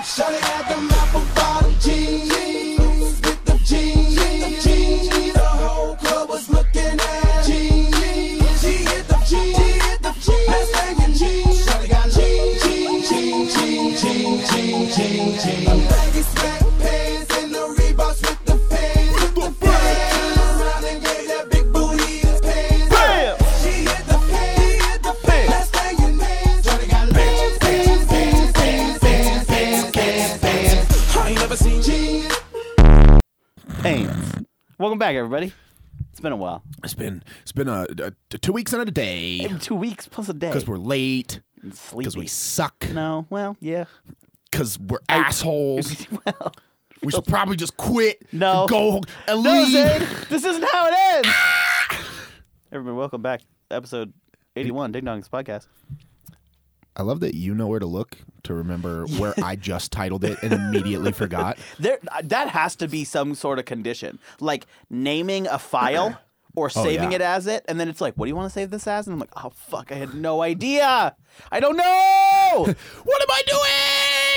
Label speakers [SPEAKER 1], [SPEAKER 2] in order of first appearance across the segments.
[SPEAKER 1] Shawty like them apple bottom jeans with the jeans, with the jeans. The whole club was looking at jeans. She hit the jeans, she hit the jeans. Let's bang in jeans. Shawty got jeans, jeans, jeans, jeans, jeans, jeans, jeans, jeans. I'm baggy smack pants and the Reeboks with the fans, with the fans. Turn around and gave that big booty a pants.
[SPEAKER 2] Bam!
[SPEAKER 1] She hit the pants, she hit the pants. Let's bang in pants. Shawty got pants, pants, pants, pants, pants, pants, pants, pants. I ain't never seen jeans.
[SPEAKER 3] Thanks. Welcome back, everybody. It's been a while.
[SPEAKER 4] It's been it's been a, a- two weeks and a day
[SPEAKER 3] In two weeks plus a day.
[SPEAKER 4] because we're late
[SPEAKER 3] And
[SPEAKER 4] because
[SPEAKER 3] sleepy.
[SPEAKER 4] we suck
[SPEAKER 3] No, well, yeah.
[SPEAKER 4] because we're assholes.
[SPEAKER 3] well,
[SPEAKER 4] We should probably just quit.
[SPEAKER 3] No.
[SPEAKER 4] and go and
[SPEAKER 3] no,
[SPEAKER 4] leave.
[SPEAKER 3] Zane, this isn't how it ends. everybody, welcome back. Episode 81, Ding Dong's podcast.
[SPEAKER 4] I love that you know where to look to remember where I just titled it and immediately forgot.
[SPEAKER 3] There, uh, that has to be some sort of condition, like naming a file or saving
[SPEAKER 4] Oh, yeah.
[SPEAKER 3] it as it, and then it's like, what do you want to save this as? And I'm like, oh fuck, I had no idea. I don't know.
[SPEAKER 4] What am I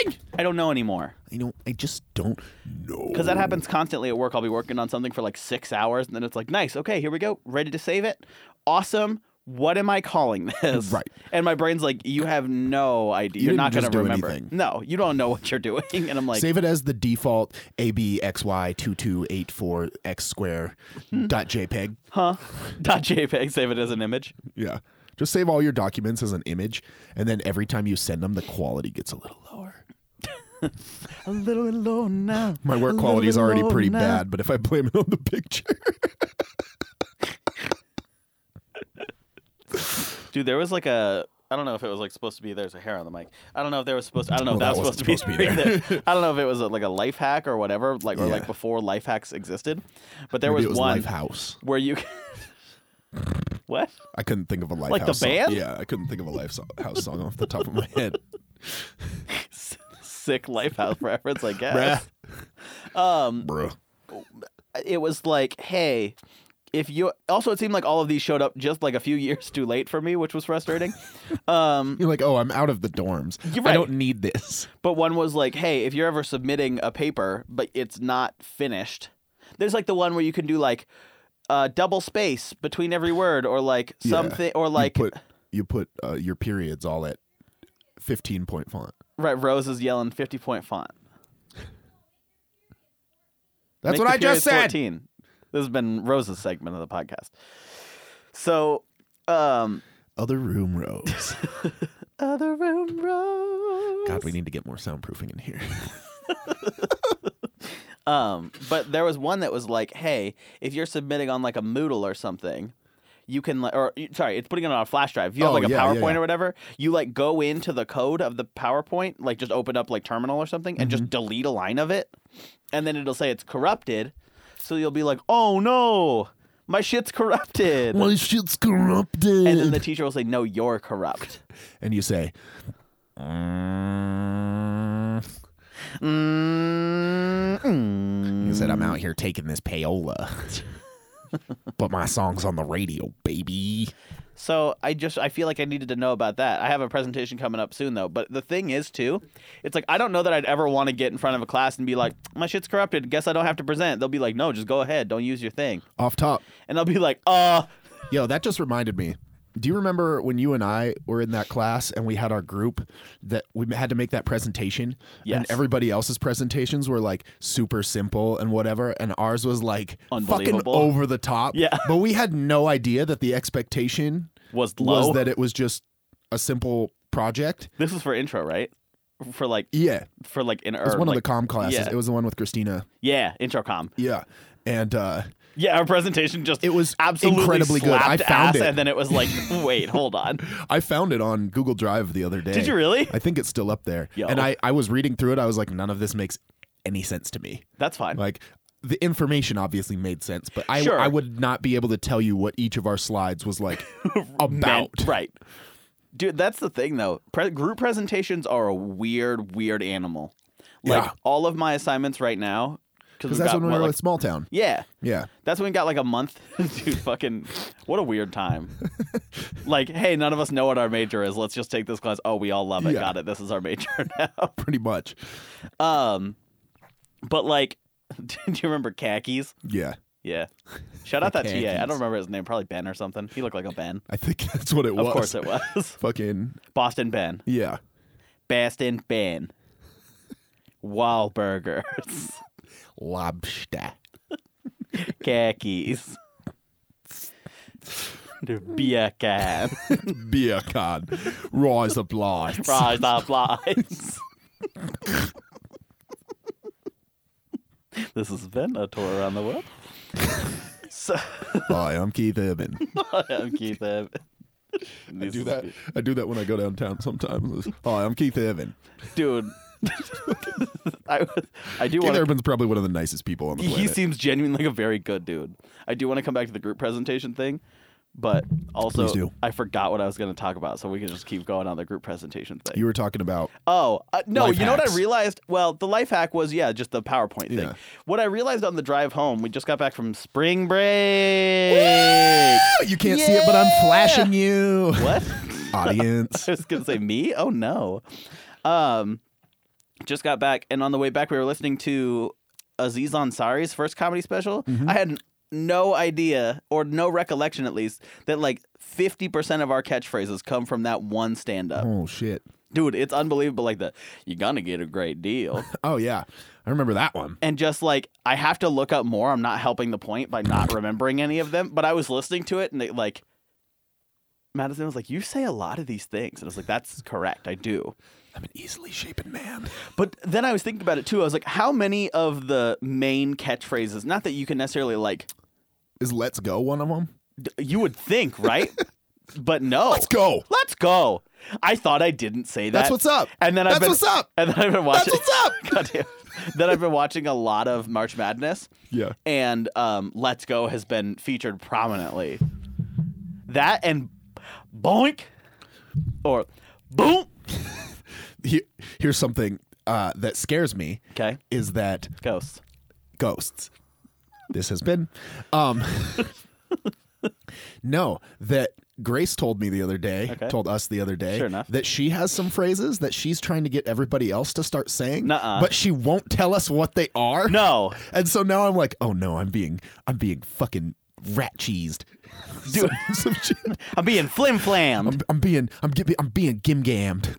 [SPEAKER 4] doing?
[SPEAKER 3] I don't know anymore
[SPEAKER 4] You know, I just don't know.
[SPEAKER 3] because that happens constantly at work. I'll be working on something for like six hours, and then it's like, nice, okay, here we go, ready to save it. Awesome. What am I calling this?
[SPEAKER 4] Right.
[SPEAKER 3] And my brain's like, you have no idea.
[SPEAKER 4] You
[SPEAKER 3] are not going
[SPEAKER 4] didn't just
[SPEAKER 3] to
[SPEAKER 4] do
[SPEAKER 3] remember.
[SPEAKER 4] anything.
[SPEAKER 3] No, you don't know what you're doing. And I'm like,
[SPEAKER 4] Save it as the default ABXY2284X square dot E JPEG.
[SPEAKER 3] huh? Dot JPEG. Save it as an image.
[SPEAKER 4] Yeah. Just save all your documents as an image, and then every time you send them, the quality gets a little lower.
[SPEAKER 3] A little bit low now.
[SPEAKER 4] My
[SPEAKER 3] A
[SPEAKER 4] work
[SPEAKER 3] little
[SPEAKER 4] quality is
[SPEAKER 3] bit
[SPEAKER 4] already
[SPEAKER 3] low
[SPEAKER 4] pretty
[SPEAKER 3] now.
[SPEAKER 4] bad, but if I blame it on the picture,
[SPEAKER 3] Dude, there was like a. I don't know if it was like supposed to be there's a hair on the mic. I don't know if there was supposed. I don't know if
[SPEAKER 4] Well,
[SPEAKER 3] that, was supposed,
[SPEAKER 4] Oh, that
[SPEAKER 3] to
[SPEAKER 4] wasn't
[SPEAKER 3] be,
[SPEAKER 4] supposed to be
[SPEAKER 3] there. I don't know if it was a, like a life hack or whatever, like or
[SPEAKER 4] Yeah.
[SPEAKER 3] like before life hacks existed. But there was,
[SPEAKER 4] Maybe it was
[SPEAKER 3] one
[SPEAKER 4] Lifehouse.
[SPEAKER 3] where you. what?
[SPEAKER 4] I couldn't think of a Lifehouse
[SPEAKER 3] Like the
[SPEAKER 4] song.
[SPEAKER 3] band?
[SPEAKER 4] Yeah, I couldn't think of a Lifehouse song off the top of my head.
[SPEAKER 3] Sick life house reference, I
[SPEAKER 4] Bruh.
[SPEAKER 3] guess. Um,
[SPEAKER 4] Bruh.
[SPEAKER 3] it was like, hey, if you also it seemed like all of these showed up just like a few years too late for me, which was frustrating. um,
[SPEAKER 4] You're like, oh, I'm out of the dorms.
[SPEAKER 3] You're
[SPEAKER 4] I
[SPEAKER 3] right.
[SPEAKER 4] don't need this.
[SPEAKER 3] But one was like, hey, if you're ever submitting a paper, but it's not finished, there's like the one where you can do like uh, double space between every word or like something or like,
[SPEAKER 4] you put you put uh, your periods all at 15 point font.
[SPEAKER 3] right, Rose is yelling 50 point font.
[SPEAKER 4] That's
[SPEAKER 3] Make
[SPEAKER 4] what
[SPEAKER 3] the
[SPEAKER 4] I
[SPEAKER 3] periods
[SPEAKER 4] just said.
[SPEAKER 3] 14. This has been Rose's segment of the podcast. So, um,
[SPEAKER 4] Other room rows.
[SPEAKER 3] other room, Rose.
[SPEAKER 4] God, we need to get more soundproofing in here.
[SPEAKER 3] Um, but there was one that was like, hey, if you're submitting on like a Moodle or something, you can like, or y- sorry, it's putting it on a flash drive. If you have
[SPEAKER 4] Oh,
[SPEAKER 3] like a
[SPEAKER 4] yeah, yeah,
[SPEAKER 3] PowerPoint
[SPEAKER 4] yeah.
[SPEAKER 3] or whatever, you like go into the code of the PowerPoint, like just open up like terminal or something, and
[SPEAKER 4] Mm-hmm.
[SPEAKER 3] just delete a line of it, and then it'll say it's corrupted. So you'll be like, oh no, my shit's corrupted.
[SPEAKER 4] shit's corrupted.
[SPEAKER 3] and then the teacher will say, no, you're corrupt.
[SPEAKER 4] and you say, "Mm."
[SPEAKER 3] Mm-mm.
[SPEAKER 4] you said, I'm out here taking this payola. but my song's on the radio, baby.
[SPEAKER 3] So I just I feel like I needed to know about that. I have a presentation coming up soon though. But the thing is too, it's like I don't know that I'd ever want to get in front of a class and be like, my shit's corrupted. Guess I don't have to present. They'll be like, no, just go ahead. Don't use your thing.
[SPEAKER 4] Off top.
[SPEAKER 3] And I'll be like, uh,
[SPEAKER 4] Yo, that just reminded me. Do you remember when you and I were in that class and we had our group that we had to make that presentation?
[SPEAKER 3] Yes.
[SPEAKER 4] And everybody else's presentations were like super simple and whatever. And ours was like fucking
[SPEAKER 3] Unbelievable.
[SPEAKER 4] over the top.
[SPEAKER 3] Yeah.
[SPEAKER 4] But we had no idea that the expectation
[SPEAKER 3] was low.
[SPEAKER 4] was that it was just a simple project.
[SPEAKER 3] this was for intro, right? For like
[SPEAKER 4] Yeah.
[SPEAKER 3] for like in
[SPEAKER 4] It was one of the com classes.
[SPEAKER 3] yeah.
[SPEAKER 4] It was the one with Christina.
[SPEAKER 3] yeah intro com.
[SPEAKER 4] Yeah. And uh,
[SPEAKER 3] Yeah, our presentation just
[SPEAKER 4] It was
[SPEAKER 3] absolutely
[SPEAKER 4] incredibly good. I
[SPEAKER 3] slapped ass,
[SPEAKER 4] found it.
[SPEAKER 3] and then it was like, wait, hold on.
[SPEAKER 4] I found it on Google Drive the other day.
[SPEAKER 3] Did you really?
[SPEAKER 4] I think it's still up there.
[SPEAKER 3] Yo.
[SPEAKER 4] And I, I was reading through it. I was like, none of this makes any sense to me.
[SPEAKER 3] That's fine.
[SPEAKER 4] Like, the information obviously made sense, but I,
[SPEAKER 3] Sure.
[SPEAKER 4] I would not be able to tell you what each of our slides was like about.
[SPEAKER 3] meant- right. Dude, that's the thing though. Pre- group presentations are a weird, weird animal. Like
[SPEAKER 4] Yeah.
[SPEAKER 3] all of my assignments right now
[SPEAKER 4] because that's
[SPEAKER 3] got,
[SPEAKER 4] when we
[SPEAKER 3] what,
[SPEAKER 4] were
[SPEAKER 3] like-
[SPEAKER 4] with small town.
[SPEAKER 3] Yeah.
[SPEAKER 4] Yeah,
[SPEAKER 3] That's when we got like a month. Dude, fucking, what a weird time. like, hey, none of us know what our major is. Let's just take this class. Oh, we all love it.
[SPEAKER 4] Yeah.
[SPEAKER 3] Got it. This is our major now.
[SPEAKER 4] pretty much.
[SPEAKER 3] Um, but like, do you remember khakis?
[SPEAKER 4] Yeah,
[SPEAKER 3] Yeah. Shout out that TA. I
[SPEAKER 4] khakis.
[SPEAKER 3] don't remember his name. Probably Ben or something. He looked like a Ben.
[SPEAKER 4] I think that's what it was.
[SPEAKER 3] Of course it was.
[SPEAKER 4] Fucking
[SPEAKER 3] Boston Ben.
[SPEAKER 4] yeah.
[SPEAKER 3] Bastin Ben. Wahlburgers.
[SPEAKER 4] Lobster.
[SPEAKER 3] khakis. Beer can.
[SPEAKER 4] Beer can. Rise of lights.
[SPEAKER 3] Rise up lights. this has been a tour around the world. so,
[SPEAKER 4] Hi, I'm Keith Urban.
[SPEAKER 3] I'm Keith Evans.
[SPEAKER 4] I do that. I do that when I go downtown sometimes. Hi, I'm Keith Urban.
[SPEAKER 3] dude. I, I do
[SPEAKER 4] Keith
[SPEAKER 3] want to
[SPEAKER 4] Urban's probably one of the nicest people on the
[SPEAKER 3] he
[SPEAKER 4] planet.
[SPEAKER 3] seems genuinely like a very good dude. I do want to come back to the group presentation thing, but also
[SPEAKER 4] Please do.
[SPEAKER 3] I forgot what I was going to talk about, so we can just keep going on the group presentation thing.
[SPEAKER 4] you were talking about
[SPEAKER 3] oh uh, no,
[SPEAKER 4] Life
[SPEAKER 3] you know what I
[SPEAKER 4] hacks.
[SPEAKER 3] realized? Well, the life hack was yeah, just the PowerPoint thing.
[SPEAKER 4] Yeah.
[SPEAKER 3] What I realized on the drive home, we just got back from spring break.
[SPEAKER 4] Oh, you can't see it, but I'm flashing you.
[SPEAKER 3] What?
[SPEAKER 4] Audience.
[SPEAKER 3] I was going to say me? Oh no. Um, just got back, and on the way back, we were listening to Aziz Ansari's first comedy special. I had n- no idea, or no recollection at least, that like 50% of our catchphrases come from that one stand up.
[SPEAKER 4] Oh shit.
[SPEAKER 3] Dude, it's unbelievable. Like, the you're gonna get a great deal.
[SPEAKER 4] Oh yeah. I remember that one.
[SPEAKER 3] and just like, I have to look up more. I'm not helping the point by not remembering any of them, but I was listening to it, and it like, Madison was like, You say a lot of these things. And I was like, That's correct. I do.
[SPEAKER 4] I'm an easily shapen man.
[SPEAKER 3] But then I was thinking about it too. I was like, how many of the main catchphrases, not that you can necessarily like,
[SPEAKER 4] Is let's go one of them?
[SPEAKER 3] d- you would think, right? but no.
[SPEAKER 4] Let's go.
[SPEAKER 3] Let's go. I thought I didn't say that.
[SPEAKER 4] That's what's up.
[SPEAKER 3] And then I've
[SPEAKER 4] That's
[SPEAKER 3] been,
[SPEAKER 4] what's up.
[SPEAKER 3] And then I've been
[SPEAKER 4] That's
[SPEAKER 3] watching.
[SPEAKER 4] what's up.
[SPEAKER 3] God damn. Then I've been watching a lot of March Madness,
[SPEAKER 4] Yeah.
[SPEAKER 3] and um, Let's Go has been featured prominently. That and boink, or boom.
[SPEAKER 4] Here, here's something uh, that scares me.
[SPEAKER 3] Okay,
[SPEAKER 4] Is that
[SPEAKER 3] ghosts.
[SPEAKER 4] ghosts. This has been. Um, no, that Grace told me the other day,
[SPEAKER 3] Okay.
[SPEAKER 4] told us the other day,
[SPEAKER 3] Sure enough.
[SPEAKER 4] that she has some phrases that she's trying to get everybody else to start saying,
[SPEAKER 3] Nuh-uh.
[SPEAKER 4] but she won't tell us what they are.
[SPEAKER 3] No,
[SPEAKER 4] And so now I'm like, oh no, I'm being, I'm being fucking rat cheesed. Dude, some, some shit.
[SPEAKER 3] I'm being flim flammed.
[SPEAKER 4] I'm, I'm being, I'm, gi- I'm being gim gammed.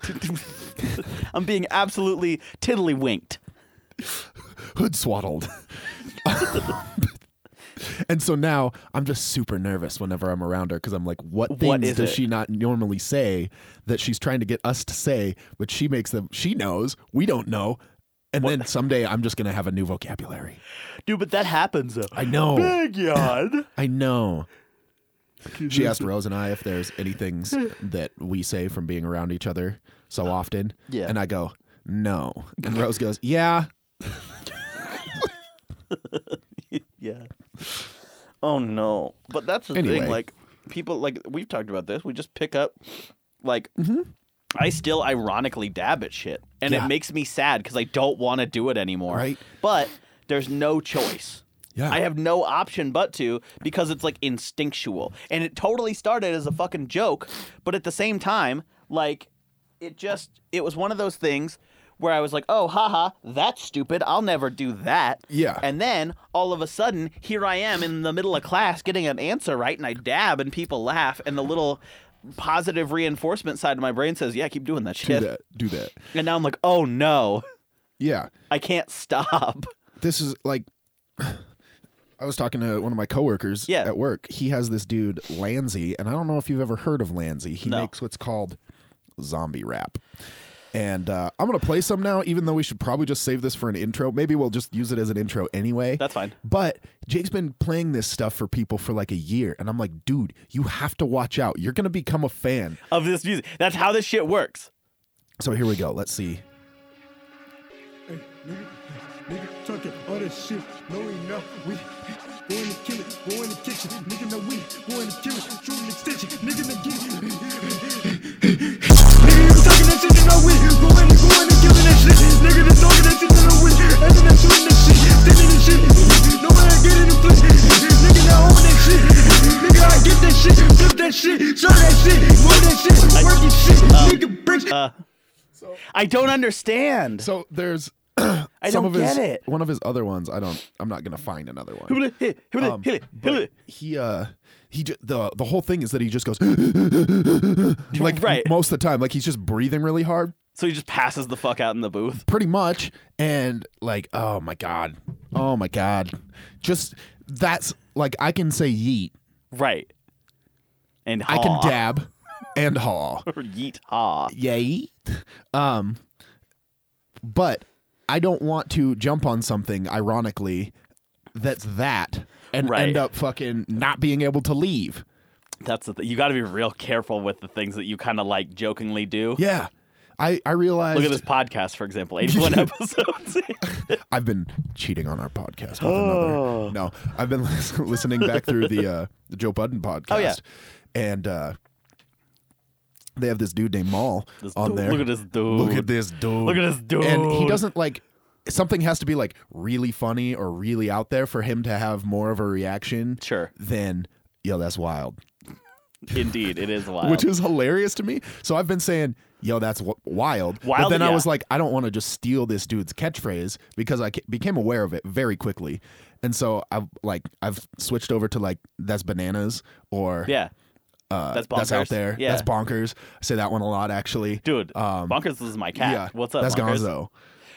[SPEAKER 3] I'm being absolutely tiddlywinked.
[SPEAKER 4] hood swaddled. and so now I'm just super nervous whenever I'm around her because I'm like, what things
[SPEAKER 3] What is
[SPEAKER 4] does
[SPEAKER 3] it?
[SPEAKER 4] she not normally say that she's trying to get us to say, but she makes them, she knows, we don't know. And then someday I'm just going to have a new vocabulary.
[SPEAKER 3] Dude, but that happens though.
[SPEAKER 4] I know.
[SPEAKER 3] Big yawn.
[SPEAKER 4] I know. She asked Rose and I if there's any things that we say from being around each other so often.
[SPEAKER 3] Uh, Yeah.
[SPEAKER 4] And I go, no. And Rose goes, yeah.
[SPEAKER 3] yeah. Oh no. But that's the
[SPEAKER 4] Anyway.
[SPEAKER 3] thing. Like people like we've talked about this. We just pick up like I still ironically dab at shit. And
[SPEAKER 4] Mm-hmm. Yeah.
[SPEAKER 3] it makes me sad because I don't want to do it anymore.
[SPEAKER 4] Right.
[SPEAKER 3] But there's no choice.
[SPEAKER 4] Yeah.
[SPEAKER 3] I have no option but to because it's like instinctual. And it totally started as a fucking joke, but at the same time, like it just it was one of those things where I was like, "Oh, haha, that's stupid. I'll never do that."
[SPEAKER 4] Yeah.
[SPEAKER 3] And then all of a sudden, here I am in the middle of class getting an answer right and I dab and people laugh and the little positive reinforcement side of my brain says, "Yeah, keep doing that
[SPEAKER 4] Do
[SPEAKER 3] shit."
[SPEAKER 4] that. Do that.
[SPEAKER 3] And now I'm like, "Oh no.
[SPEAKER 4] Yeah.
[SPEAKER 3] I can't stop."
[SPEAKER 4] this is like I was talking to one of my coworkers
[SPEAKER 3] Yeah.
[SPEAKER 4] at work. He has this dude Lanzi, and I don't know if you've ever heard of Lanzi. He
[SPEAKER 3] No.
[SPEAKER 4] makes what's called zombie rap. And uh, I'm gonna play some now, even though we should probably just save this for an intro. Maybe we'll just use it as an intro anyway.
[SPEAKER 3] That's fine.
[SPEAKER 4] But Jake's been playing this stuff for people for like a year, and I'm like, dude, you have to watch out. You're gonna become a fan.
[SPEAKER 3] Of this music. That's how this shit works.
[SPEAKER 4] So here we go. Let's see.
[SPEAKER 2] Hey, nigga, nigga talking all that shit, knowing enough. We go in the killing, go in the kitchen, nigga. Now we go in the killing, shooting extension, nigga. Now get it. Nigga, you talking that shit, you know we go in, go in and killing that shit. Nigga, that's talking that shit, you know we acting that shooting that shit, thinking that shit.
[SPEAKER 3] I don't understand.
[SPEAKER 4] So there's.
[SPEAKER 3] I
[SPEAKER 4] some
[SPEAKER 3] don't
[SPEAKER 4] of his,
[SPEAKER 3] get it.
[SPEAKER 4] One of his other ones, I don't. I'm not gonna find another one. Um, but he uh he ju- the the whole thing is that he just goes like
[SPEAKER 3] Right.
[SPEAKER 4] most of the time like he's just breathing really hard
[SPEAKER 3] so he just passes the fuck out in the booth.
[SPEAKER 4] pretty much and like oh my god oh my god just that's like I can say yeet
[SPEAKER 3] Right. And
[SPEAKER 4] I can
[SPEAKER 3] haw.
[SPEAKER 4] dab and haw
[SPEAKER 3] Or yeet haw.
[SPEAKER 4] yay um but I don't want to jump on something ironically that's that and
[SPEAKER 3] Right.
[SPEAKER 4] end up fucking not being able to leave
[SPEAKER 3] That's the thing. You got to be real careful with the things that you kind of like jokingly do.
[SPEAKER 4] yeah I I realized
[SPEAKER 3] Look at this podcast, for example, 81 episodes. in.
[SPEAKER 4] I've been cheating on our podcast. With
[SPEAKER 3] Oh.
[SPEAKER 4] another. No, I've been lis- listening back through the uh, the Joe Budden podcast.
[SPEAKER 3] Oh, yeah.
[SPEAKER 4] and uh, they have this dude named Maul
[SPEAKER 3] This
[SPEAKER 4] on
[SPEAKER 3] dude-
[SPEAKER 4] there.
[SPEAKER 3] look at this dude.
[SPEAKER 4] Look at this dude.
[SPEAKER 3] Look at this dude.
[SPEAKER 4] And he doesn't like. Something has to be like really funny or really out there for him to have more of a reaction.
[SPEAKER 3] Sure.
[SPEAKER 4] Than yo, that's wild,
[SPEAKER 3] Indeed, it is wild.
[SPEAKER 4] which is hilarious to me. So I've been saying. Yo, that's w- wild. But
[SPEAKER 3] Wild,
[SPEAKER 4] then I
[SPEAKER 3] yeah.
[SPEAKER 4] was like, I don't want to just steal this dude's catchphrase because I ca- became aware of it very quickly, and so I've like I've switched over to like that's bananas or
[SPEAKER 3] yeah.
[SPEAKER 4] uh,
[SPEAKER 3] That's
[SPEAKER 4] out
[SPEAKER 3] bonkers.
[SPEAKER 4] there.
[SPEAKER 3] Yeah.
[SPEAKER 4] That's bonkers. I say that one a lot actually.
[SPEAKER 3] Dude,
[SPEAKER 4] Um,
[SPEAKER 3] Bonkers is my cat.
[SPEAKER 4] yeah,
[SPEAKER 3] What's up,
[SPEAKER 4] That's
[SPEAKER 3] Bonkers?
[SPEAKER 4] Gonzo.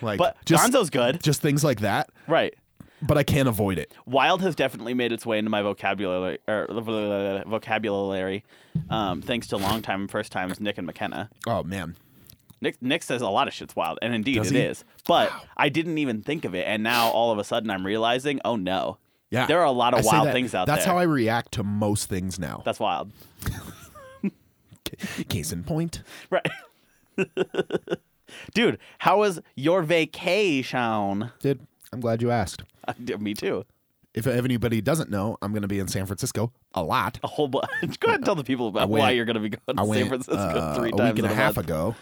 [SPEAKER 4] Like,
[SPEAKER 3] But
[SPEAKER 4] just,
[SPEAKER 3] Gonzo's good.
[SPEAKER 4] Just things like that,
[SPEAKER 3] Right.
[SPEAKER 4] but I can't avoid it.
[SPEAKER 3] Wild has definitely made its way into my vocabulary, or vocabulary, um, thanks to long time and first times Nick and McKenna.
[SPEAKER 4] Oh man,
[SPEAKER 3] Nick Nick says a lot of shit's wild, and indeed it
[SPEAKER 4] Does
[SPEAKER 3] is.
[SPEAKER 4] he?
[SPEAKER 3] But I didn't even think of it, and now all of a sudden I'm realizing, oh no,
[SPEAKER 4] yeah.
[SPEAKER 3] there are a lot of
[SPEAKER 4] I say
[SPEAKER 3] wild
[SPEAKER 4] that.
[SPEAKER 3] things out
[SPEAKER 4] That's
[SPEAKER 3] there.
[SPEAKER 4] how I react to most things now.
[SPEAKER 3] That's wild,
[SPEAKER 4] Case in point.
[SPEAKER 3] right? Dude, how was your vacation?
[SPEAKER 4] Dude, I'm glad you asked.
[SPEAKER 3] I did- Me too.
[SPEAKER 4] If anybody doesn't know, I'm going to be in San Francisco a lot.
[SPEAKER 3] A whole bunch. Go ahead and tell the people about
[SPEAKER 4] went-
[SPEAKER 3] why you're going to be going to
[SPEAKER 4] I went
[SPEAKER 3] San Francisco
[SPEAKER 4] uh,
[SPEAKER 3] three
[SPEAKER 4] a
[SPEAKER 3] times
[SPEAKER 4] week
[SPEAKER 3] in
[SPEAKER 4] and a half
[SPEAKER 3] month.
[SPEAKER 4] ago,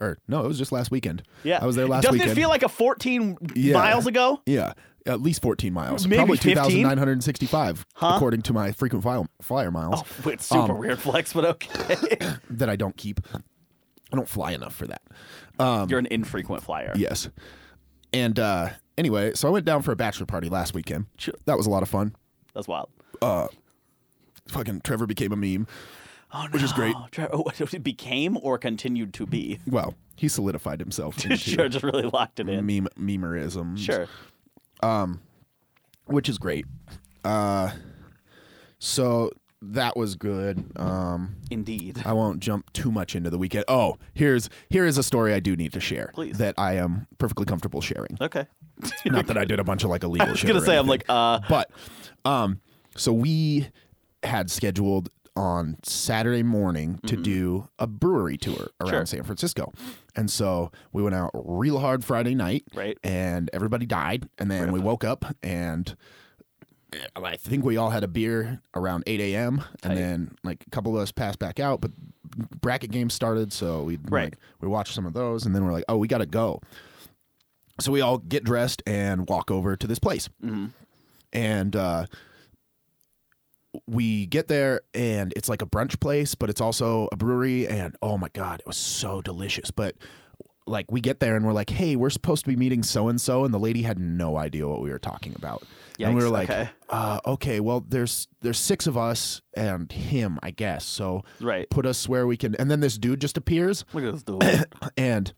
[SPEAKER 4] or no, it was just last weekend.
[SPEAKER 3] Yeah,
[SPEAKER 4] I was there last
[SPEAKER 3] Doesn't
[SPEAKER 4] weekend.
[SPEAKER 3] it feel like a 14
[SPEAKER 4] Yeah.
[SPEAKER 3] miles ago?
[SPEAKER 4] yeah, at least 14 miles,
[SPEAKER 3] Maybe
[SPEAKER 4] probably
[SPEAKER 3] 15?
[SPEAKER 4] 2,965,
[SPEAKER 3] Huh?
[SPEAKER 4] according to my frequent file, flyer miles
[SPEAKER 3] Oh, it's super
[SPEAKER 4] Um,
[SPEAKER 3] weird flex, but okay.
[SPEAKER 4] that I don't keep. I don't fly enough for that. um,
[SPEAKER 3] you're an infrequent flyer.
[SPEAKER 4] Yes. And uh, anyway, so I went down for a bachelor party last weekend.
[SPEAKER 3] Sure.
[SPEAKER 4] That was a lot of fun.
[SPEAKER 3] That's wild.
[SPEAKER 4] Fucking Trevor became a meme.
[SPEAKER 3] Oh, no.
[SPEAKER 4] Which is great.
[SPEAKER 3] Tra- oh, it became or continued to be.
[SPEAKER 4] Well, he solidified himself into
[SPEAKER 3] sure, just really locked it in.
[SPEAKER 4] meme memerism.
[SPEAKER 3] Sure.
[SPEAKER 4] which is great. Uh, so that was good. Um,
[SPEAKER 3] Indeed.
[SPEAKER 4] I won't jump too much into the weekend. Oh, here's here is a story I do need to share
[SPEAKER 3] Please.
[SPEAKER 4] that I am perfectly comfortable sharing.
[SPEAKER 3] Okay.
[SPEAKER 4] Not that I did a bunch of like illegal.
[SPEAKER 3] I was
[SPEAKER 4] shit
[SPEAKER 3] gonna
[SPEAKER 4] or
[SPEAKER 3] say, I'm
[SPEAKER 4] Uh, anything.
[SPEAKER 3] like, uh,
[SPEAKER 4] but um, so we had scheduled on Saturday morning to do a brewery tour
[SPEAKER 3] Mm-hmm.
[SPEAKER 4] around
[SPEAKER 3] Sure.
[SPEAKER 4] San Francisco, and so we went out real hard Friday night,
[SPEAKER 3] Right.
[SPEAKER 4] And everybody died, and then we woke up and. I think we all had a beer around 8 a.m.
[SPEAKER 3] Tight.
[SPEAKER 4] and then like a couple of us passed back out, but bracket games started, so we
[SPEAKER 3] Right.
[SPEAKER 4] like, we watched some of those, and then we're like, oh, we gotta go. So we all get dressed and walk over to this place,
[SPEAKER 3] Mm-hmm.
[SPEAKER 4] and uh, we get there, and it's like a brunch place, but it's also a brewery, and oh my god, it was so delicious, but. Like we get there and we're like, hey, we're supposed to be meeting so and so, and the lady had no idea what we were talking about. and we
[SPEAKER 3] Yikes,
[SPEAKER 4] were like,
[SPEAKER 3] okay.
[SPEAKER 4] uh, okay, well, there's there's six of us and him, I guess. So
[SPEAKER 3] Right.
[SPEAKER 4] put us where we can. And then this dude just appears
[SPEAKER 3] Look at this dude.
[SPEAKER 4] and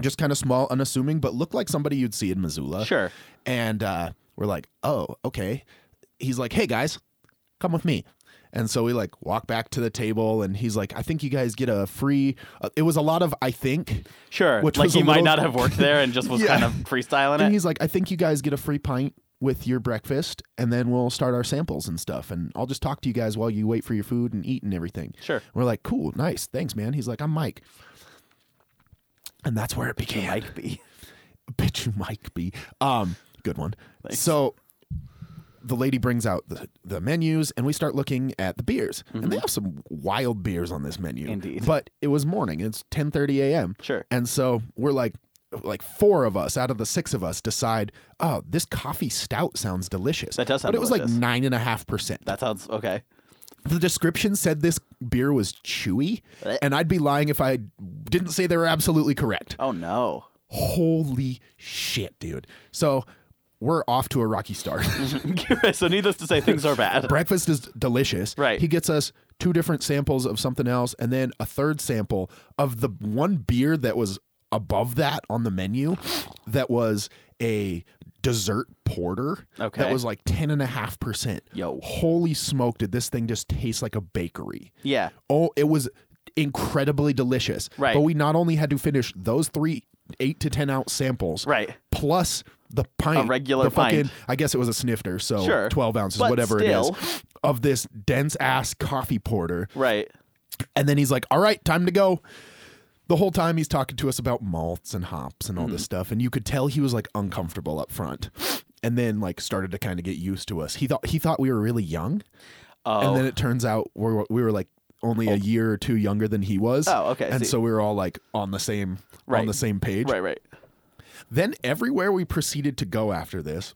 [SPEAKER 4] just kind of small, unassuming, but looked like somebody you'd see in Missoula.
[SPEAKER 3] Sure.
[SPEAKER 4] And uh, we're like, oh, okay. He's like, hey guys, come with me. And so we like walk back to the table, and he's like, I think you guys get a free. Uh, it was a lot of I think.
[SPEAKER 3] Sure.
[SPEAKER 4] Which
[SPEAKER 3] like
[SPEAKER 4] was a
[SPEAKER 3] he might
[SPEAKER 4] little-
[SPEAKER 3] not have worked there and just was
[SPEAKER 4] Yeah.
[SPEAKER 3] kind of freestyling
[SPEAKER 4] And
[SPEAKER 3] it.
[SPEAKER 4] he's like, I think you guys get a free pint with your breakfast, and then we'll start our samples and stuff. And I'll just talk to you guys while you wait for your food and eat and everything.
[SPEAKER 3] Sure.
[SPEAKER 4] we're like, cool, nice, thanks, man. He's like, I'm Mike. And that's where it began.
[SPEAKER 3] Mike B.
[SPEAKER 4] Bitch, you Mike B. Um, good one.
[SPEAKER 3] Thanks.
[SPEAKER 4] So the lady brings out the, the menus and we start looking at the beers. And they have some wild beers on this menu.
[SPEAKER 3] Mm-hmm. Indeed.
[SPEAKER 4] But it was morning. It's 10:30 a.m.
[SPEAKER 3] Sure.
[SPEAKER 4] And so we're like like four of us out of the six of us decide, oh, this coffee stout sounds delicious.
[SPEAKER 3] That does sound
[SPEAKER 4] But it was
[SPEAKER 3] delicious.
[SPEAKER 4] like nine and a half percent.
[SPEAKER 3] That sounds okay.
[SPEAKER 4] the description said this beer was chewy, and I'd be lying if I didn't say they were absolutely correct.
[SPEAKER 3] Oh no.
[SPEAKER 4] Holy shit, dude. So we're off to a rocky start.
[SPEAKER 3] so needless to say, things are bad.
[SPEAKER 4] breakfast is delicious.
[SPEAKER 3] Right.
[SPEAKER 4] He gets us two different samples of something else and then a third sample of the one beer that was above that on the menu that was a dessert porter
[SPEAKER 3] Okay.
[SPEAKER 4] that was like 10.5%.
[SPEAKER 3] Yo.
[SPEAKER 4] Holy smoke, did this thing just taste like a bakery?
[SPEAKER 3] Yeah.
[SPEAKER 4] Oh, it was incredibly delicious.
[SPEAKER 3] Right.
[SPEAKER 4] But we not only had to finish those three eight to ten ounce samples,
[SPEAKER 3] Right.
[SPEAKER 4] Plus the pint,
[SPEAKER 3] regular
[SPEAKER 4] the fucking,
[SPEAKER 3] pint.
[SPEAKER 4] I guess it was a snifter, so
[SPEAKER 3] Sure.
[SPEAKER 4] twelve ounces,
[SPEAKER 3] But
[SPEAKER 4] whatever
[SPEAKER 3] still.
[SPEAKER 4] it is, of this dense ass coffee porter.
[SPEAKER 3] Right.
[SPEAKER 4] And then he's like, "All right, time to go." The whole time he's talking to us about malts and hops and all
[SPEAKER 3] Mm-hmm.
[SPEAKER 4] this stuff, and you could tell he was like uncomfortable up front, and then like started to kind of get used to us. He thought he thought we were really young,
[SPEAKER 3] Oh.
[SPEAKER 4] and then it turns out we were, we were like only a year or two younger than he was.
[SPEAKER 3] Oh, okay, I
[SPEAKER 4] And
[SPEAKER 3] see.
[SPEAKER 4] so we were all like on the same
[SPEAKER 3] Right.
[SPEAKER 4] on the same page.
[SPEAKER 3] right. Right.
[SPEAKER 4] Then everywhere we proceeded to go after this,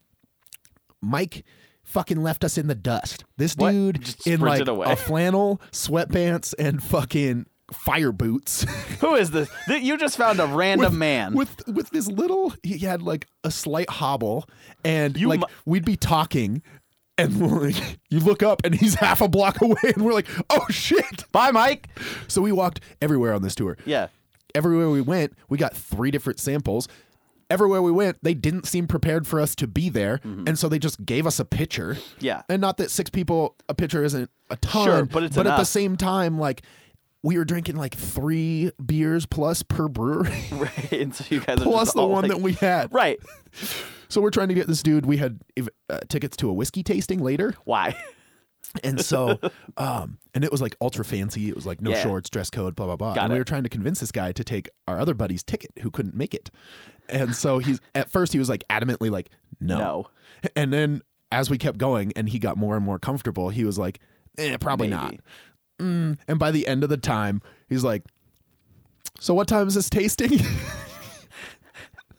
[SPEAKER 4] Mike fucking left us in the dust. This
[SPEAKER 3] What?
[SPEAKER 4] dude
[SPEAKER 3] Just
[SPEAKER 4] in like
[SPEAKER 3] sprinted away.
[SPEAKER 4] a flannel, sweatpants, and fucking fire boots
[SPEAKER 3] Who is this? Th- You just found a random man.
[SPEAKER 4] with with this little he had like a slight hobble and
[SPEAKER 3] You
[SPEAKER 4] like
[SPEAKER 3] mu-
[SPEAKER 4] we'd be talking and like you look up and he's half a block away and we're like oh shit
[SPEAKER 3] Bye, Mike.
[SPEAKER 4] so we walked everywhere on this tour
[SPEAKER 3] Yeah.
[SPEAKER 4] everywhere we went, we got three different samples. Everywhere we went, they didn't seem prepared for us to be there, and so they just gave us a pitcher.
[SPEAKER 3] Mm-hmm. Yeah.
[SPEAKER 4] and not that six people a pitcher isn't a ton,
[SPEAKER 3] Sure, but it's
[SPEAKER 4] at the
[SPEAKER 3] enough.
[SPEAKER 4] same time, like we were drinking like three beers plus per brewery,
[SPEAKER 3] Right. And so you guys are
[SPEAKER 4] plus
[SPEAKER 3] just
[SPEAKER 4] the
[SPEAKER 3] all
[SPEAKER 4] one
[SPEAKER 3] Oh, like-
[SPEAKER 4] that we had.
[SPEAKER 3] Right.
[SPEAKER 4] So we're trying to get this dude. We had uh, tickets to a whiskey tasting later,
[SPEAKER 3] Why?
[SPEAKER 4] and so, um, and it was like ultra fancy. It was like no
[SPEAKER 3] Yeah.
[SPEAKER 4] shorts, dress code, blah blah blah.
[SPEAKER 3] Got
[SPEAKER 4] and
[SPEAKER 3] it.
[SPEAKER 4] we were trying to convince this guy to take our other buddy's ticket who couldn't make it. And so he's at first he was like adamantly like no.
[SPEAKER 3] No.
[SPEAKER 4] And then as we kept going and he got more and more comfortable, he was like, eh, probably not.
[SPEAKER 3] Maybe.
[SPEAKER 4] Mm. And by the end of the time, he's like, so what time is this tasting?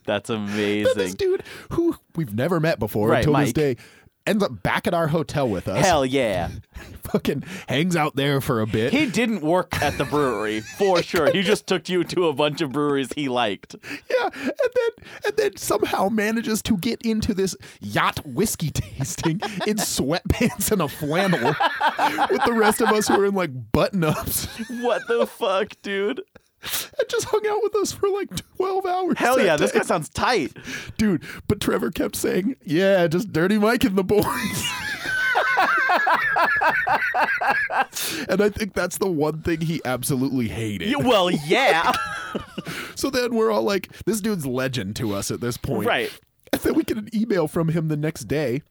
[SPEAKER 3] That's
[SPEAKER 4] this
[SPEAKER 3] amazing.
[SPEAKER 4] dude who we've never met before
[SPEAKER 3] Right,
[SPEAKER 4] until this
[SPEAKER 3] Mike.
[SPEAKER 4] day ends up back at our hotel with us.
[SPEAKER 3] Hell yeah.
[SPEAKER 4] Fucking hangs out there for a bit.
[SPEAKER 3] He didn't work at the brewery for sure. He just took you to a bunch of breweries he liked.
[SPEAKER 4] Yeah, and then and then somehow manages to get into this yacht whiskey tasting in sweatpants and a flannel with the rest of us who are in like button ups
[SPEAKER 3] What the fuck, dude?
[SPEAKER 4] and just hung out with us for like twelve hours.
[SPEAKER 3] Hell
[SPEAKER 4] that
[SPEAKER 3] yeah, this
[SPEAKER 4] day.
[SPEAKER 3] guy sounds tight.
[SPEAKER 4] dude. But Trevor kept saying, "Yeah, just Dirty Mike and the boys." and I think that's the one thing he absolutely hated.
[SPEAKER 3] Yeah, well, yeah.
[SPEAKER 4] So then we're all like, this dude's legend to us at this point.
[SPEAKER 3] Right.
[SPEAKER 4] And then we get an email from him the next day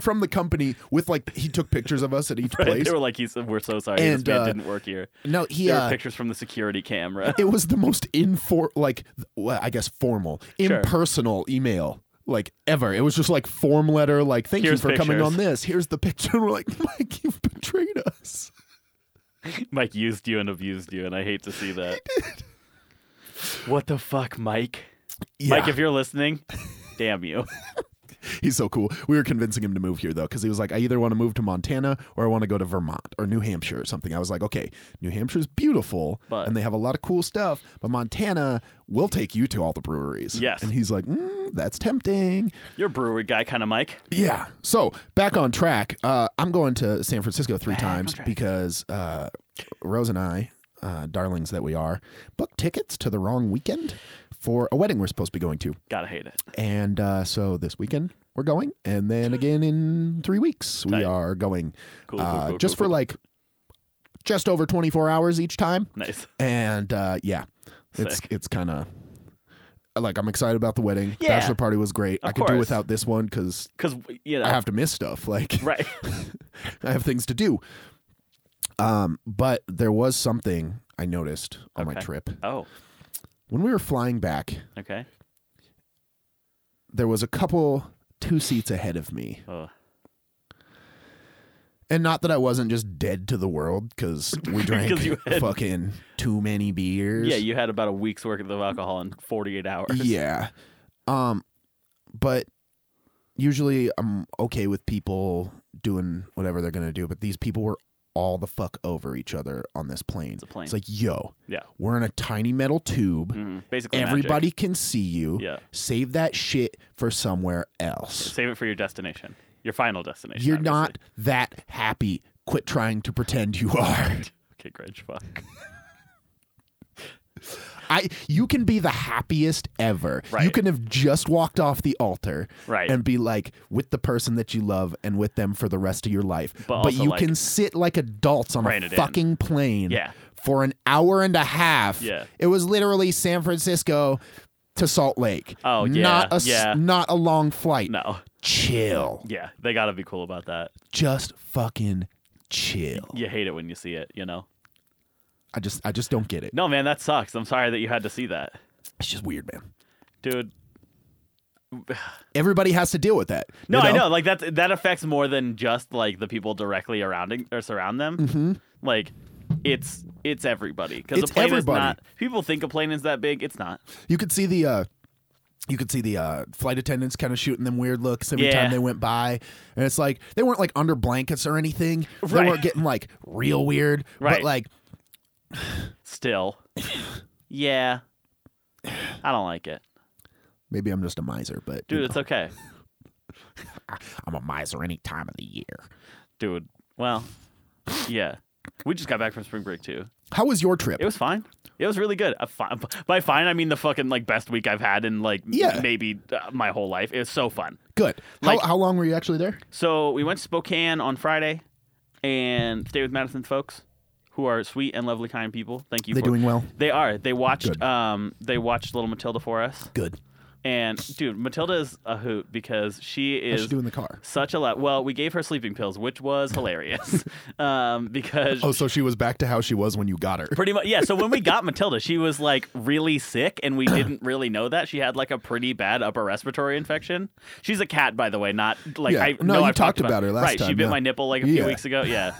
[SPEAKER 4] from the company with like, he took pictures of us at each
[SPEAKER 3] Right,
[SPEAKER 4] place.
[SPEAKER 3] They were like, "He's we're so sorry,
[SPEAKER 4] And,
[SPEAKER 3] this man
[SPEAKER 4] uh,
[SPEAKER 3] didn't work here."
[SPEAKER 4] no, he,
[SPEAKER 3] There
[SPEAKER 4] uh,
[SPEAKER 3] were pictures from the security camera.
[SPEAKER 4] it was the most infor, like, well, I guess formal,
[SPEAKER 3] Sure.
[SPEAKER 4] impersonal email. Like ever, it was just like form letter. Like, thank
[SPEAKER 3] Here's
[SPEAKER 4] you for coming
[SPEAKER 3] pictures.
[SPEAKER 4] on this. Here's the picture. And we're like, Mike, you've betrayed us.
[SPEAKER 3] Mike used you and abused you, and I hate to see that. What the fuck, Mike? Mike,
[SPEAKER 4] Yeah.
[SPEAKER 3] if you're listening, damn you.
[SPEAKER 4] He's so cool. We were convincing him to move here though, because he was like, I either want to move to Montana or I want to go to Vermont or New Hampshire or something. I was like, okay, New Hampshire's beautiful
[SPEAKER 3] But-
[SPEAKER 4] and they have a lot of cool stuff, but Montana will take you to all the breweries.
[SPEAKER 3] Yes.
[SPEAKER 4] And he's like, mm, that's tempting.
[SPEAKER 3] You're a brewery guy, kind of Mike.
[SPEAKER 4] Yeah. So back on track, uh, I'm going to San Francisco three times
[SPEAKER 3] track.
[SPEAKER 4] because uh, Rose and I, uh, darlings that we are, booked tickets to the wrong weekend for a wedding we're supposed to be going to.
[SPEAKER 3] Gotta hate it.
[SPEAKER 4] And uh, so this weekend we're going, and then again in three weeks we
[SPEAKER 3] Tight.
[SPEAKER 4] are going,
[SPEAKER 3] Cool, cool,
[SPEAKER 4] uh,
[SPEAKER 3] cool,
[SPEAKER 4] just
[SPEAKER 3] cool,
[SPEAKER 4] for
[SPEAKER 3] cool.
[SPEAKER 4] like just over twenty four hours each time.
[SPEAKER 3] Nice.
[SPEAKER 4] And uh, yeah, it's
[SPEAKER 3] Sick.
[SPEAKER 4] it's kind of like I'm excited about the wedding.
[SPEAKER 3] Yeah.
[SPEAKER 4] Bachelor party was great. I
[SPEAKER 3] Of
[SPEAKER 4] could do
[SPEAKER 3] course.
[SPEAKER 4] without this one because
[SPEAKER 3] Because you know,
[SPEAKER 4] I have to miss stuff. Like
[SPEAKER 3] right?
[SPEAKER 4] I have things to do. Um, but there was something I noticed on my
[SPEAKER 3] Okay.
[SPEAKER 4] trip
[SPEAKER 3] Oh,
[SPEAKER 4] when we were flying back.
[SPEAKER 3] okay.
[SPEAKER 4] There was a couple two seats ahead of me.
[SPEAKER 3] Oh,
[SPEAKER 4] And not that I wasn't just dead to the world because we drank
[SPEAKER 3] 'Cause you had-
[SPEAKER 4] fucking too many beers.
[SPEAKER 3] yeah. You had about a week's worth of alcohol in 48 hours.
[SPEAKER 4] yeah. Um, but usually I'm okay with people doing whatever they're gonna do, but these people were all the fuck over each other on this plane. It's
[SPEAKER 3] a plane.
[SPEAKER 4] like, yo,
[SPEAKER 3] Yeah.
[SPEAKER 4] we're in a tiny metal tube.
[SPEAKER 3] Mhm. Basically, magic.
[SPEAKER 4] Everybody can see you.
[SPEAKER 3] Yeah.
[SPEAKER 4] Save that shit for somewhere else.
[SPEAKER 3] save it for your destination, your final destination.
[SPEAKER 4] You're
[SPEAKER 3] obviously.
[SPEAKER 4] not that happy. Quit trying to pretend you are.
[SPEAKER 3] Okay, Grinch. Fuck.
[SPEAKER 4] I you can be the happiest ever. You
[SPEAKER 3] Right.
[SPEAKER 4] can have just walked off the altar
[SPEAKER 3] Right.
[SPEAKER 4] and be like with the person that you love and with them for the rest of your life.
[SPEAKER 3] But also,
[SPEAKER 4] you
[SPEAKER 3] like,
[SPEAKER 4] can sit like adults on
[SPEAKER 3] rein
[SPEAKER 4] a
[SPEAKER 3] it in.
[SPEAKER 4] fucking plane
[SPEAKER 3] Yeah.
[SPEAKER 4] for an hour and a half.
[SPEAKER 3] Yeah.
[SPEAKER 4] It was literally San Francisco to Salt Lake.
[SPEAKER 3] Oh, yeah,
[SPEAKER 4] Not a s-
[SPEAKER 3] yeah.
[SPEAKER 4] not a long flight.
[SPEAKER 3] No.
[SPEAKER 4] Chill.
[SPEAKER 3] Yeah, they gotta be cool about that.
[SPEAKER 4] Just fucking chill.
[SPEAKER 3] You hate it when you see it, you know.
[SPEAKER 4] I just I just don't get it.
[SPEAKER 3] No, man, that sucks. I'm sorry that you had to see that,
[SPEAKER 4] It's just weird, man.
[SPEAKER 3] dude.
[SPEAKER 4] Everybody has to deal with that.
[SPEAKER 3] No,
[SPEAKER 4] you
[SPEAKER 3] I know. Like that that affects more than just like the people directly around or surround them. Like it's Mm-hmm. it's everybody because a
[SPEAKER 4] It's
[SPEAKER 3] plane
[SPEAKER 4] everybody.
[SPEAKER 3] is not. People think a plane is that big. It's not.
[SPEAKER 4] You could see the uh you could see the uh, flight attendants kind of shooting them weird looks every
[SPEAKER 3] Yeah.
[SPEAKER 4] time they went by, and it's like they weren't like under blankets or anything. They
[SPEAKER 3] Right.
[SPEAKER 4] weren't getting like real weird, but
[SPEAKER 3] Right.
[SPEAKER 4] like
[SPEAKER 3] Still, yeah. I don't like it,
[SPEAKER 4] maybe I'm just a miser, but
[SPEAKER 3] dude. It's okay,
[SPEAKER 4] I'm a miser any time of the year.
[SPEAKER 3] dude. Well, yeah. We just got back from spring break too.
[SPEAKER 4] How was your trip?
[SPEAKER 3] It was fine. It was really good. A fi- by fine, I mean the fucking like best week I've had in like
[SPEAKER 4] Yeah.
[SPEAKER 3] maybe uh, my whole life. It was so fun.
[SPEAKER 4] Good.
[SPEAKER 3] like-
[SPEAKER 4] how, how long were you actually there?
[SPEAKER 3] So we went to Spokane on Friday and stayed with Madison folks, who are sweet and lovely, kind people. Thank you.
[SPEAKER 4] They're
[SPEAKER 3] for-
[SPEAKER 4] doing well.
[SPEAKER 3] They are. They watched.
[SPEAKER 4] Good.
[SPEAKER 3] Um, they watched Little Matilda for us.
[SPEAKER 4] Good.
[SPEAKER 3] And dude, Matilda is a hoot because she
[SPEAKER 4] What
[SPEAKER 3] is
[SPEAKER 4] you do in the car?
[SPEAKER 3] such a lot. Well, we gave her sleeping pills, which was hilarious. um, because
[SPEAKER 4] Oh, so she was back to how she was when you got her.
[SPEAKER 3] Pretty much, yeah. So when we got Matilda, she was like really sick, and we didn't really know that she had like a pretty bad upper respiratory infection. She's a cat, by the way, not like
[SPEAKER 4] Yeah.
[SPEAKER 3] I
[SPEAKER 4] No,
[SPEAKER 3] know
[SPEAKER 4] you
[SPEAKER 3] I've
[SPEAKER 4] talked
[SPEAKER 3] talked
[SPEAKER 4] about her last
[SPEAKER 3] right, She
[SPEAKER 4] time,
[SPEAKER 3] bit
[SPEAKER 4] yeah.
[SPEAKER 3] my nipple like a
[SPEAKER 4] Yeah.
[SPEAKER 3] few weeks ago. Yeah.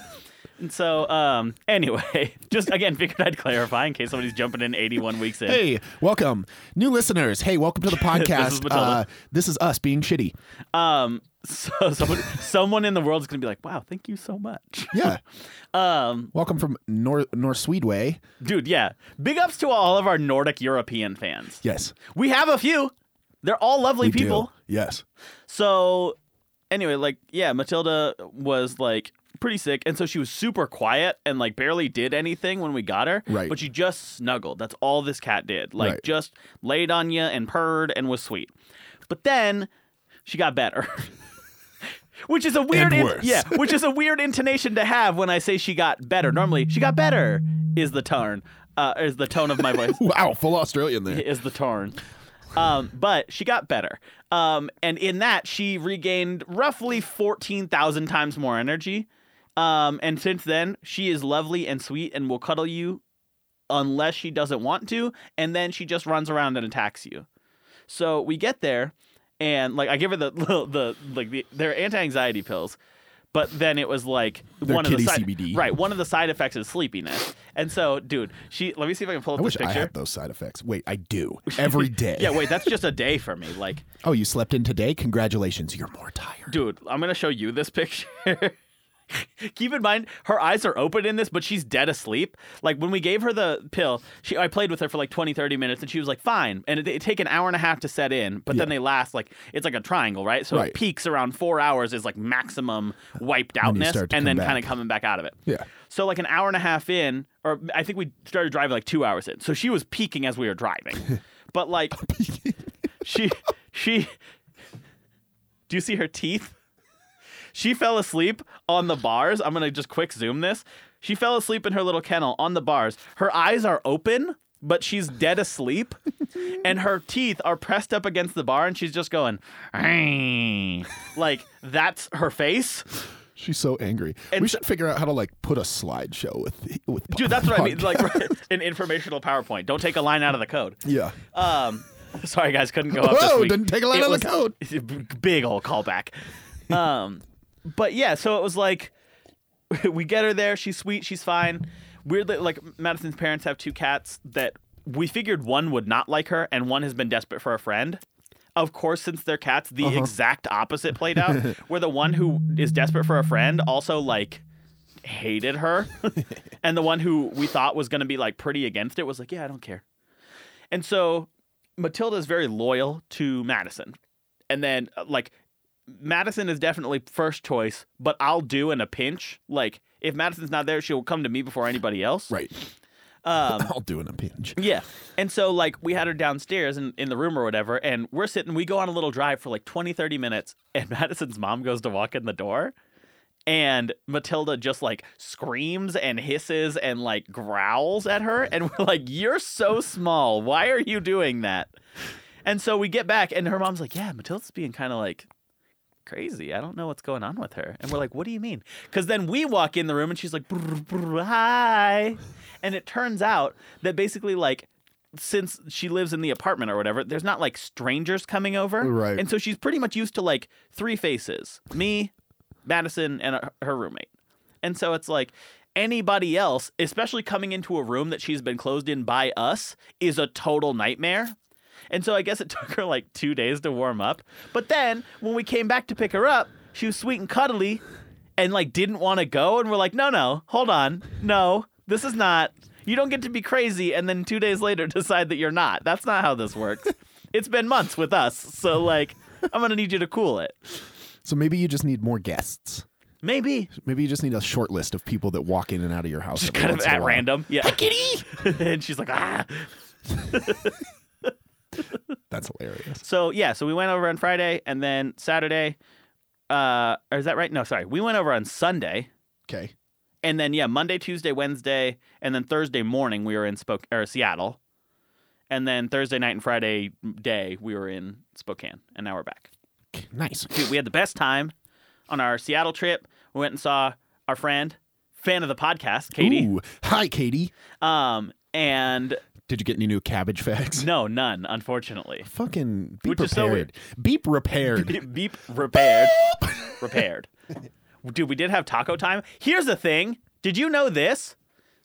[SPEAKER 3] And so, um, anyway, just again figured I'd clarify in case somebody's jumping in 81 weeks in.
[SPEAKER 4] Hey, welcome, new listeners. Hey, welcome to the podcast.
[SPEAKER 3] Matilda.
[SPEAKER 4] uh, this is us being shitty.
[SPEAKER 3] Um, so someone, someone in the world is gonna be like, "Wow, thank you so much."
[SPEAKER 4] Yeah,
[SPEAKER 3] Um,
[SPEAKER 4] welcome from Nor North Swedway.
[SPEAKER 3] dude, yeah, big ups to all of our Nordic European fans.
[SPEAKER 4] Yes,
[SPEAKER 3] We have a few. They're all lovely
[SPEAKER 4] we do.
[SPEAKER 3] people.
[SPEAKER 4] Yes.
[SPEAKER 3] So anyway, like yeah, Matilda was like pretty sick and so she was super quiet and like barely did anything when we got her
[SPEAKER 4] Right.
[SPEAKER 3] but she just snuggled that's all this cat did like
[SPEAKER 4] Right.
[SPEAKER 3] just laid on you and purred and was sweet but then she got better which is a weird
[SPEAKER 4] And
[SPEAKER 3] in-
[SPEAKER 4] worse.
[SPEAKER 3] yeah which is a weird intonation to have when i say she got better normally she got better is the tone uh, is the tone of my voice
[SPEAKER 4] Wow, full Australian there.
[SPEAKER 3] is the turn. Um, but she got better. Um, and in that, she regained roughly 14,000 times more energy. Um, and since then, she is lovely and sweet and will cuddle you unless she doesn't want to. And then she just runs around and attacks you. So we get there, and like I give her the the like the their anti anxiety pills, but then it was like
[SPEAKER 4] They're
[SPEAKER 3] one of the
[SPEAKER 4] kitty
[SPEAKER 3] side,
[SPEAKER 4] CBD.
[SPEAKER 3] right one of the side effects is sleepiness. And so, dude, she let me see if I can pull up
[SPEAKER 4] I
[SPEAKER 3] this
[SPEAKER 4] wish
[SPEAKER 3] picture.
[SPEAKER 4] I had those side effects. Wait, I do every day.
[SPEAKER 3] Yeah, wait, that's just a day for me. Like,
[SPEAKER 4] Oh, you slept in today? Congratulations, you're more tired.
[SPEAKER 3] dude, I'm gonna show you this picture. Keep in mind, her eyes are open in this, but she's dead asleep. Like when we gave her the pill, she I played with her for like 20, 30 minutes, and she was like, "Fine." And it, it take an hour and a half to set in, but then they last like it's like a triangle, right? So
[SPEAKER 4] Right.
[SPEAKER 3] it peaks around four hours is like maximum wiped
[SPEAKER 4] you
[SPEAKER 3] outness,
[SPEAKER 4] start to
[SPEAKER 3] and
[SPEAKER 4] come
[SPEAKER 3] then
[SPEAKER 4] back.
[SPEAKER 3] kind of coming back out of it.
[SPEAKER 4] Yeah.
[SPEAKER 3] So like an hour and a half in, or I think we started driving like two hours in. So she was peaking as we were driving, but like she she do you see her teeth she fell asleep on the bars i'm gonna just quick zoom this she fell asleep in her little kennel on the bars her eyes are open but she's dead asleep and her teeth are pressed up against the bar and she's just going "Hey." like that's her face
[SPEAKER 4] She's so angry.
[SPEAKER 3] And-
[SPEAKER 4] we should figure out how to like put a slideshow with with.
[SPEAKER 3] dude that's what i mean like an informational powerpoint don't take a line out of the code
[SPEAKER 4] yeah.
[SPEAKER 3] Um, sorry guys, couldn't go up. this
[SPEAKER 4] Whoa,
[SPEAKER 3] week.
[SPEAKER 4] didn't take a line
[SPEAKER 3] It
[SPEAKER 4] out of the
[SPEAKER 3] was-
[SPEAKER 4] code.
[SPEAKER 3] it's a b- Big old callback. Um, but yeah, so it was like we get her there. She's sweet. She's fine. Weirdly, like Madison's parents have two cats that we figured one would not like her and one has been desperate for a friend. Of course, since they're cats, the
[SPEAKER 4] Uh-huh.
[SPEAKER 3] exact opposite played out, where the one who is desperate for a friend also like hated her. and the one who we thought was going to be like pretty against it was like, yeah, I don't care. And so Matilda is very loyal to Madison. And then uh, like Madison is definitely first choice, but I'll do in a pinch. Like if Madison's not there, she'll come to me before anybody else.
[SPEAKER 4] Right.
[SPEAKER 3] Um,
[SPEAKER 4] I'll do in a pinch.
[SPEAKER 3] yeah. And so, like, we had her downstairs in, in the room or whatever, and we're sitting, we go on a little drive for like 20, 30 minutes, and Madison's mom goes to walk in the door, and Matilda just like screams and hisses and like growls at her. And we're like, You're so small. Why are you doing that? And so we get back, and her mom's like, Yeah, Matilda's being kind of like crazy. I don't know what's going on with her. And we're like, What do you mean? Because then we walk in the room, and she's like, "Brr, brr, Hi. And it turns out that basically, like, since she lives in the apartment or whatever, there's not like strangers coming over.
[SPEAKER 4] Right.
[SPEAKER 3] And so she's pretty much used to like three faces me, Madison, and her- her roommate. And so it's like anybody else, especially coming into a room that she's been closed in by us, is a total nightmare. And so I guess it took her like two days to warm up. But then when we came back to pick her up, she was sweet and cuddly and like didn't want to go. And we're like, no, no, hold on. No, this is not. You don't get to be crazy and then two days later decide that you're not. That's not how this works. it's been months with us. So, like, I'm going to need you to cool it.
[SPEAKER 4] So maybe you just need more guests.
[SPEAKER 3] Maybe.
[SPEAKER 4] Maybe you just need a short list of people that walk in and out of your house.
[SPEAKER 3] Just
[SPEAKER 4] every
[SPEAKER 3] kind of
[SPEAKER 4] once in a
[SPEAKER 3] at
[SPEAKER 4] while.
[SPEAKER 3] random. Yeah. kitty. and she's like, ah.
[SPEAKER 4] That's hilarious.
[SPEAKER 3] So yeah, so we went over on Friday and then Saturday. Uh, or is that right? No, sorry. We went over on Sunday
[SPEAKER 4] Okay.
[SPEAKER 3] and then yeah, Monday, Tuesday, Wednesday, and then Thursday morning we were in Spoke or Seattle, and then Thursday night and Friday day we were in Spokane, and now we're back.
[SPEAKER 4] Nice.
[SPEAKER 3] Dude, we had the best time on our Seattle trip. We went and saw our friend, fan of the podcast, Katie.
[SPEAKER 4] Ooh. Hi, Katie.
[SPEAKER 3] Um, and
[SPEAKER 4] Did you get any new cabbage facts?
[SPEAKER 3] no, none, unfortunately.
[SPEAKER 4] Fucking be
[SPEAKER 3] Which is so
[SPEAKER 4] prepared.
[SPEAKER 3] weird.
[SPEAKER 4] Beep repaired.
[SPEAKER 3] Beep, beep repaired. repaired. Dude, we did have taco time. Here's the thing. Did you know this?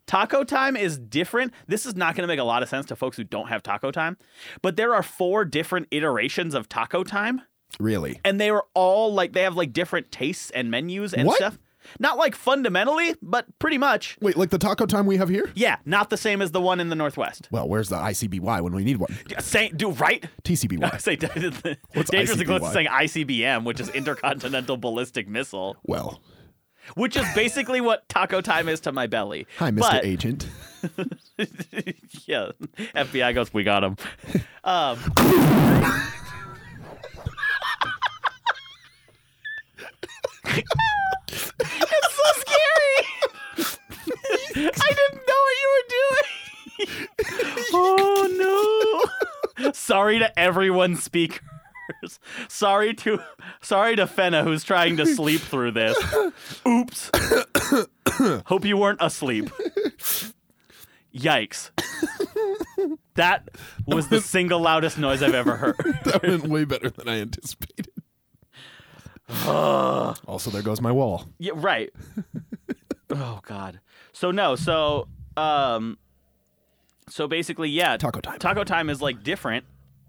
[SPEAKER 3] Taco time is different. This is not going to make a lot of sense to folks who don't have taco time, but there are four different iterations of taco time,
[SPEAKER 4] really?
[SPEAKER 3] and they are all like they have like different tastes and menus and
[SPEAKER 4] What?
[SPEAKER 3] stuff. Not like fundamentally, but pretty much.
[SPEAKER 4] Wait, like the taco time we have here?
[SPEAKER 3] Yeah, not the same as the one in the Northwest.
[SPEAKER 4] Well, where's the ICBY when we need one?
[SPEAKER 3] Same, do right? I
[SPEAKER 4] TCBY.
[SPEAKER 3] say dangerously close to
[SPEAKER 4] ICBY?
[SPEAKER 3] saying ICBM, which is Intercontinental Ballistic Missile.
[SPEAKER 4] Well,
[SPEAKER 3] which is basically what taco time is to my belly.
[SPEAKER 4] hi, Mr.
[SPEAKER 3] But-
[SPEAKER 4] Agent.
[SPEAKER 3] yeah, FBI goes, we got him. Um, it's so scary. I didn't know what you were doing. oh no! Sorry to everyone, speakers. Sorry to, sorry to Fenna who's trying to sleep through this. Oops. Hope you weren't asleep. Yikes. that was the single loudest noise I've ever heard.
[SPEAKER 4] that went way better than I anticipated. also, there goes my wall.
[SPEAKER 3] Yeah, right. oh god. So no, so um so basically, yeah,
[SPEAKER 4] Taco time.
[SPEAKER 3] Taco time is like different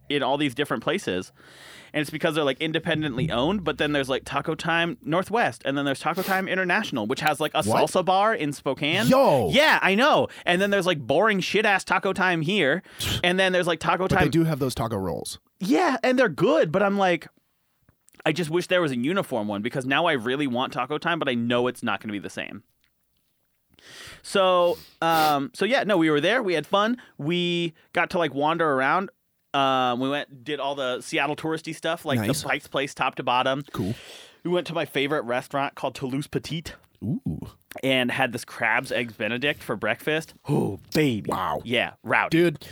[SPEAKER 3] in all these different places. And it's because they're like independently owned, but then there's like Taco Time Northwest, and then there's Taco Time International, which has like a
[SPEAKER 4] What?
[SPEAKER 3] salsa bar in Spokane.
[SPEAKER 4] Yo!
[SPEAKER 3] Yeah, I know. And then there's like boring shit ass Taco Time here. And then there's like Taco
[SPEAKER 4] But they
[SPEAKER 3] Time
[SPEAKER 4] do have those taco rolls.
[SPEAKER 3] yeah, and they're good, but I'm like, I just wish there was a uniform one because now I really want taco time, but I know it's not going to be the same. So, um, so yeah, no, we were there. We had fun. We got to like wander around. Um, we went, did all the Seattle touristy stuff, like
[SPEAKER 4] Nice.
[SPEAKER 3] the Pike's Place, top to bottom.
[SPEAKER 4] Cool.
[SPEAKER 3] We went to my favorite restaurant called Toulouse Petite
[SPEAKER 4] Ooh.
[SPEAKER 3] and had this crabs eggs Benedict for breakfast. Oh, baby!
[SPEAKER 4] Wow.
[SPEAKER 3] Yeah, route.
[SPEAKER 4] Dude,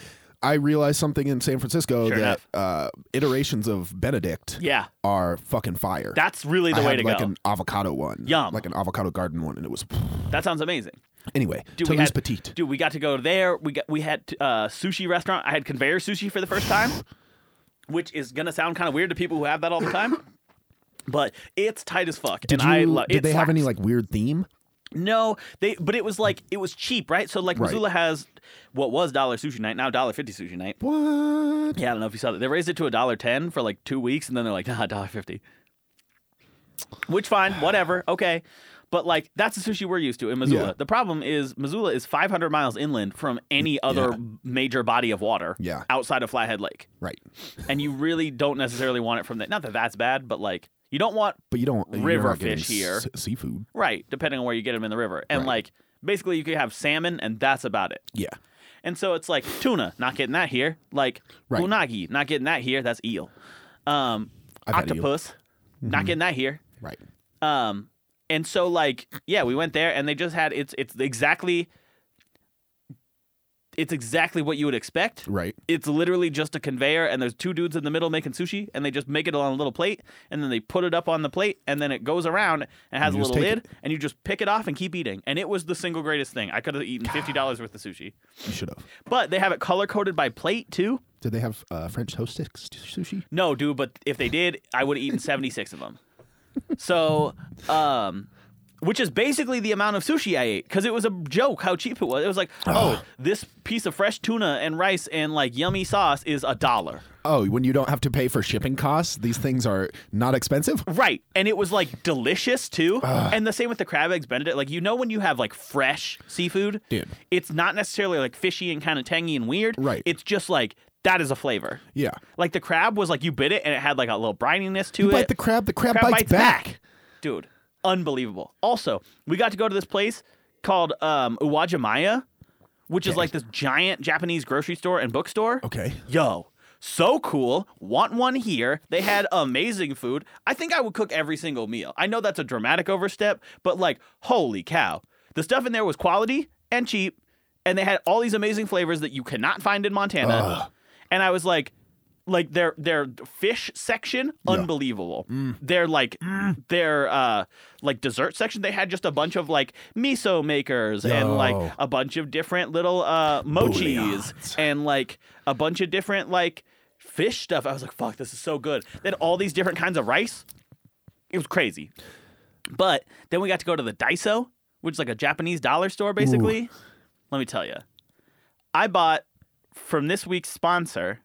[SPEAKER 4] I realized something in San Francisco
[SPEAKER 3] Sure
[SPEAKER 4] that
[SPEAKER 3] enough.
[SPEAKER 4] uh, iterations of Benedict
[SPEAKER 3] Yeah,
[SPEAKER 4] are fucking fire.
[SPEAKER 3] that's really the
[SPEAKER 4] I
[SPEAKER 3] way
[SPEAKER 4] had
[SPEAKER 3] to
[SPEAKER 4] like
[SPEAKER 3] go.
[SPEAKER 4] an avocado one.
[SPEAKER 3] Yum.
[SPEAKER 4] Like an avocado garden one, and it was.
[SPEAKER 3] That sounds amazing.
[SPEAKER 4] Anyway,
[SPEAKER 3] Dude, we
[SPEAKER 4] Toulouse
[SPEAKER 3] had-
[SPEAKER 4] Petite.
[SPEAKER 3] Dude, we got to go there. We got we had uh, sushi restaurant. I had conveyor sushi for the first time, which is gonna sound kind of weird to people who have that all the time, but it's tight as fuck.
[SPEAKER 4] Did
[SPEAKER 3] and I
[SPEAKER 4] you-
[SPEAKER 3] love.
[SPEAKER 4] did they have any like weird theme?
[SPEAKER 3] No, they. But it was like it was cheap, right? So like
[SPEAKER 4] Right.
[SPEAKER 3] Missoula has what was dollar sushi night now dollar fifty sushi night.
[SPEAKER 4] What?
[SPEAKER 3] Yeah, I don't know if you saw that. They raised it to a dollar ten for like two weeks, and then they're like, nah, dollar fifty. Which fine, whatever, okay. But like that's the sushi we're used to in Missoula.
[SPEAKER 4] Yeah.
[SPEAKER 3] The problem is Missoula is 500 miles inland from any other
[SPEAKER 4] Yeah.
[SPEAKER 3] major body of water
[SPEAKER 4] Yeah.
[SPEAKER 3] outside of Flathead Lake,
[SPEAKER 4] Right.
[SPEAKER 3] and you really don't necessarily want it from that. Not that that's bad, but like you don't want
[SPEAKER 4] But you don't you're not
[SPEAKER 3] River
[SPEAKER 4] getting
[SPEAKER 3] fish here.
[SPEAKER 4] s- seafood.
[SPEAKER 3] right depending on where you get them in the river. And
[SPEAKER 4] Right.
[SPEAKER 3] like basically you could have salmon and that's about it.
[SPEAKER 4] Yeah.
[SPEAKER 3] And so it's like tuna, not getting that here. Like
[SPEAKER 4] Right.
[SPEAKER 3] unagi, not getting that here. That's eel. Um,
[SPEAKER 4] I've had eel. Mm-hmm.
[SPEAKER 3] octopus, not getting that here.
[SPEAKER 4] Right.
[SPEAKER 3] Um, and so like yeah, we went there and they just had it's it's exactly it's exactly what you would expect.
[SPEAKER 4] Right.
[SPEAKER 3] It's literally just a conveyor and there's two dudes in the middle making sushi and they just make it on a little plate and then they put it up on the plate and then it goes around and has a
[SPEAKER 4] you just
[SPEAKER 3] little
[SPEAKER 4] take
[SPEAKER 3] lid and you just pick it off and keep eating. And it was the single greatest thing. I could have eaten fifty dollars worth of sushi.
[SPEAKER 4] You should have.
[SPEAKER 3] But they have it color coded by plate too.
[SPEAKER 4] Did they have uh, French toast sticks to sushi?
[SPEAKER 3] No, dude, but if they did, I would have eaten 76 of them. So, um, which is basically the amount of sushi I ate because it was a joke how cheap it was. It was like,
[SPEAKER 4] Ah.
[SPEAKER 3] oh, this piece of fresh tuna and rice and like yummy sauce is a dollar.
[SPEAKER 4] Oh, when you don't have to pay for shipping costs, these things are not expensive.
[SPEAKER 3] Right. And it was like delicious too.
[SPEAKER 4] Ah.
[SPEAKER 3] And the same with the crab eggs benedict. Like you know when you have like fresh seafood,
[SPEAKER 4] Dude.
[SPEAKER 3] it's not necessarily like fishy and kind of tangy and weird.
[SPEAKER 4] Right.
[SPEAKER 3] It's just like that is a flavor.
[SPEAKER 4] Yeah.
[SPEAKER 3] Like the crab was like you bit it and it had like a little brininess to
[SPEAKER 4] You
[SPEAKER 3] it.
[SPEAKER 4] bite the crab, the crab, bites, back.
[SPEAKER 3] Dude, unbelievable. Also, we got to go to this place called um, Uwajimaya, which is like this giant Japanese grocery store and bookstore.
[SPEAKER 4] Okay.
[SPEAKER 3] Yo, so cool. Want one here. They had amazing food. I think I would cook every single meal. I know that's a dramatic overstep, but like, holy cow. The stuff in there was quality and cheap, and they had all these amazing flavors that you cannot find in Montana. And I was like, like their their fish section, unbelievable. Their like their uh like dessert section, they had just a bunch of like miso makers and
[SPEAKER 4] Yo.
[SPEAKER 3] like a bunch of different little uh mochis
[SPEAKER 4] Bouillons.
[SPEAKER 3] and like a bunch of different like fish stuff. I was like, fuck, this is so good. They had all these different kinds of rice. It was crazy. But then we got to go to the Daiso, which is like a Japanese dollar store, basically. Let me tell you, I bought from this week's sponsor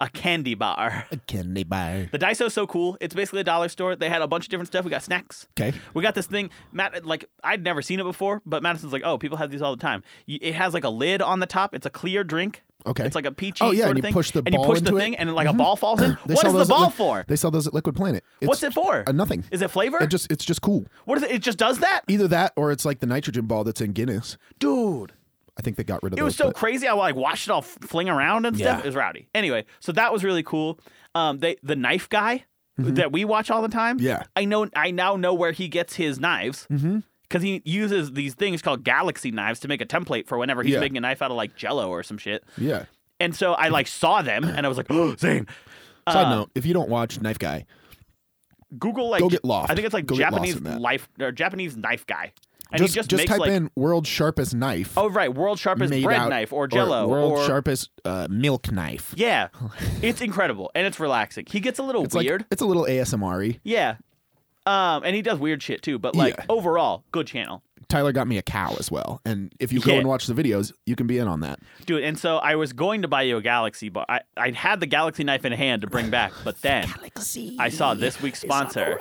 [SPEAKER 3] a candy bar.
[SPEAKER 4] Can they buy?
[SPEAKER 3] The Daiso's so cool. It's basically a dollar store. They had a bunch of different stuff. We got snacks.
[SPEAKER 4] Okay.
[SPEAKER 3] We got this thing, Matt. Like I'd never seen it before, but Madison's like, "Oh, people have these all the time. Y- It has like a lid on the top. It's a clear drink.
[SPEAKER 4] Okay.
[SPEAKER 3] It's like a peachy.
[SPEAKER 4] Oh, yeah,
[SPEAKER 3] sort
[SPEAKER 4] and
[SPEAKER 3] of
[SPEAKER 4] you
[SPEAKER 3] thing.
[SPEAKER 4] push the
[SPEAKER 3] and you
[SPEAKER 4] ball
[SPEAKER 3] push the
[SPEAKER 4] into it. Mm-hmm.
[SPEAKER 3] thing, and like a ball falls in.
[SPEAKER 4] They
[SPEAKER 3] what
[SPEAKER 4] sell
[SPEAKER 3] is the
[SPEAKER 4] those at
[SPEAKER 3] ball
[SPEAKER 4] Liq-
[SPEAKER 3] for?
[SPEAKER 4] They sell those at Liquid Planet. It's
[SPEAKER 3] What's it for?
[SPEAKER 4] Uh, nothing.
[SPEAKER 3] Is it flavor?
[SPEAKER 4] It just it's just cool.
[SPEAKER 3] what is it? It just does that,
[SPEAKER 4] Either that or it's like the nitrogen ball that's in Guinness.
[SPEAKER 3] dude.
[SPEAKER 4] I think they got rid of
[SPEAKER 3] It was
[SPEAKER 4] those,
[SPEAKER 3] so
[SPEAKER 4] but-
[SPEAKER 3] crazy. I like watched it all f- fling around and stuff.
[SPEAKER 4] Yeah.
[SPEAKER 3] It was rowdy. Anyway, so that was really cool. Um, they the knife guy that we watch all the time.
[SPEAKER 4] Mm-hmm. Yeah.
[SPEAKER 3] I know. I now know where he gets his knives. Mm-hmm. Because he uses these things called galaxy knives to make a template for whenever he's
[SPEAKER 4] Yeah.
[SPEAKER 3] making a knife out of like Jello or some shit.
[SPEAKER 4] Yeah.
[SPEAKER 3] And so I like saw them and I was like, oh, Zane.
[SPEAKER 4] Side
[SPEAKER 3] uh,
[SPEAKER 4] note: If you don't watch Knife Guy,
[SPEAKER 3] Google like
[SPEAKER 4] Go get loft.
[SPEAKER 3] I think it's like
[SPEAKER 4] Go get lost
[SPEAKER 3] Japanese
[SPEAKER 4] in that.
[SPEAKER 3] life or Japanese knife guy. And
[SPEAKER 4] just
[SPEAKER 3] he just, makes
[SPEAKER 4] type
[SPEAKER 3] like
[SPEAKER 4] in "world's sharpest knife."
[SPEAKER 3] oh right, world sharpest
[SPEAKER 4] made
[SPEAKER 3] bread
[SPEAKER 4] out-
[SPEAKER 3] knife or Jello
[SPEAKER 4] world's
[SPEAKER 3] or
[SPEAKER 4] sharpest uh, milk knife.
[SPEAKER 3] yeah, it's incredible and it's relaxing. He gets a little
[SPEAKER 4] It's
[SPEAKER 3] weird.
[SPEAKER 4] Like, it's a little ASMR.
[SPEAKER 3] Yeah. Um, and he does weird shit too, but like
[SPEAKER 4] Yeah.
[SPEAKER 3] overall, good channel.
[SPEAKER 4] Tyler got me a cow as well, and if you go
[SPEAKER 3] Yeah.
[SPEAKER 4] and watch the videos, you can be in on that.
[SPEAKER 3] Dude, and so I was going to buy you a galaxy, but I, I had the galaxy knife in hand to bring back, but then I saw this week's sponsor.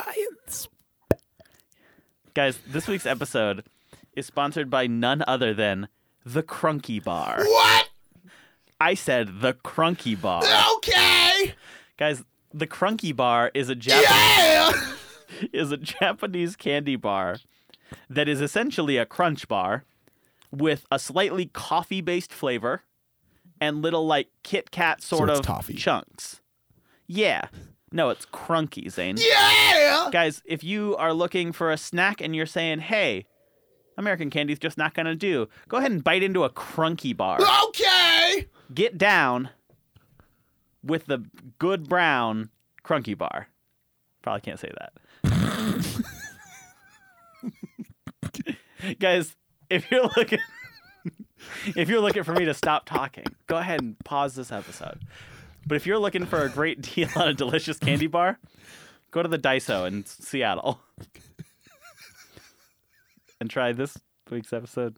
[SPEAKER 3] Guys, this week's episode is sponsored by none other than the Crunky Bar.
[SPEAKER 4] What?
[SPEAKER 3] I said the Crunky Bar.
[SPEAKER 4] Okay.
[SPEAKER 3] Guys, the Crunky Bar is a Japanese
[SPEAKER 4] Yeah.
[SPEAKER 3] is a Japanese candy bar that is essentially a crunch bar with a slightly coffee based flavor and little like Kit Kat sort
[SPEAKER 4] it's
[SPEAKER 3] of
[SPEAKER 4] toffee.
[SPEAKER 3] chunks. Yeah. No, it's crunky, Zane.
[SPEAKER 4] yeah.
[SPEAKER 3] Guys, if you are looking for a snack and you're saying, hey, American candy's just not going to do, go ahead and bite into a crunky bar.
[SPEAKER 4] Okay.
[SPEAKER 3] Get down with the good brown crunky bar. Probably can't say that. Guys, if you're looking if you're looking for me to stop talking, go ahead and pause this episode. But if you're looking for a great deal on a delicious candy bar, go to the Daiso in Seattle and try this week's episode,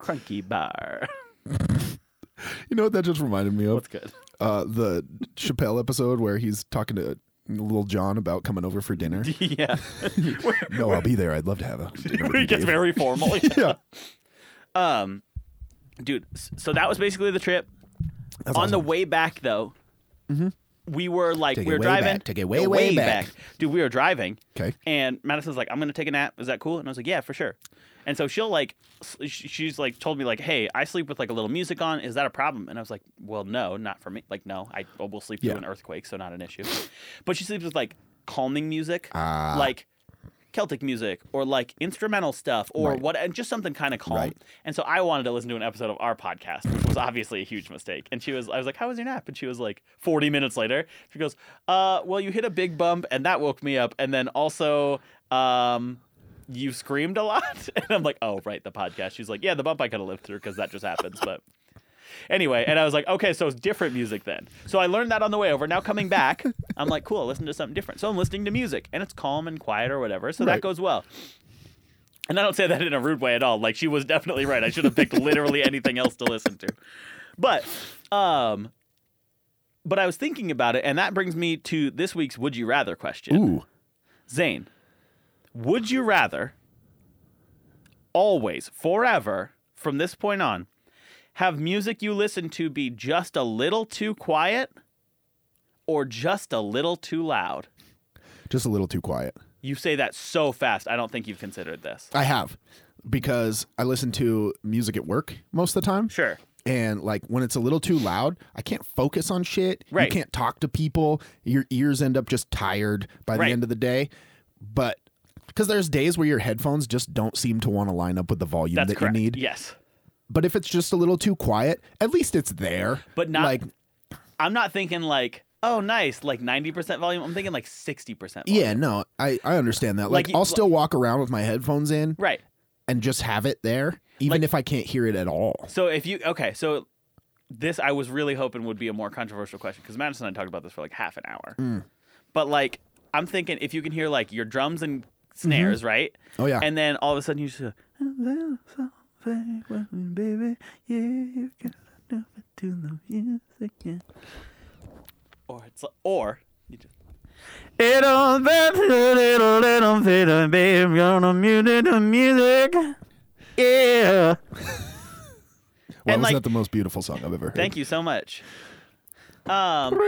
[SPEAKER 3] Crunky Bar.
[SPEAKER 4] You know what that just reminded me of?
[SPEAKER 3] What's good?
[SPEAKER 4] Uh, the Chappelle episode where he's talking to Little John about coming over for dinner.
[SPEAKER 3] yeah.
[SPEAKER 4] no, I'll be there. I'd love to have a dinner with
[SPEAKER 3] Where
[SPEAKER 4] you,
[SPEAKER 3] it gets
[SPEAKER 4] Dave.
[SPEAKER 3] very formal.
[SPEAKER 4] Yeah,
[SPEAKER 3] Um, dude, s- so that was basically the trip.
[SPEAKER 4] That's
[SPEAKER 3] On the
[SPEAKER 4] awesome. Mm-hmm.
[SPEAKER 3] way back, though, we were like,
[SPEAKER 4] Take
[SPEAKER 3] we
[SPEAKER 4] it
[SPEAKER 3] were
[SPEAKER 4] way
[SPEAKER 3] driving.
[SPEAKER 4] back, take it way, way back.
[SPEAKER 3] Dude, we were driving.
[SPEAKER 4] 'Kay.
[SPEAKER 3] And Madison's like, I'm going to take a nap. Is that cool? And I was like, yeah, for sure. And so she'll like, s- sh- she's like, told me, like, hey, I sleep with like a little music on. Is that a problem? And I was like, well, no, not for me. Like, no, I will sleep through
[SPEAKER 4] Yeah.
[SPEAKER 3] an earthquake, so not an issue. But she sleeps with like calming music,
[SPEAKER 4] Ah.
[SPEAKER 3] like Celtic music or like instrumental stuff or
[SPEAKER 4] Right.
[SPEAKER 3] what, and just something kind of calm.
[SPEAKER 4] Right.
[SPEAKER 3] And so I wanted to listen to an episode of our podcast, which was obviously a huge mistake. And she was, I was like, "How was your nap?" And she was like, "40 minutes later." She goes, "Uh, well, you hit a big bump, and that woke me up, and then also, um." You screamed a lot, and I'm like, "Oh, right, the podcast." She's like, "Yeah, the bump I could have lived through because that just happens." But anyway, and I was like, "Okay, so it's different music then." So I learned that on the way over. Now coming back, I'm like, "Cool, I'll listen to something different." So I'm listening to music, and it's calm and quiet or whatever, so that
[SPEAKER 4] Right.
[SPEAKER 3] goes well. And I don't say that in a rude way at all. Like she was definitely right. I should have picked literally anything else to listen to. But um but I was thinking about it and that brings me to this week's would you rather question.
[SPEAKER 4] Ooh,
[SPEAKER 3] Zane, would you rather always forever from this point on have music you listen to be just a little too quiet or just a little too loud?
[SPEAKER 4] just a little too quiet.
[SPEAKER 3] You say that so fast. I don't think you've considered this.
[SPEAKER 4] I have because I listen to music at work most of the time.
[SPEAKER 3] Sure.
[SPEAKER 4] And like when it's a little too loud, I can't focus on shit.
[SPEAKER 3] Right.
[SPEAKER 4] You can't talk to people. Your ears end up just tired by the
[SPEAKER 3] Right.
[SPEAKER 4] end of the day. But because there's days where your headphones just don't seem to want to line up with the volume
[SPEAKER 3] That's
[SPEAKER 4] that
[SPEAKER 3] correct.
[SPEAKER 4] you need.
[SPEAKER 3] Yes.
[SPEAKER 4] But if it's just a little too quiet, at least it's there.
[SPEAKER 3] But not-
[SPEAKER 4] like
[SPEAKER 3] I'm not thinking like, oh, nice, like 90% volume. I'm thinking like 60% volume.
[SPEAKER 4] yeah, no, I I understand that.
[SPEAKER 3] Like
[SPEAKER 4] Like,
[SPEAKER 3] you-
[SPEAKER 4] I'll still walk around with my headphones in
[SPEAKER 3] Right.
[SPEAKER 4] and just have it there, even
[SPEAKER 3] Like-
[SPEAKER 4] if I can't hear it at all.
[SPEAKER 3] So if you, okay, so this I was really hoping would be a more controversial question because Madison and I talked about this for like half an hour.
[SPEAKER 4] Mm.
[SPEAKER 3] But like, I'm thinking if you can hear like your drums and snares, right?
[SPEAKER 4] Oh, yeah.
[SPEAKER 3] And then all of a sudden you just go, "Oh, "There's something wrong, baby, yeah, you gotta know it to the music, yeah." Or it's or you just It all that little little bit of babe, gonna mute it to music. Yeah.
[SPEAKER 4] Why
[SPEAKER 3] And,
[SPEAKER 4] was
[SPEAKER 3] like-
[SPEAKER 4] that the most beautiful song I've ever heard?
[SPEAKER 3] Thank you so much. Um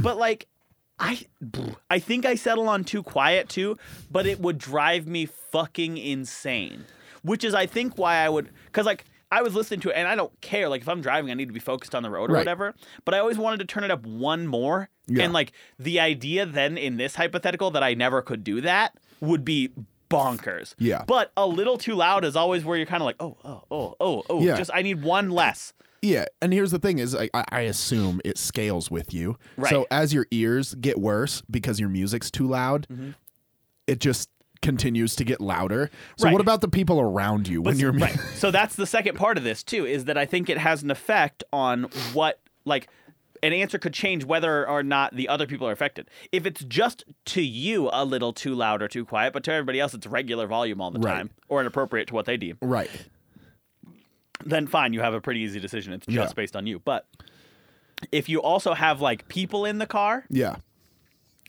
[SPEAKER 3] but like I I think I settle on too quiet too, but it would drive me fucking insane. Which is I think why I would cuz like I was listening to it and I don't care like if I'm driving I need to be focused on the road or
[SPEAKER 4] Right.
[SPEAKER 3] whatever, but I always wanted to turn it up one more
[SPEAKER 4] Yeah.
[SPEAKER 3] and like the idea then in this hypothetical that I never could do that would be bonkers.
[SPEAKER 4] Yeah.
[SPEAKER 3] But a little too loud is always where you're kind of like, "Oh, oh, oh, oh, oh,
[SPEAKER 4] Yeah.
[SPEAKER 3] just I need one less."
[SPEAKER 4] Yeah, and here's the thing: is I, I I assume it scales with you.
[SPEAKER 3] Right.
[SPEAKER 4] So as your ears get worse because your music's too loud,
[SPEAKER 3] Mm-hmm.
[SPEAKER 4] it just continues to get louder. So
[SPEAKER 3] Right.
[SPEAKER 4] what about the people around you when
[SPEAKER 3] But-
[SPEAKER 4] you're
[SPEAKER 3] right. So that's the second part of this too, is that I think it has an effect on what like an answer could change whether or not the other people are affected. If it's just to you a little too loud or too quiet, but to everybody else it's regular volume all the
[SPEAKER 4] Right.
[SPEAKER 3] time or inappropriate to what they deem,
[SPEAKER 4] right?
[SPEAKER 3] then fine, you have a pretty easy decision. It's just
[SPEAKER 4] Yeah.
[SPEAKER 3] based on you. But if you also have like people in the car
[SPEAKER 4] Yeah,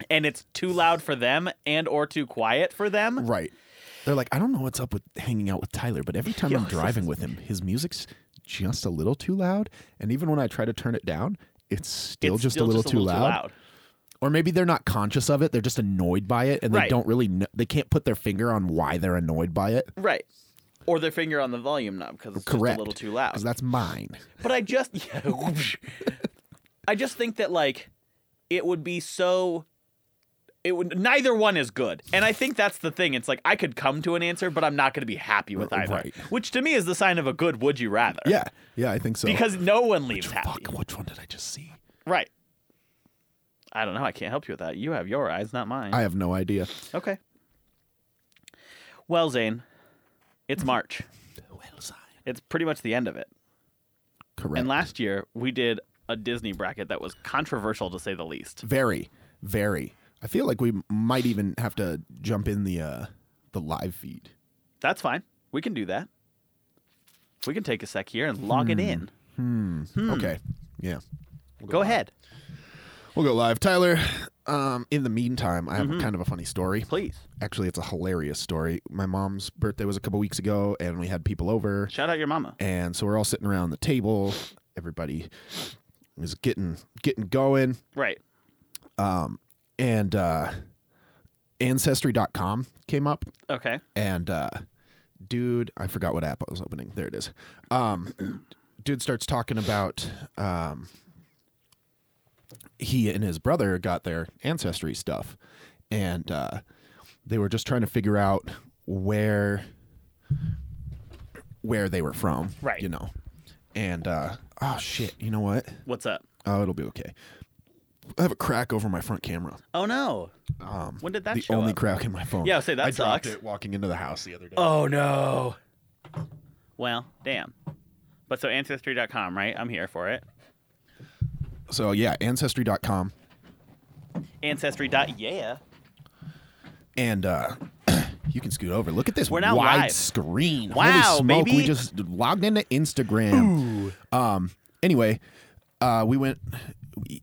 [SPEAKER 3] and it's too loud for them and or too quiet for them,
[SPEAKER 4] right. They're like, I don't know what's up with hanging out with Tyler, but every time I'm driving with him, his music's just a little too loud, and even when I try to turn it down, it's still
[SPEAKER 3] it's
[SPEAKER 4] just
[SPEAKER 3] still
[SPEAKER 4] a little, too,
[SPEAKER 3] too
[SPEAKER 4] loud.
[SPEAKER 3] loud.
[SPEAKER 4] Or maybe they're not conscious of it; they're just annoyed by it, and
[SPEAKER 3] Right.
[SPEAKER 4] they don't really know, they can't put their finger on why they're annoyed by it.
[SPEAKER 3] Right. Or their finger on the volume knob because it's just
[SPEAKER 4] Correct.
[SPEAKER 3] a little too loud.
[SPEAKER 4] Because that's mine.
[SPEAKER 3] But I just, yeah, whoosh. I just think that like it would be so. It would neither one is good, and I think that's the thing. It's like I could come to an answer, but I'm not going to be happy with
[SPEAKER 4] R-
[SPEAKER 3] either,
[SPEAKER 4] right.
[SPEAKER 3] which to me is the sign of a good would you rather.
[SPEAKER 4] Yeah. Yeah, I think so.
[SPEAKER 3] because no one leaves happy,
[SPEAKER 4] fuck, which one did I just see?
[SPEAKER 3] right? I don't know. I can't help you with that. You have your eyes, not mine.
[SPEAKER 4] I have no idea.
[SPEAKER 3] okay. Well, Zane, it's March. It's pretty much the end of it.
[SPEAKER 4] Correct.
[SPEAKER 3] And last year we did a Disney bracket that was controversial to say the least.
[SPEAKER 4] very, very. I feel like we might even have to jump in the uh the live feed.
[SPEAKER 3] That's fine. We can do that. Hmm. We can take a sec here and log it in.
[SPEAKER 4] Okay. Yeah.
[SPEAKER 3] Go ahead,
[SPEAKER 4] We'll go live. Tyler, um, in the meantime, I have kind of a funny story.
[SPEAKER 3] please.
[SPEAKER 4] Actually, it's a hilarious story. My mom's birthday was a couple weeks ago, and we had people over.
[SPEAKER 3] Shout out your mama.
[SPEAKER 4] And so we're all sitting around the table. Everybody is getting getting going.
[SPEAKER 3] Right.
[SPEAKER 4] And uh, Ancestry.com came up.
[SPEAKER 3] Okay.
[SPEAKER 4] and uh dude i forgot what app i was opening there it is um dude starts talking about um he and his brother got their ancestry stuff and uh they were just trying to figure out where where they were from
[SPEAKER 3] Right.
[SPEAKER 4] you know and uh oh shit you know what
[SPEAKER 3] What's up?
[SPEAKER 4] oh it'll be okay i have a crack over my front camera
[SPEAKER 3] Oh no. when did that
[SPEAKER 4] the
[SPEAKER 3] show
[SPEAKER 4] only
[SPEAKER 3] up?
[SPEAKER 4] crack in my phone
[SPEAKER 3] Yeah, I'll say that
[SPEAKER 4] I dropped
[SPEAKER 3] sucks.
[SPEAKER 4] it walking into the house the other day
[SPEAKER 3] oh no. Well, damn. But so ancestry.com, right? I'm here for it.
[SPEAKER 4] So yeah, ancestry.com
[SPEAKER 3] Ancestry. dot Yeah.
[SPEAKER 4] and uh you can scoot over. Look at this
[SPEAKER 3] We're now
[SPEAKER 4] wide
[SPEAKER 3] live.
[SPEAKER 4] screen.
[SPEAKER 3] Wow,
[SPEAKER 4] Holy smoke, we
[SPEAKER 3] baby.
[SPEAKER 4] just logged into Instagram. Um anyway, uh we went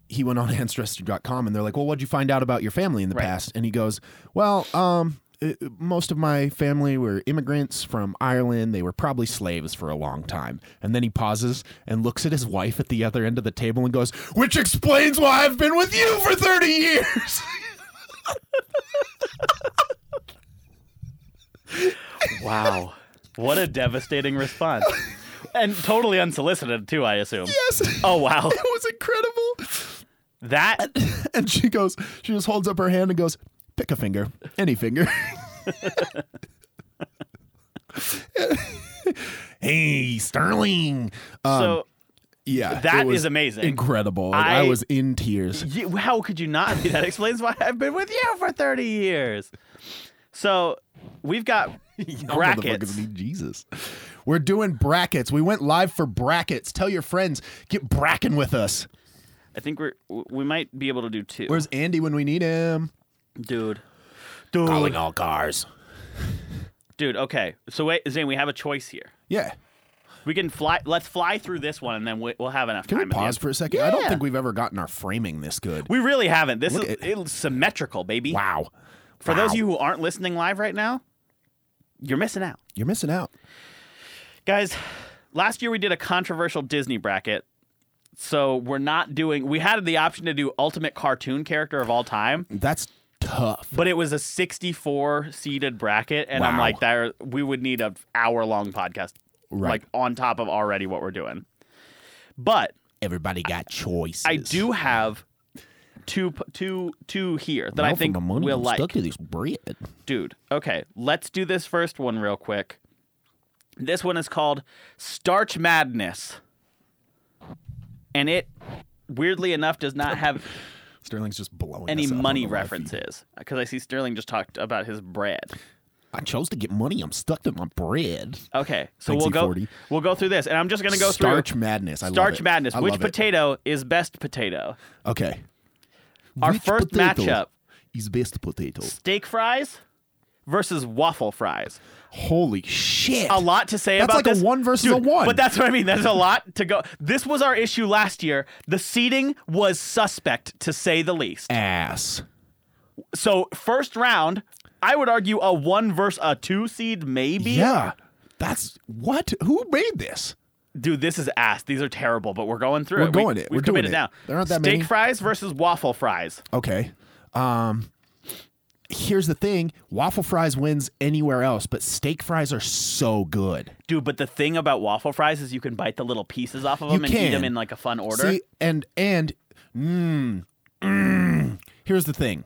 [SPEAKER 4] he went on ancestry.com and they're like, "Well, what'd you find out about your family in the
[SPEAKER 3] Right.
[SPEAKER 4] past?" And he goes, "Well, um uh, most of my family were immigrants from Ireland. They were probably slaves for a long time. And then he pauses and looks at his wife at the other end of the table and goes, Which explains why I've been with you for 30 years.
[SPEAKER 3] Wow. what a devastating response. And totally unsolicited too, I assume.
[SPEAKER 4] yes.
[SPEAKER 3] Oh wow.
[SPEAKER 4] It was incredible.
[SPEAKER 3] That
[SPEAKER 4] And she goes, she just holds up her hand and goes, pick a finger, any finger. hey, Sterling. Um,
[SPEAKER 3] so
[SPEAKER 4] yeah,
[SPEAKER 3] Uh, that
[SPEAKER 4] it was
[SPEAKER 3] is amazing.
[SPEAKER 4] Incredible. Like, I,
[SPEAKER 3] I-
[SPEAKER 4] was in tears.
[SPEAKER 3] You, how could you not be? That explains why I've been with you for 30 years. So we've got
[SPEAKER 4] Y'all motherfuckers
[SPEAKER 3] brackets.
[SPEAKER 4] need Jesus. We're doing brackets. We went live for brackets. Tell your friends, get bracking with us.
[SPEAKER 3] I think we're we might be able to do two.
[SPEAKER 4] Where's Andy when we need him?
[SPEAKER 3] dude? Dude,
[SPEAKER 4] all cars.
[SPEAKER 3] dude. Okay, so wait, Zane, we have a choice here.
[SPEAKER 4] Yeah.
[SPEAKER 3] We can fly. Let's fly through this one, and then we, we'll have enough
[SPEAKER 4] Can we
[SPEAKER 3] time. at the
[SPEAKER 4] pause
[SPEAKER 3] end.
[SPEAKER 4] for a second? I don't
[SPEAKER 3] Yeah.
[SPEAKER 4] think we've ever gotten our framing this good.
[SPEAKER 3] We really haven't. This is
[SPEAKER 4] Look at-
[SPEAKER 3] it's symmetrical, baby.
[SPEAKER 4] Wow.
[SPEAKER 3] For those
[SPEAKER 4] Wow.
[SPEAKER 3] of you who aren't listening live right now, you're missing out.
[SPEAKER 4] You're missing out.
[SPEAKER 3] Guys, last year we did a controversial Disney bracket. So we're not doing we had the option to do ultimate cartoon character of all time,
[SPEAKER 4] That's tough.
[SPEAKER 3] but it was a 64 seated bracket and I'm
[SPEAKER 4] Wow.
[SPEAKER 3] like there we would need an hour long podcast
[SPEAKER 4] Right.
[SPEAKER 3] like on top of already what we're doing. But
[SPEAKER 4] Everybody got choices.
[SPEAKER 3] I do have two p- two two here that I
[SPEAKER 4] Well, for
[SPEAKER 3] think
[SPEAKER 4] my money,
[SPEAKER 3] we'll
[SPEAKER 4] I'm
[SPEAKER 3] like.
[SPEAKER 4] Stuck to this bread.
[SPEAKER 3] dude. Okay, let's do this first one real quick. This one is called Starch Madness. And it weirdly enough does not have
[SPEAKER 4] Sterling's just blowing.
[SPEAKER 3] any
[SPEAKER 4] us up on
[SPEAKER 3] money
[SPEAKER 4] the live feed.
[SPEAKER 3] references because I see Sterling just talked about his bread.
[SPEAKER 4] I chose to get money. I'm stuck to my bread.
[SPEAKER 3] Okay, so
[SPEAKER 4] Thanks,
[SPEAKER 3] we'll go
[SPEAKER 4] E40.
[SPEAKER 3] we'll go through this and I'm just going to go
[SPEAKER 4] Starch
[SPEAKER 3] through
[SPEAKER 4] madness. I love
[SPEAKER 3] Starch
[SPEAKER 4] it.
[SPEAKER 3] Madness.
[SPEAKER 4] I
[SPEAKER 3] Which
[SPEAKER 4] love it.
[SPEAKER 3] potato is best potato?
[SPEAKER 4] Okay.
[SPEAKER 3] Our
[SPEAKER 4] Which
[SPEAKER 3] first
[SPEAKER 4] potato
[SPEAKER 3] matchup,
[SPEAKER 4] is best potato.
[SPEAKER 3] steak fries versus waffle fries.
[SPEAKER 4] Holy shit!
[SPEAKER 3] a lot to say
[SPEAKER 4] That's
[SPEAKER 3] about
[SPEAKER 4] like a
[SPEAKER 3] this.
[SPEAKER 4] one versus
[SPEAKER 3] Dude,
[SPEAKER 4] a one.
[SPEAKER 3] But that's what I mean. There's a lot to go. This was our issue last year. The seating was suspect to say the least.
[SPEAKER 4] ass.
[SPEAKER 3] So first round, I would argue a one versus a two seed maybe.
[SPEAKER 4] Yeah. That's what? Who made this?
[SPEAKER 3] Dude, this is ass. These are terrible, but we're going through
[SPEAKER 4] We're
[SPEAKER 3] it.
[SPEAKER 4] going
[SPEAKER 3] we,
[SPEAKER 4] it.
[SPEAKER 3] We've
[SPEAKER 4] We're doing
[SPEAKER 3] committed
[SPEAKER 4] it.
[SPEAKER 3] now.
[SPEAKER 4] There aren't that
[SPEAKER 3] Steak
[SPEAKER 4] many.
[SPEAKER 3] fries versus waffle fries.
[SPEAKER 4] Okay. Um here's the thing, waffle fries wins anywhere else, but steak fries are so good.
[SPEAKER 3] Dude, but the thing about waffle fries is you can bite the little pieces off of
[SPEAKER 4] You
[SPEAKER 3] them and eat
[SPEAKER 4] can.
[SPEAKER 3] them in like a fun order.
[SPEAKER 4] See, and and mm, mm. here's the thing.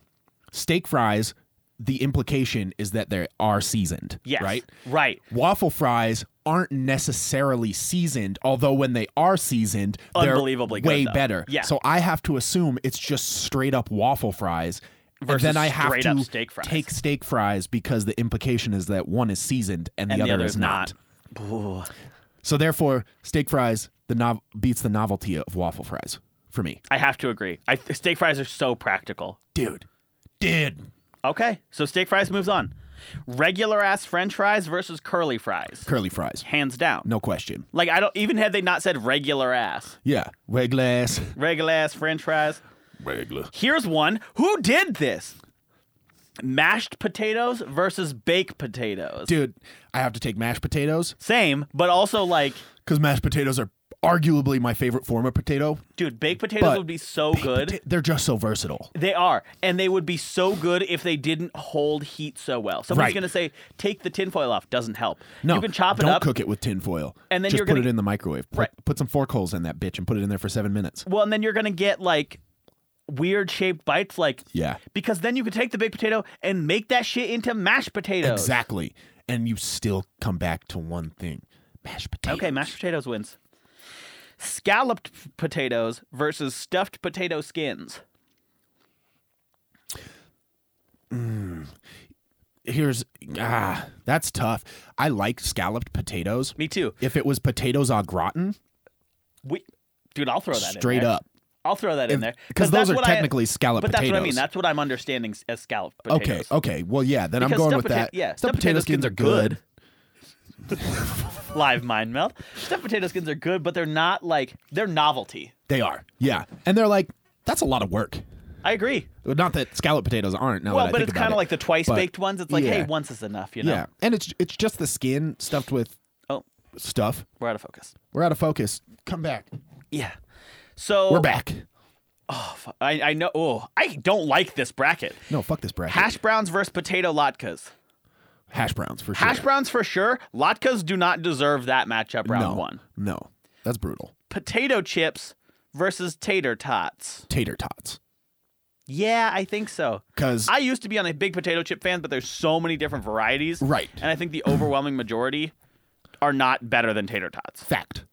[SPEAKER 4] Steak fries, the implication is that they are seasoned,
[SPEAKER 3] yes.
[SPEAKER 4] right?
[SPEAKER 3] Right.
[SPEAKER 4] Waffle fries aren't necessarily seasoned, although when they are seasoned, they're
[SPEAKER 3] Unbelievably good,
[SPEAKER 4] way
[SPEAKER 3] though.
[SPEAKER 4] better.
[SPEAKER 3] Yeah.
[SPEAKER 4] So I have to assume it's just straight up waffle fries.
[SPEAKER 3] Versus
[SPEAKER 4] and then I have
[SPEAKER 3] straight
[SPEAKER 4] to
[SPEAKER 3] up steak fries.
[SPEAKER 4] take steak fries because the implication is that one is seasoned and,
[SPEAKER 3] And
[SPEAKER 4] the, other is not.
[SPEAKER 3] Ooh.
[SPEAKER 4] So therefore, steak fries the nov- beats the novelty of waffle fries for me.
[SPEAKER 3] I have to agree. I, steak fries are so practical.
[SPEAKER 4] Dude. Dude.
[SPEAKER 3] Okay, so steak fries moves on. Regular ass French fries versus curly fries,
[SPEAKER 4] Curly fries.
[SPEAKER 3] hands down.
[SPEAKER 4] No question.
[SPEAKER 3] Like I don't even had they not said regular ass,
[SPEAKER 4] Yeah. Regular ass.
[SPEAKER 3] regular ass French fries.
[SPEAKER 4] Regular.
[SPEAKER 3] Here's one. Who did this? Mashed potatoes versus baked potatoes.
[SPEAKER 4] Dude, I have to take mashed potatoes
[SPEAKER 3] Same, but also like,
[SPEAKER 4] because mashed potatoes are arguably my favorite form of potato.
[SPEAKER 3] dude, baked potatoes
[SPEAKER 4] But
[SPEAKER 3] would be so Oh, good.
[SPEAKER 4] Pota- They're just so versatile.
[SPEAKER 3] They are, and they would be so good if they didn't hold heat so well. Someone's
[SPEAKER 4] Right.
[SPEAKER 3] gonna say, "Take the tinfoil off." Doesn't help.
[SPEAKER 4] No,
[SPEAKER 3] you can chop it
[SPEAKER 4] don't
[SPEAKER 3] up.
[SPEAKER 4] cook it with tinfoil.
[SPEAKER 3] And then
[SPEAKER 4] just
[SPEAKER 3] you're
[SPEAKER 4] put
[SPEAKER 3] gonna-
[SPEAKER 4] it in the microwave. Put,
[SPEAKER 3] Right.
[SPEAKER 4] put some fork holes in that bitch and put it in there for seven minutes.
[SPEAKER 3] Well, and then you're gonna get like weird shaped bites, like
[SPEAKER 4] Yeah.
[SPEAKER 3] because then you could take the baked potato and make that shit into mashed potatoes.
[SPEAKER 4] Exactly. And you still come back to one thing mashed potatoes.
[SPEAKER 3] Okay, mashed potatoes wins. Scalloped f- potatoes versus stuffed potato skins.
[SPEAKER 4] Here's, ah, that's tough. I like scalloped potatoes.
[SPEAKER 3] Me too.
[SPEAKER 4] If it was potatoes au gratin,
[SPEAKER 3] We, dude, I'll throw that in
[SPEAKER 4] straight
[SPEAKER 3] there.
[SPEAKER 4] up.
[SPEAKER 3] I'll throw that in there
[SPEAKER 4] Because
[SPEAKER 3] that's
[SPEAKER 4] those are
[SPEAKER 3] what I-
[SPEAKER 4] technically scalloped
[SPEAKER 3] But that's
[SPEAKER 4] potatoes.
[SPEAKER 3] what I mean. That's what I'm understanding s- as scalloped potatoes.
[SPEAKER 4] Okay, okay. Well, yeah, then I'm
[SPEAKER 3] Because
[SPEAKER 4] going
[SPEAKER 3] stuffed
[SPEAKER 4] with
[SPEAKER 3] pota-
[SPEAKER 4] that.
[SPEAKER 3] yeah,
[SPEAKER 4] stuffed,
[SPEAKER 3] stuffed potato
[SPEAKER 4] potato skins,
[SPEAKER 3] skins
[SPEAKER 4] are
[SPEAKER 3] are
[SPEAKER 4] good.
[SPEAKER 3] good. live mind melt. Stuffed potato skins are good, but they're not like they're novelty.
[SPEAKER 4] They are. Yeah. And they're like, that's a lot of work.
[SPEAKER 3] I agree.
[SPEAKER 4] Not that scalloped potatoes aren't. Now
[SPEAKER 3] Well,
[SPEAKER 4] that I
[SPEAKER 3] but
[SPEAKER 4] think
[SPEAKER 3] it's
[SPEAKER 4] about
[SPEAKER 3] kind
[SPEAKER 4] it.
[SPEAKER 3] of like the twice
[SPEAKER 4] But-
[SPEAKER 3] baked ones. It's like, hey,
[SPEAKER 4] yeah.
[SPEAKER 3] once is enough, you know.
[SPEAKER 4] Yeah, and it's it's just the skin stuffed with
[SPEAKER 3] Oh,
[SPEAKER 4] stuff.
[SPEAKER 3] we're out of focus.
[SPEAKER 4] We're out of focus. Come back.
[SPEAKER 3] Yeah. So
[SPEAKER 4] We're back.
[SPEAKER 3] fu- I, I know. Oh, I don't like this bracket.
[SPEAKER 4] No, fuck this bracket.
[SPEAKER 3] Hash browns versus potato latkes.
[SPEAKER 4] Hash browns for sure.
[SPEAKER 3] Hash browns for sure. Latkes do not deserve that matchup round
[SPEAKER 4] no,
[SPEAKER 3] one.
[SPEAKER 4] No, that's brutal.
[SPEAKER 3] Potato chips versus tater tots.
[SPEAKER 4] Tater tots.
[SPEAKER 3] Yeah, I think so.
[SPEAKER 4] Because
[SPEAKER 3] I used to be on a big potato chip fan, but there's so many different varieties.
[SPEAKER 4] Right.
[SPEAKER 3] And I think the overwhelming majority are not better than tater tots.
[SPEAKER 4] fact,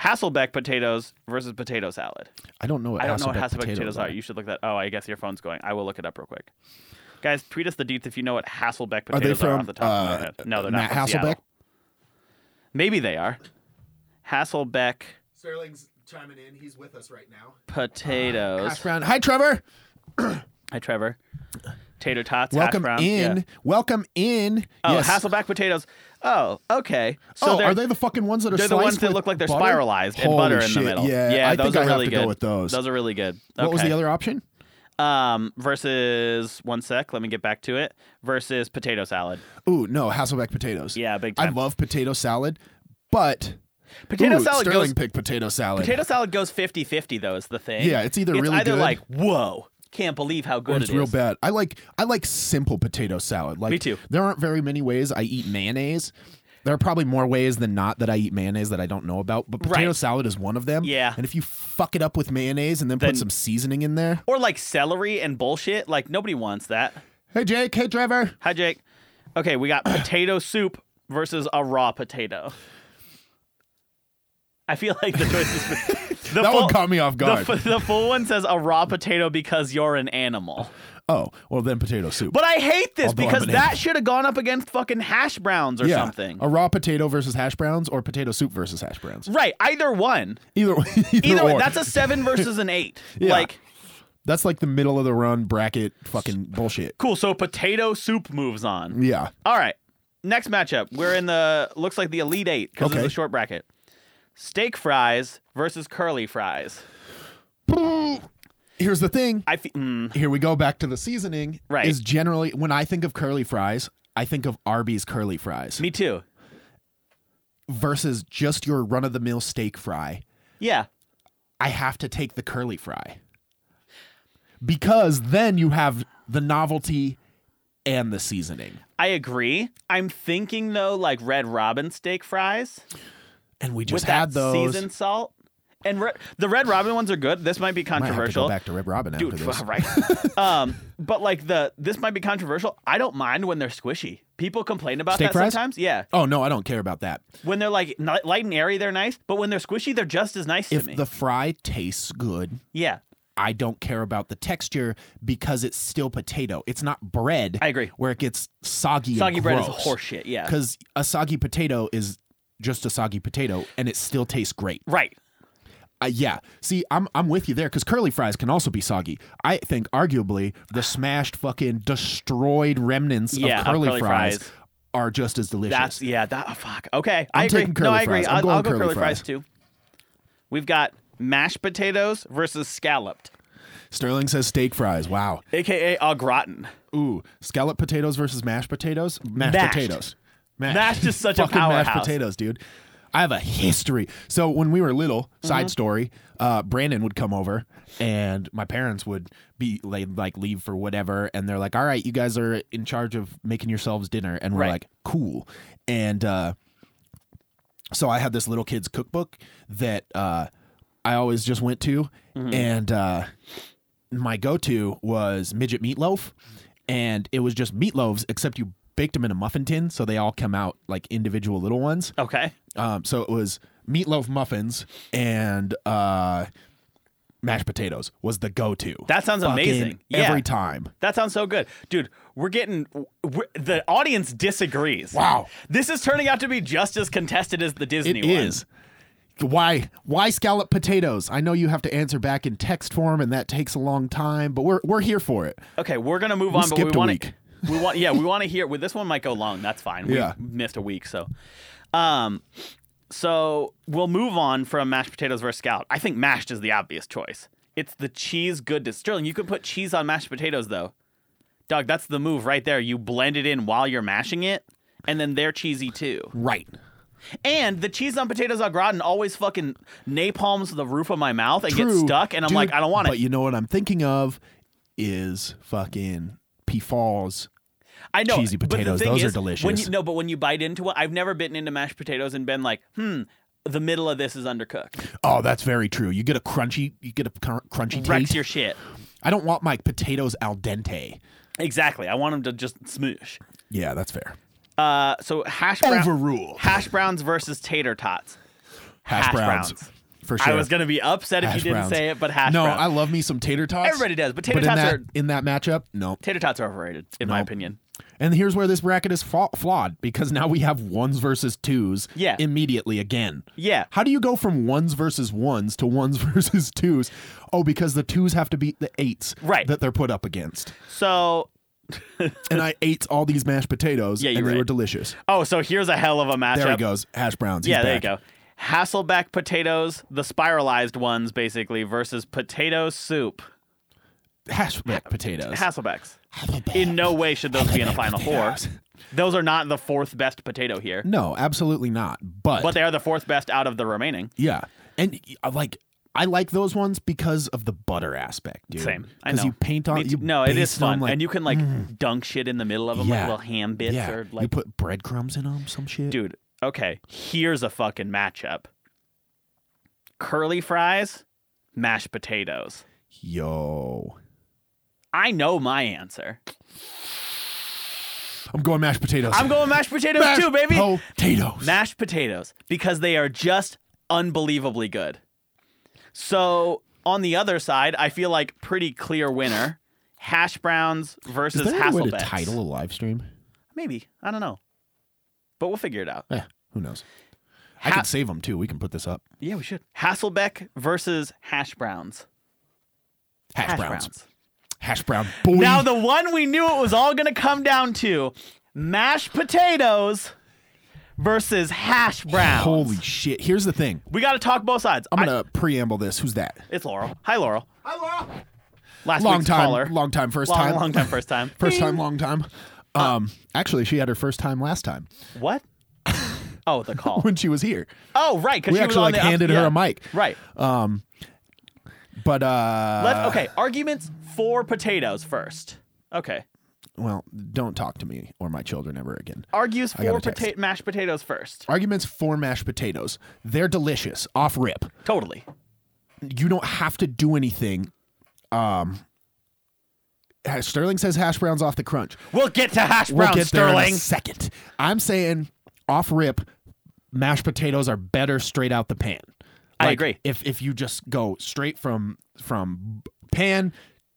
[SPEAKER 3] Hasselbeck potatoes versus potato salad.
[SPEAKER 4] I don't know. What
[SPEAKER 3] I don't know what Hasselbeck
[SPEAKER 4] potatoes,
[SPEAKER 3] potatoes, are. You should look that. Oh, I guess your phone's going. I will look it up real quick. Guys, tweet us the deets if you know what Hasselbeck potatoes
[SPEAKER 4] Are
[SPEAKER 3] are,
[SPEAKER 4] they from
[SPEAKER 3] off the top of
[SPEAKER 4] uh,
[SPEAKER 3] my head. No, they're
[SPEAKER 4] Matt
[SPEAKER 3] not. from
[SPEAKER 4] Hasselbeck?
[SPEAKER 3] Seattle. Maybe they are. Hasselbeck
[SPEAKER 4] Sterling's chiming in. He's with us right now. Hash
[SPEAKER 3] potatoes.
[SPEAKER 4] brown. Hi, Trevor.
[SPEAKER 3] Hi, Trevor. Tater tots.
[SPEAKER 4] Welcome
[SPEAKER 3] hash browns.
[SPEAKER 4] in.
[SPEAKER 3] Yeah.
[SPEAKER 4] Welcome in.
[SPEAKER 3] Oh,
[SPEAKER 4] yes.
[SPEAKER 3] Hasselbeck potatoes. Oh, okay. So
[SPEAKER 4] oh,
[SPEAKER 3] they're-
[SPEAKER 4] are they the fucking ones that are?
[SPEAKER 3] They're the ones
[SPEAKER 4] sliced
[SPEAKER 3] that
[SPEAKER 4] with
[SPEAKER 3] look like they're
[SPEAKER 4] butter?
[SPEAKER 3] spiralized and
[SPEAKER 4] Holy
[SPEAKER 3] butter in
[SPEAKER 4] shit,
[SPEAKER 3] the middle.
[SPEAKER 4] Yeah, I
[SPEAKER 3] those
[SPEAKER 4] think
[SPEAKER 3] are
[SPEAKER 4] I
[SPEAKER 3] really
[SPEAKER 4] have to
[SPEAKER 3] good.
[SPEAKER 4] go with those.
[SPEAKER 3] Those are really good.
[SPEAKER 4] What was
[SPEAKER 3] Okay.
[SPEAKER 4] the other option?
[SPEAKER 3] Um, versus one sec. Let me get back to it. Versus potato salad.
[SPEAKER 4] Ooh, no, Hasselbeck potatoes.
[SPEAKER 3] Yeah, big
[SPEAKER 4] I
[SPEAKER 3] time.
[SPEAKER 4] love potato salad, but
[SPEAKER 3] Potato
[SPEAKER 4] Ooh,
[SPEAKER 3] salad
[SPEAKER 4] Sterling
[SPEAKER 3] goes.
[SPEAKER 4] picked potato salad.
[SPEAKER 3] Potato salad goes 50-50 though. Is the thing.
[SPEAKER 4] Yeah, it's either
[SPEAKER 3] it's
[SPEAKER 4] really
[SPEAKER 3] either
[SPEAKER 4] good-
[SPEAKER 3] like whoa, can't believe how
[SPEAKER 4] Or
[SPEAKER 3] good
[SPEAKER 4] it's
[SPEAKER 3] it
[SPEAKER 4] real
[SPEAKER 3] is.
[SPEAKER 4] bad. I like I like simple potato salad. Like
[SPEAKER 3] Me too.
[SPEAKER 4] There aren't very many ways I eat mayonnaise. There are probably more ways than not that I eat mayonnaise that I don't know about, but potato
[SPEAKER 3] Right.
[SPEAKER 4] salad is one of them.
[SPEAKER 3] Yeah.
[SPEAKER 4] And if you fuck it up with mayonnaise and then,
[SPEAKER 3] Then-
[SPEAKER 4] put some seasoning in there.
[SPEAKER 3] Or like celery and bullshit. Like nobody wants that.
[SPEAKER 4] Hey Jake, hey Trevor.
[SPEAKER 3] Hi Jake. Okay, we got potato soup versus a raw potato. I feel like the choices. the
[SPEAKER 4] that
[SPEAKER 3] full-
[SPEAKER 4] one caught me off guard.
[SPEAKER 3] The, f- the full one says a raw potato because you're an animal.
[SPEAKER 4] oh, well then potato soup.
[SPEAKER 3] But I hate this
[SPEAKER 4] Although I'm
[SPEAKER 3] because
[SPEAKER 4] an
[SPEAKER 3] that
[SPEAKER 4] animal.
[SPEAKER 3] should have gone up against fucking hash browns or
[SPEAKER 4] yeah,
[SPEAKER 3] something.
[SPEAKER 4] A raw potato versus hash browns or potato soup versus hash browns.
[SPEAKER 3] right, either one.
[SPEAKER 4] Either way, either,
[SPEAKER 3] Either way,
[SPEAKER 4] or.
[SPEAKER 3] that's a seven versus an eight.
[SPEAKER 4] Yeah.
[SPEAKER 3] Like,
[SPEAKER 4] That's like the middle of the run bracket fucking bullshit.
[SPEAKER 3] cool. So potato soup moves on.
[SPEAKER 4] Yeah.
[SPEAKER 3] All right. Next matchup. We're in the looks like the elite eight because
[SPEAKER 4] Okay.
[SPEAKER 3] it's a short bracket. Steak fries versus curly fries.
[SPEAKER 4] Here's the thing.
[SPEAKER 3] I fe- mm,
[SPEAKER 4] Here we go back to the seasoning.
[SPEAKER 3] Right.
[SPEAKER 4] Is generally when I think of curly fries, I think of Arby's curly fries
[SPEAKER 3] me too.
[SPEAKER 4] versus just your run of the mill steak fry.
[SPEAKER 3] Yeah.
[SPEAKER 4] I have to take the curly fry. Because then you have the novelty and the seasoning.
[SPEAKER 3] I agree. I'm thinking though, like Red Robin steak fries.
[SPEAKER 4] And we just
[SPEAKER 3] with
[SPEAKER 4] had
[SPEAKER 3] that
[SPEAKER 4] those.
[SPEAKER 3] seasoned salt. And re- the Red Robin ones are good. This might be
[SPEAKER 4] I might have to
[SPEAKER 3] controversial.
[SPEAKER 4] go back to Red Robin after
[SPEAKER 3] Dude,
[SPEAKER 4] this.
[SPEAKER 3] right. um, but like the this might be controversial. I don't mind when they're squishy. People complain about
[SPEAKER 4] Steak
[SPEAKER 3] that
[SPEAKER 4] fries?
[SPEAKER 3] sometimes. Yeah.
[SPEAKER 4] Oh no, I don't care about that.
[SPEAKER 3] When they're like ni- light and airy, they're nice. But when they're squishy, they're just as nice
[SPEAKER 4] If
[SPEAKER 3] to me.
[SPEAKER 4] the fry tastes good,
[SPEAKER 3] yeah.
[SPEAKER 4] I don't care about the texture because it's still potato. It's not bread.
[SPEAKER 3] I agree.
[SPEAKER 4] Where it gets soggy.
[SPEAKER 3] Soggy
[SPEAKER 4] and
[SPEAKER 3] bread is
[SPEAKER 4] gross.
[SPEAKER 3] horseshit. Yeah.
[SPEAKER 4] Because a soggy potato is just a soggy potato, and it still tastes great.
[SPEAKER 3] Right.
[SPEAKER 4] Uh, yeah. See, I'm I'm with you there because curly fries can also be soggy. I think arguably the smashed fucking destroyed remnants
[SPEAKER 3] Yeah,
[SPEAKER 4] of
[SPEAKER 3] of
[SPEAKER 4] curly,
[SPEAKER 3] curly
[SPEAKER 4] fries,
[SPEAKER 3] fries.
[SPEAKER 4] are just as delicious.
[SPEAKER 3] That's yeah. That oh, fuck. Okay, I
[SPEAKER 4] I'm
[SPEAKER 3] agree.
[SPEAKER 4] taking
[SPEAKER 3] no,
[SPEAKER 4] curly
[SPEAKER 3] I agree.
[SPEAKER 4] fries. I'm
[SPEAKER 3] I'll, I'll go
[SPEAKER 4] going curly
[SPEAKER 3] curly fries
[SPEAKER 4] fries.
[SPEAKER 3] too. We've got mashed potatoes versus scalloped,
[SPEAKER 4] Sterling says steak fries. Wow.
[SPEAKER 3] aka au gratin.
[SPEAKER 4] Ooh, scallop potatoes versus mashed potatoes. Mashed,
[SPEAKER 3] Mashed.
[SPEAKER 4] potatoes. Mashed.
[SPEAKER 3] Mashed is such a
[SPEAKER 4] Fucking mashed
[SPEAKER 3] powerhouse.
[SPEAKER 4] potatoes, dude. I have a history. So when we were little, side story, uh, Brandon would come over, and my parents would be like, like leave for whatever, and they're like, "All right, you guys are in charge of making yourselves dinner," and we're
[SPEAKER 3] Right.
[SPEAKER 4] like, "Cool," and. uh so I had this little kid's cookbook that uh, I always just went to, and uh, my go-to was midget meatloaf, and it was just meatloaves except you baked them in a muffin tin, so they all come out like individual little ones.
[SPEAKER 3] Okay.
[SPEAKER 4] Um, so it was meatloaf muffins and uh, mashed potatoes was the go-to.
[SPEAKER 3] That sounds
[SPEAKER 4] Fucking
[SPEAKER 3] amazing. Yeah.
[SPEAKER 4] Every time.
[SPEAKER 3] That sounds so good, dude. We're getting we're, the audience disagrees.
[SPEAKER 4] Wow.
[SPEAKER 3] this is turning out to be just as contested as the
[SPEAKER 4] It
[SPEAKER 3] Disney
[SPEAKER 4] is.
[SPEAKER 3] one.
[SPEAKER 4] Why why scallop potatoes? I know you have to answer back in text form and that takes a long time, but we're we're here for it.
[SPEAKER 3] Okay, we're gonna move on, but we
[SPEAKER 4] skipped a
[SPEAKER 3] want
[SPEAKER 4] week.
[SPEAKER 3] to. We want, yeah, we want to hear. Well, this one might go long. That's fine. We
[SPEAKER 4] Yeah.
[SPEAKER 3] missed a week, so, um, so we'll move on from mashed potatoes versus scallop. I think mashed is the obvious choice. It's the cheese goodness. Sterling, you can put cheese on mashed potatoes though. Doug, that's the move right there. You blend it in while you're mashing it, and then they're cheesy too.
[SPEAKER 4] Right.
[SPEAKER 3] And the cheese on potatoes au gratin always fucking napalms the roof of my mouth and gets
[SPEAKER 4] True,
[SPEAKER 3] stuck, and I'm
[SPEAKER 4] dude,
[SPEAKER 3] like, I don't want it.
[SPEAKER 4] But you know what I'm thinking of is fucking P Falls.
[SPEAKER 3] I know
[SPEAKER 4] cheesy
[SPEAKER 3] but the
[SPEAKER 4] potatoes.
[SPEAKER 3] thing
[SPEAKER 4] Those are
[SPEAKER 3] is, When
[SPEAKER 4] delicious.
[SPEAKER 3] you, no, but when you bite into one, I've never bitten into mashed potatoes and been like, hmm, the middle of this is undercooked.
[SPEAKER 4] Oh, that's very true. You get a crunchy, you get a cr- crunchy
[SPEAKER 3] Wrecks
[SPEAKER 4] taste.
[SPEAKER 3] your shit.
[SPEAKER 4] I don't want my potatoes al dente.
[SPEAKER 3] Exactly. I want them to just smoosh.
[SPEAKER 4] Yeah, that's fair.
[SPEAKER 3] Uh, so hash brown,
[SPEAKER 4] Overrule.
[SPEAKER 3] hash browns versus tater tots.
[SPEAKER 4] Hash,
[SPEAKER 3] Hash
[SPEAKER 4] browns.
[SPEAKER 3] browns.
[SPEAKER 4] For sure.
[SPEAKER 3] I was gonna be upset if
[SPEAKER 4] Hash
[SPEAKER 3] you didn't
[SPEAKER 4] browns.
[SPEAKER 3] say it, but hash
[SPEAKER 4] No,
[SPEAKER 3] browns.
[SPEAKER 4] I love me some tater tots.
[SPEAKER 3] Everybody does, but tater
[SPEAKER 4] in
[SPEAKER 3] tots
[SPEAKER 4] that,
[SPEAKER 3] are-
[SPEAKER 4] in that matchup. No.
[SPEAKER 3] tater tots are overrated, in my
[SPEAKER 4] No.
[SPEAKER 3] opinion.
[SPEAKER 4] And here's where this bracket is fa- flawed because now we have ones versus twos
[SPEAKER 3] Yeah.
[SPEAKER 4] immediately again.
[SPEAKER 3] Yeah.
[SPEAKER 4] How do you go from ones versus ones to ones versus twos? Oh, because the twos have to beat the eights
[SPEAKER 3] Right.
[SPEAKER 4] that they're put up against.
[SPEAKER 3] So
[SPEAKER 4] And I ate all these mashed potatoes
[SPEAKER 3] Yeah, you're
[SPEAKER 4] and they were
[SPEAKER 3] right.
[SPEAKER 4] delicious.
[SPEAKER 3] oh, so here's a hell of a matchup.
[SPEAKER 4] There he goes. Hash browns. He's
[SPEAKER 3] Yeah, there you
[SPEAKER 4] back.
[SPEAKER 3] go. Hasselback potatoes, the spiralized ones basically, versus potato soup.
[SPEAKER 4] Hash back potatoes.
[SPEAKER 3] Hasselbacks. In no way should those be in a Final Four. Those are not the fourth best potato here,
[SPEAKER 4] no, absolutely not. But,
[SPEAKER 3] but they are the fourth best out of the remaining.
[SPEAKER 4] yeah. And uh, like I like those ones because of the butter aspect, dude.
[SPEAKER 3] Same. I know.
[SPEAKER 4] Because you paint on
[SPEAKER 3] Me
[SPEAKER 4] you
[SPEAKER 3] too. no, it is
[SPEAKER 4] baste on,
[SPEAKER 3] fun,
[SPEAKER 4] like, mm.
[SPEAKER 3] and you can like dunk shit in the middle of them,
[SPEAKER 4] Yeah.
[SPEAKER 3] like little ham bits or like.
[SPEAKER 4] you put breadcrumbs in them, some shit.
[SPEAKER 3] dude, okay, here's a fucking matchup: curly fries, mashed potatoes.
[SPEAKER 4] Yo,
[SPEAKER 3] I know my answer.
[SPEAKER 4] I'm going mashed potatoes.
[SPEAKER 3] I'm going mashed potatoes
[SPEAKER 4] mashed
[SPEAKER 3] too, baby.
[SPEAKER 4] Potatoes.
[SPEAKER 3] mashed potatoes because they are just unbelievably good. So on the other side, I feel like pretty clear winner: hash browns versus
[SPEAKER 4] Is there any way to
[SPEAKER 3] Hasselbeck.
[SPEAKER 4] title a live stream?
[SPEAKER 3] Maybe I don't know, but we'll figure it out.
[SPEAKER 4] Yeah, who knows? I
[SPEAKER 3] Ha-
[SPEAKER 4] can save them too. We can put this up.
[SPEAKER 3] Yeah, we should. Hasselbeck versus hash browns.
[SPEAKER 4] Hash,
[SPEAKER 3] Hash
[SPEAKER 4] browns.
[SPEAKER 3] browns.
[SPEAKER 4] Hash brown. Boy.
[SPEAKER 3] Now the one we knew it was all going to come down to: mashed potatoes versus hash browns.
[SPEAKER 4] Holy shit! Here's the thing.
[SPEAKER 3] we got to talk both sides.
[SPEAKER 4] I'm
[SPEAKER 3] I-
[SPEAKER 4] gonna preamble this. Who's that?
[SPEAKER 3] it's Laurel. Hi, Laurel. Hi, Laurel. Last
[SPEAKER 4] Long
[SPEAKER 3] week's
[SPEAKER 4] time.
[SPEAKER 3] caller.
[SPEAKER 4] Long time. First
[SPEAKER 3] long,
[SPEAKER 4] time.
[SPEAKER 3] long time, Uh, first time.
[SPEAKER 4] First time. Long time. Um, actually, she had her first time last time
[SPEAKER 3] What? Oh, the call.
[SPEAKER 4] when she was here.
[SPEAKER 3] oh, right. Because
[SPEAKER 4] We
[SPEAKER 3] she was
[SPEAKER 4] actually
[SPEAKER 3] on
[SPEAKER 4] like
[SPEAKER 3] the ups-
[SPEAKER 4] handed her
[SPEAKER 3] yeah.
[SPEAKER 4] a mic.
[SPEAKER 3] Right.
[SPEAKER 4] But uh,
[SPEAKER 3] Let's, okay. Arguments for potatoes first. Okay.
[SPEAKER 4] well, don't talk to me or my children ever again.
[SPEAKER 3] Argues
[SPEAKER 4] I got
[SPEAKER 3] for
[SPEAKER 4] a text.
[SPEAKER 3] pota- mashed potatoes first.
[SPEAKER 4] Arguments for mashed potatoes. They're delicious off rip.
[SPEAKER 3] Totally.
[SPEAKER 4] You don't have to do anything. Um, Sterling says hash browns off the crunch.
[SPEAKER 3] We'll get to hash brown,
[SPEAKER 4] we'll get there in
[SPEAKER 3] Sterling.
[SPEAKER 4] a second. I'm saying off rip, mashed potatoes are better straight out the pan.
[SPEAKER 3] I agree.
[SPEAKER 4] If if you just go straight from from pan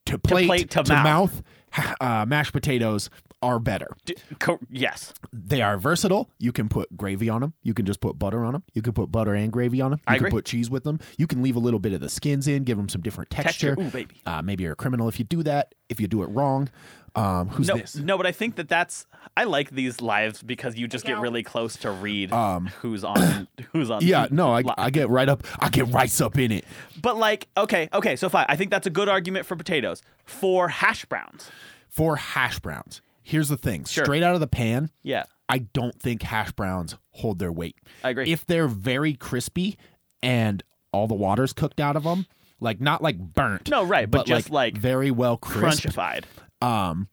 [SPEAKER 4] to plate
[SPEAKER 3] plate to mouth.
[SPEAKER 4] ha- uh, mashed potatoes are better.
[SPEAKER 3] D- co- yes,
[SPEAKER 4] They are versatile. You can put gravy on them. You can just put butter on them. You can put butter and gravy on them. You
[SPEAKER 3] I
[SPEAKER 4] can
[SPEAKER 3] agree.
[SPEAKER 4] put cheese with them. You can leave a little bit of the skins in, give them some different texture.
[SPEAKER 3] Texture. Ooh, baby.
[SPEAKER 4] Uh, maybe you're a criminal if you do that. If you do it wrong, um, who's
[SPEAKER 3] no,
[SPEAKER 4] this?
[SPEAKER 3] no, but I think that that's I like these lives because you just get really close to read who's on who's on.
[SPEAKER 4] Um, Yeah, no, I,
[SPEAKER 3] li-
[SPEAKER 4] I get right up. I get rice up in it.
[SPEAKER 3] but like okay, okay, so fine. I think that's a good argument for potatoes for hash browns.
[SPEAKER 4] For hash browns, here's the thing:
[SPEAKER 3] Sure.
[SPEAKER 4] straight out of the pan,
[SPEAKER 3] Yeah,
[SPEAKER 4] I don't think hash browns hold their weight.
[SPEAKER 3] I agree.
[SPEAKER 4] If they're very crispy and all the water's cooked out of them, like not like burnt.
[SPEAKER 3] No, right, but just, like,
[SPEAKER 4] very well crisp.
[SPEAKER 3] crunchified.
[SPEAKER 4] Um,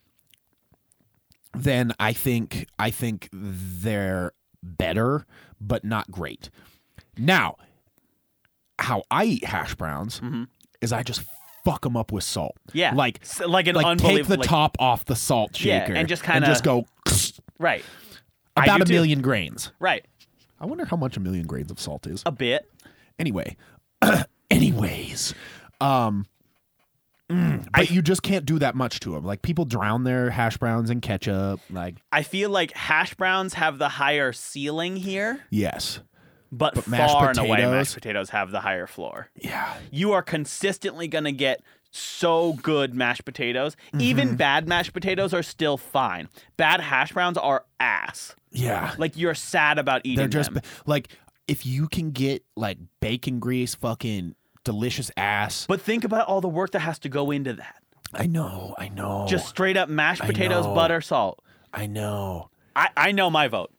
[SPEAKER 4] then I think I think they're better, but not great. Now, how I eat hash browns is I just fuck them up with salt.
[SPEAKER 3] Mm-hmm. Yeah,
[SPEAKER 4] like
[SPEAKER 3] S- like an
[SPEAKER 4] like take
[SPEAKER 3] unbelievable
[SPEAKER 4] the top off the salt
[SPEAKER 3] Yeah,
[SPEAKER 4] shaker
[SPEAKER 3] and just
[SPEAKER 4] and
[SPEAKER 3] kinda-
[SPEAKER 4] just go
[SPEAKER 3] right, I
[SPEAKER 4] about
[SPEAKER 3] do
[SPEAKER 4] a
[SPEAKER 3] too.
[SPEAKER 4] million grains.
[SPEAKER 3] right,
[SPEAKER 4] I wonder how much a million grains of salt is.
[SPEAKER 3] a bit.
[SPEAKER 4] Anyway, anyways, um, mm, but you just can't do that much to them. Like people drown their hash browns in ketchup. Like
[SPEAKER 3] I feel like hash browns have the higher ceiling here,
[SPEAKER 4] yes,
[SPEAKER 3] but,
[SPEAKER 4] mashed
[SPEAKER 3] far and away
[SPEAKER 4] potatoes-
[SPEAKER 3] mashed potatoes have the higher floor.
[SPEAKER 4] yeah,
[SPEAKER 3] You are consistently going to get so good mashed potatoes.
[SPEAKER 4] Mm-hmm.
[SPEAKER 3] Even bad mashed potatoes are still fine. Bad hash browns are ass.
[SPEAKER 4] yeah.
[SPEAKER 3] Like you're sad about eating
[SPEAKER 4] They're just
[SPEAKER 3] them.
[SPEAKER 4] like if you can get like bacon grease, fucking delicious ass.
[SPEAKER 3] But think about all the work that has to go into that.
[SPEAKER 4] I know, I know,
[SPEAKER 3] Just straight up mashed potatoes,
[SPEAKER 4] Oh, know.
[SPEAKER 3] butter, salt.
[SPEAKER 4] I know.
[SPEAKER 3] I, I know my vote.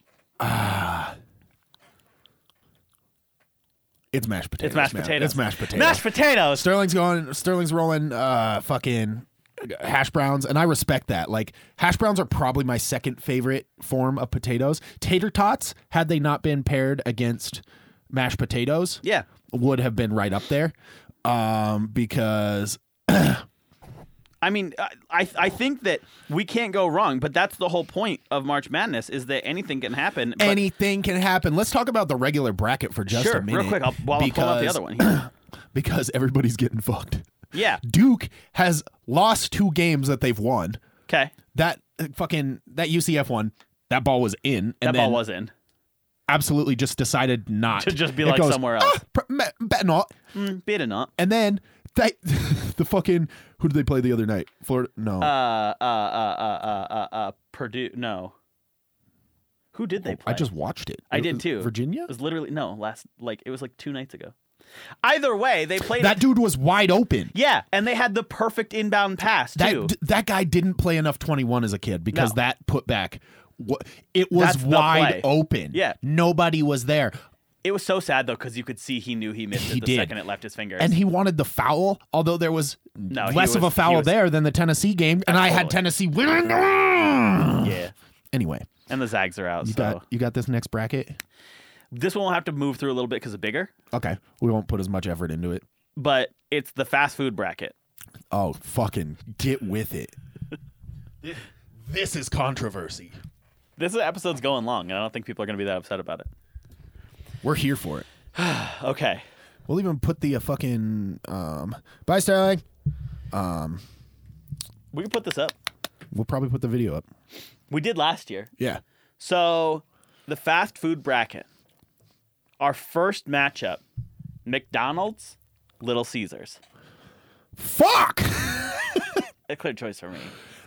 [SPEAKER 4] It's mashed potatoes.
[SPEAKER 3] It's mashed
[SPEAKER 4] man.
[SPEAKER 3] potatoes.
[SPEAKER 4] It's mashed potatoes.
[SPEAKER 3] Mashed potatoes.
[SPEAKER 4] Sterling's going. Sterling's rolling. Uh, fucking uh, hash browns, and I respect that. Like hash browns are probably my second favorite form of potatoes. Tater tots, had they not been paired against mashed potatoes,
[SPEAKER 3] Yeah.
[SPEAKER 4] would have been right up there. Um, because
[SPEAKER 3] I mean, I, I I think that we can't go wrong, but that's the whole point of March Madness is that anything can happen. But
[SPEAKER 4] anything can happen. Let's talk about the regular bracket for just
[SPEAKER 3] sure,
[SPEAKER 4] a minute.
[SPEAKER 3] real quick, I'll, while I pull out the
[SPEAKER 4] because-
[SPEAKER 3] other one. Here.
[SPEAKER 4] because everybody's getting fucked.
[SPEAKER 3] Yeah.
[SPEAKER 4] Duke has lost two games that they've won.
[SPEAKER 3] Okay.
[SPEAKER 4] that uh, fucking that UCF one, that ball was in, and
[SPEAKER 3] That
[SPEAKER 4] then
[SPEAKER 3] ball was in.
[SPEAKER 4] absolutely just decided not
[SPEAKER 3] To just be
[SPEAKER 4] It
[SPEAKER 3] like
[SPEAKER 4] goes,
[SPEAKER 3] somewhere else.
[SPEAKER 4] "Ah, pr- me- bet not.
[SPEAKER 3] Mm, bit or not.
[SPEAKER 4] And then they, the fucking who did they play the other night? Florida? No,
[SPEAKER 3] Uh, uh, uh, uh, uh, uh, uh, Purdue. No. Who did they play?
[SPEAKER 4] Oh, I just watched it.
[SPEAKER 3] I
[SPEAKER 4] It
[SPEAKER 3] did
[SPEAKER 4] was
[SPEAKER 3] too.
[SPEAKER 4] Virginia.
[SPEAKER 3] It was literally no last like it was like two nights ago. Either way, they played.
[SPEAKER 4] That
[SPEAKER 3] it-
[SPEAKER 4] dude was wide open.
[SPEAKER 3] yeah, and they had the perfect inbound pass too.
[SPEAKER 4] That d- that guy didn't play enough twenty one as a kid because
[SPEAKER 3] No.
[SPEAKER 4] that putback, wa- it was
[SPEAKER 3] That's the play.
[SPEAKER 4] wide open.
[SPEAKER 3] Yeah.
[SPEAKER 4] nobody was there.
[SPEAKER 3] it was so sad though because you could see he knew he missed
[SPEAKER 4] He
[SPEAKER 3] it the
[SPEAKER 4] did.
[SPEAKER 3] second it left his fingers.
[SPEAKER 4] and he wanted the foul, although there was
[SPEAKER 3] he
[SPEAKER 4] less of a
[SPEAKER 3] was- he
[SPEAKER 4] foul
[SPEAKER 3] was-
[SPEAKER 4] there than the Tennessee game, and I had Tennessee winning. Yeah.
[SPEAKER 3] yeah,
[SPEAKER 4] Anyway,
[SPEAKER 3] and the Zags are out.
[SPEAKER 4] you
[SPEAKER 3] so.
[SPEAKER 4] got you got this next bracket.
[SPEAKER 3] This one will have to move through a little bit because it's bigger,
[SPEAKER 4] Okay, we won't put as much effort into it.
[SPEAKER 3] but it's the fast food bracket.
[SPEAKER 4] Oh, fucking get with it. Thi- this is controversy.
[SPEAKER 3] This episode's going long, and I don't think people are going to be that upset about it.
[SPEAKER 4] We're here for it.
[SPEAKER 3] Okay.
[SPEAKER 4] We'll even put the uh, fucking um. Bye, Sterling.
[SPEAKER 3] We can put this up.
[SPEAKER 4] We'll probably put the video up.
[SPEAKER 3] We did last year.
[SPEAKER 4] Yeah.
[SPEAKER 3] So, the fast food bracket. Our first matchup McDonald's, Little Caesars.
[SPEAKER 4] Fuck.
[SPEAKER 3] A clear choice for me.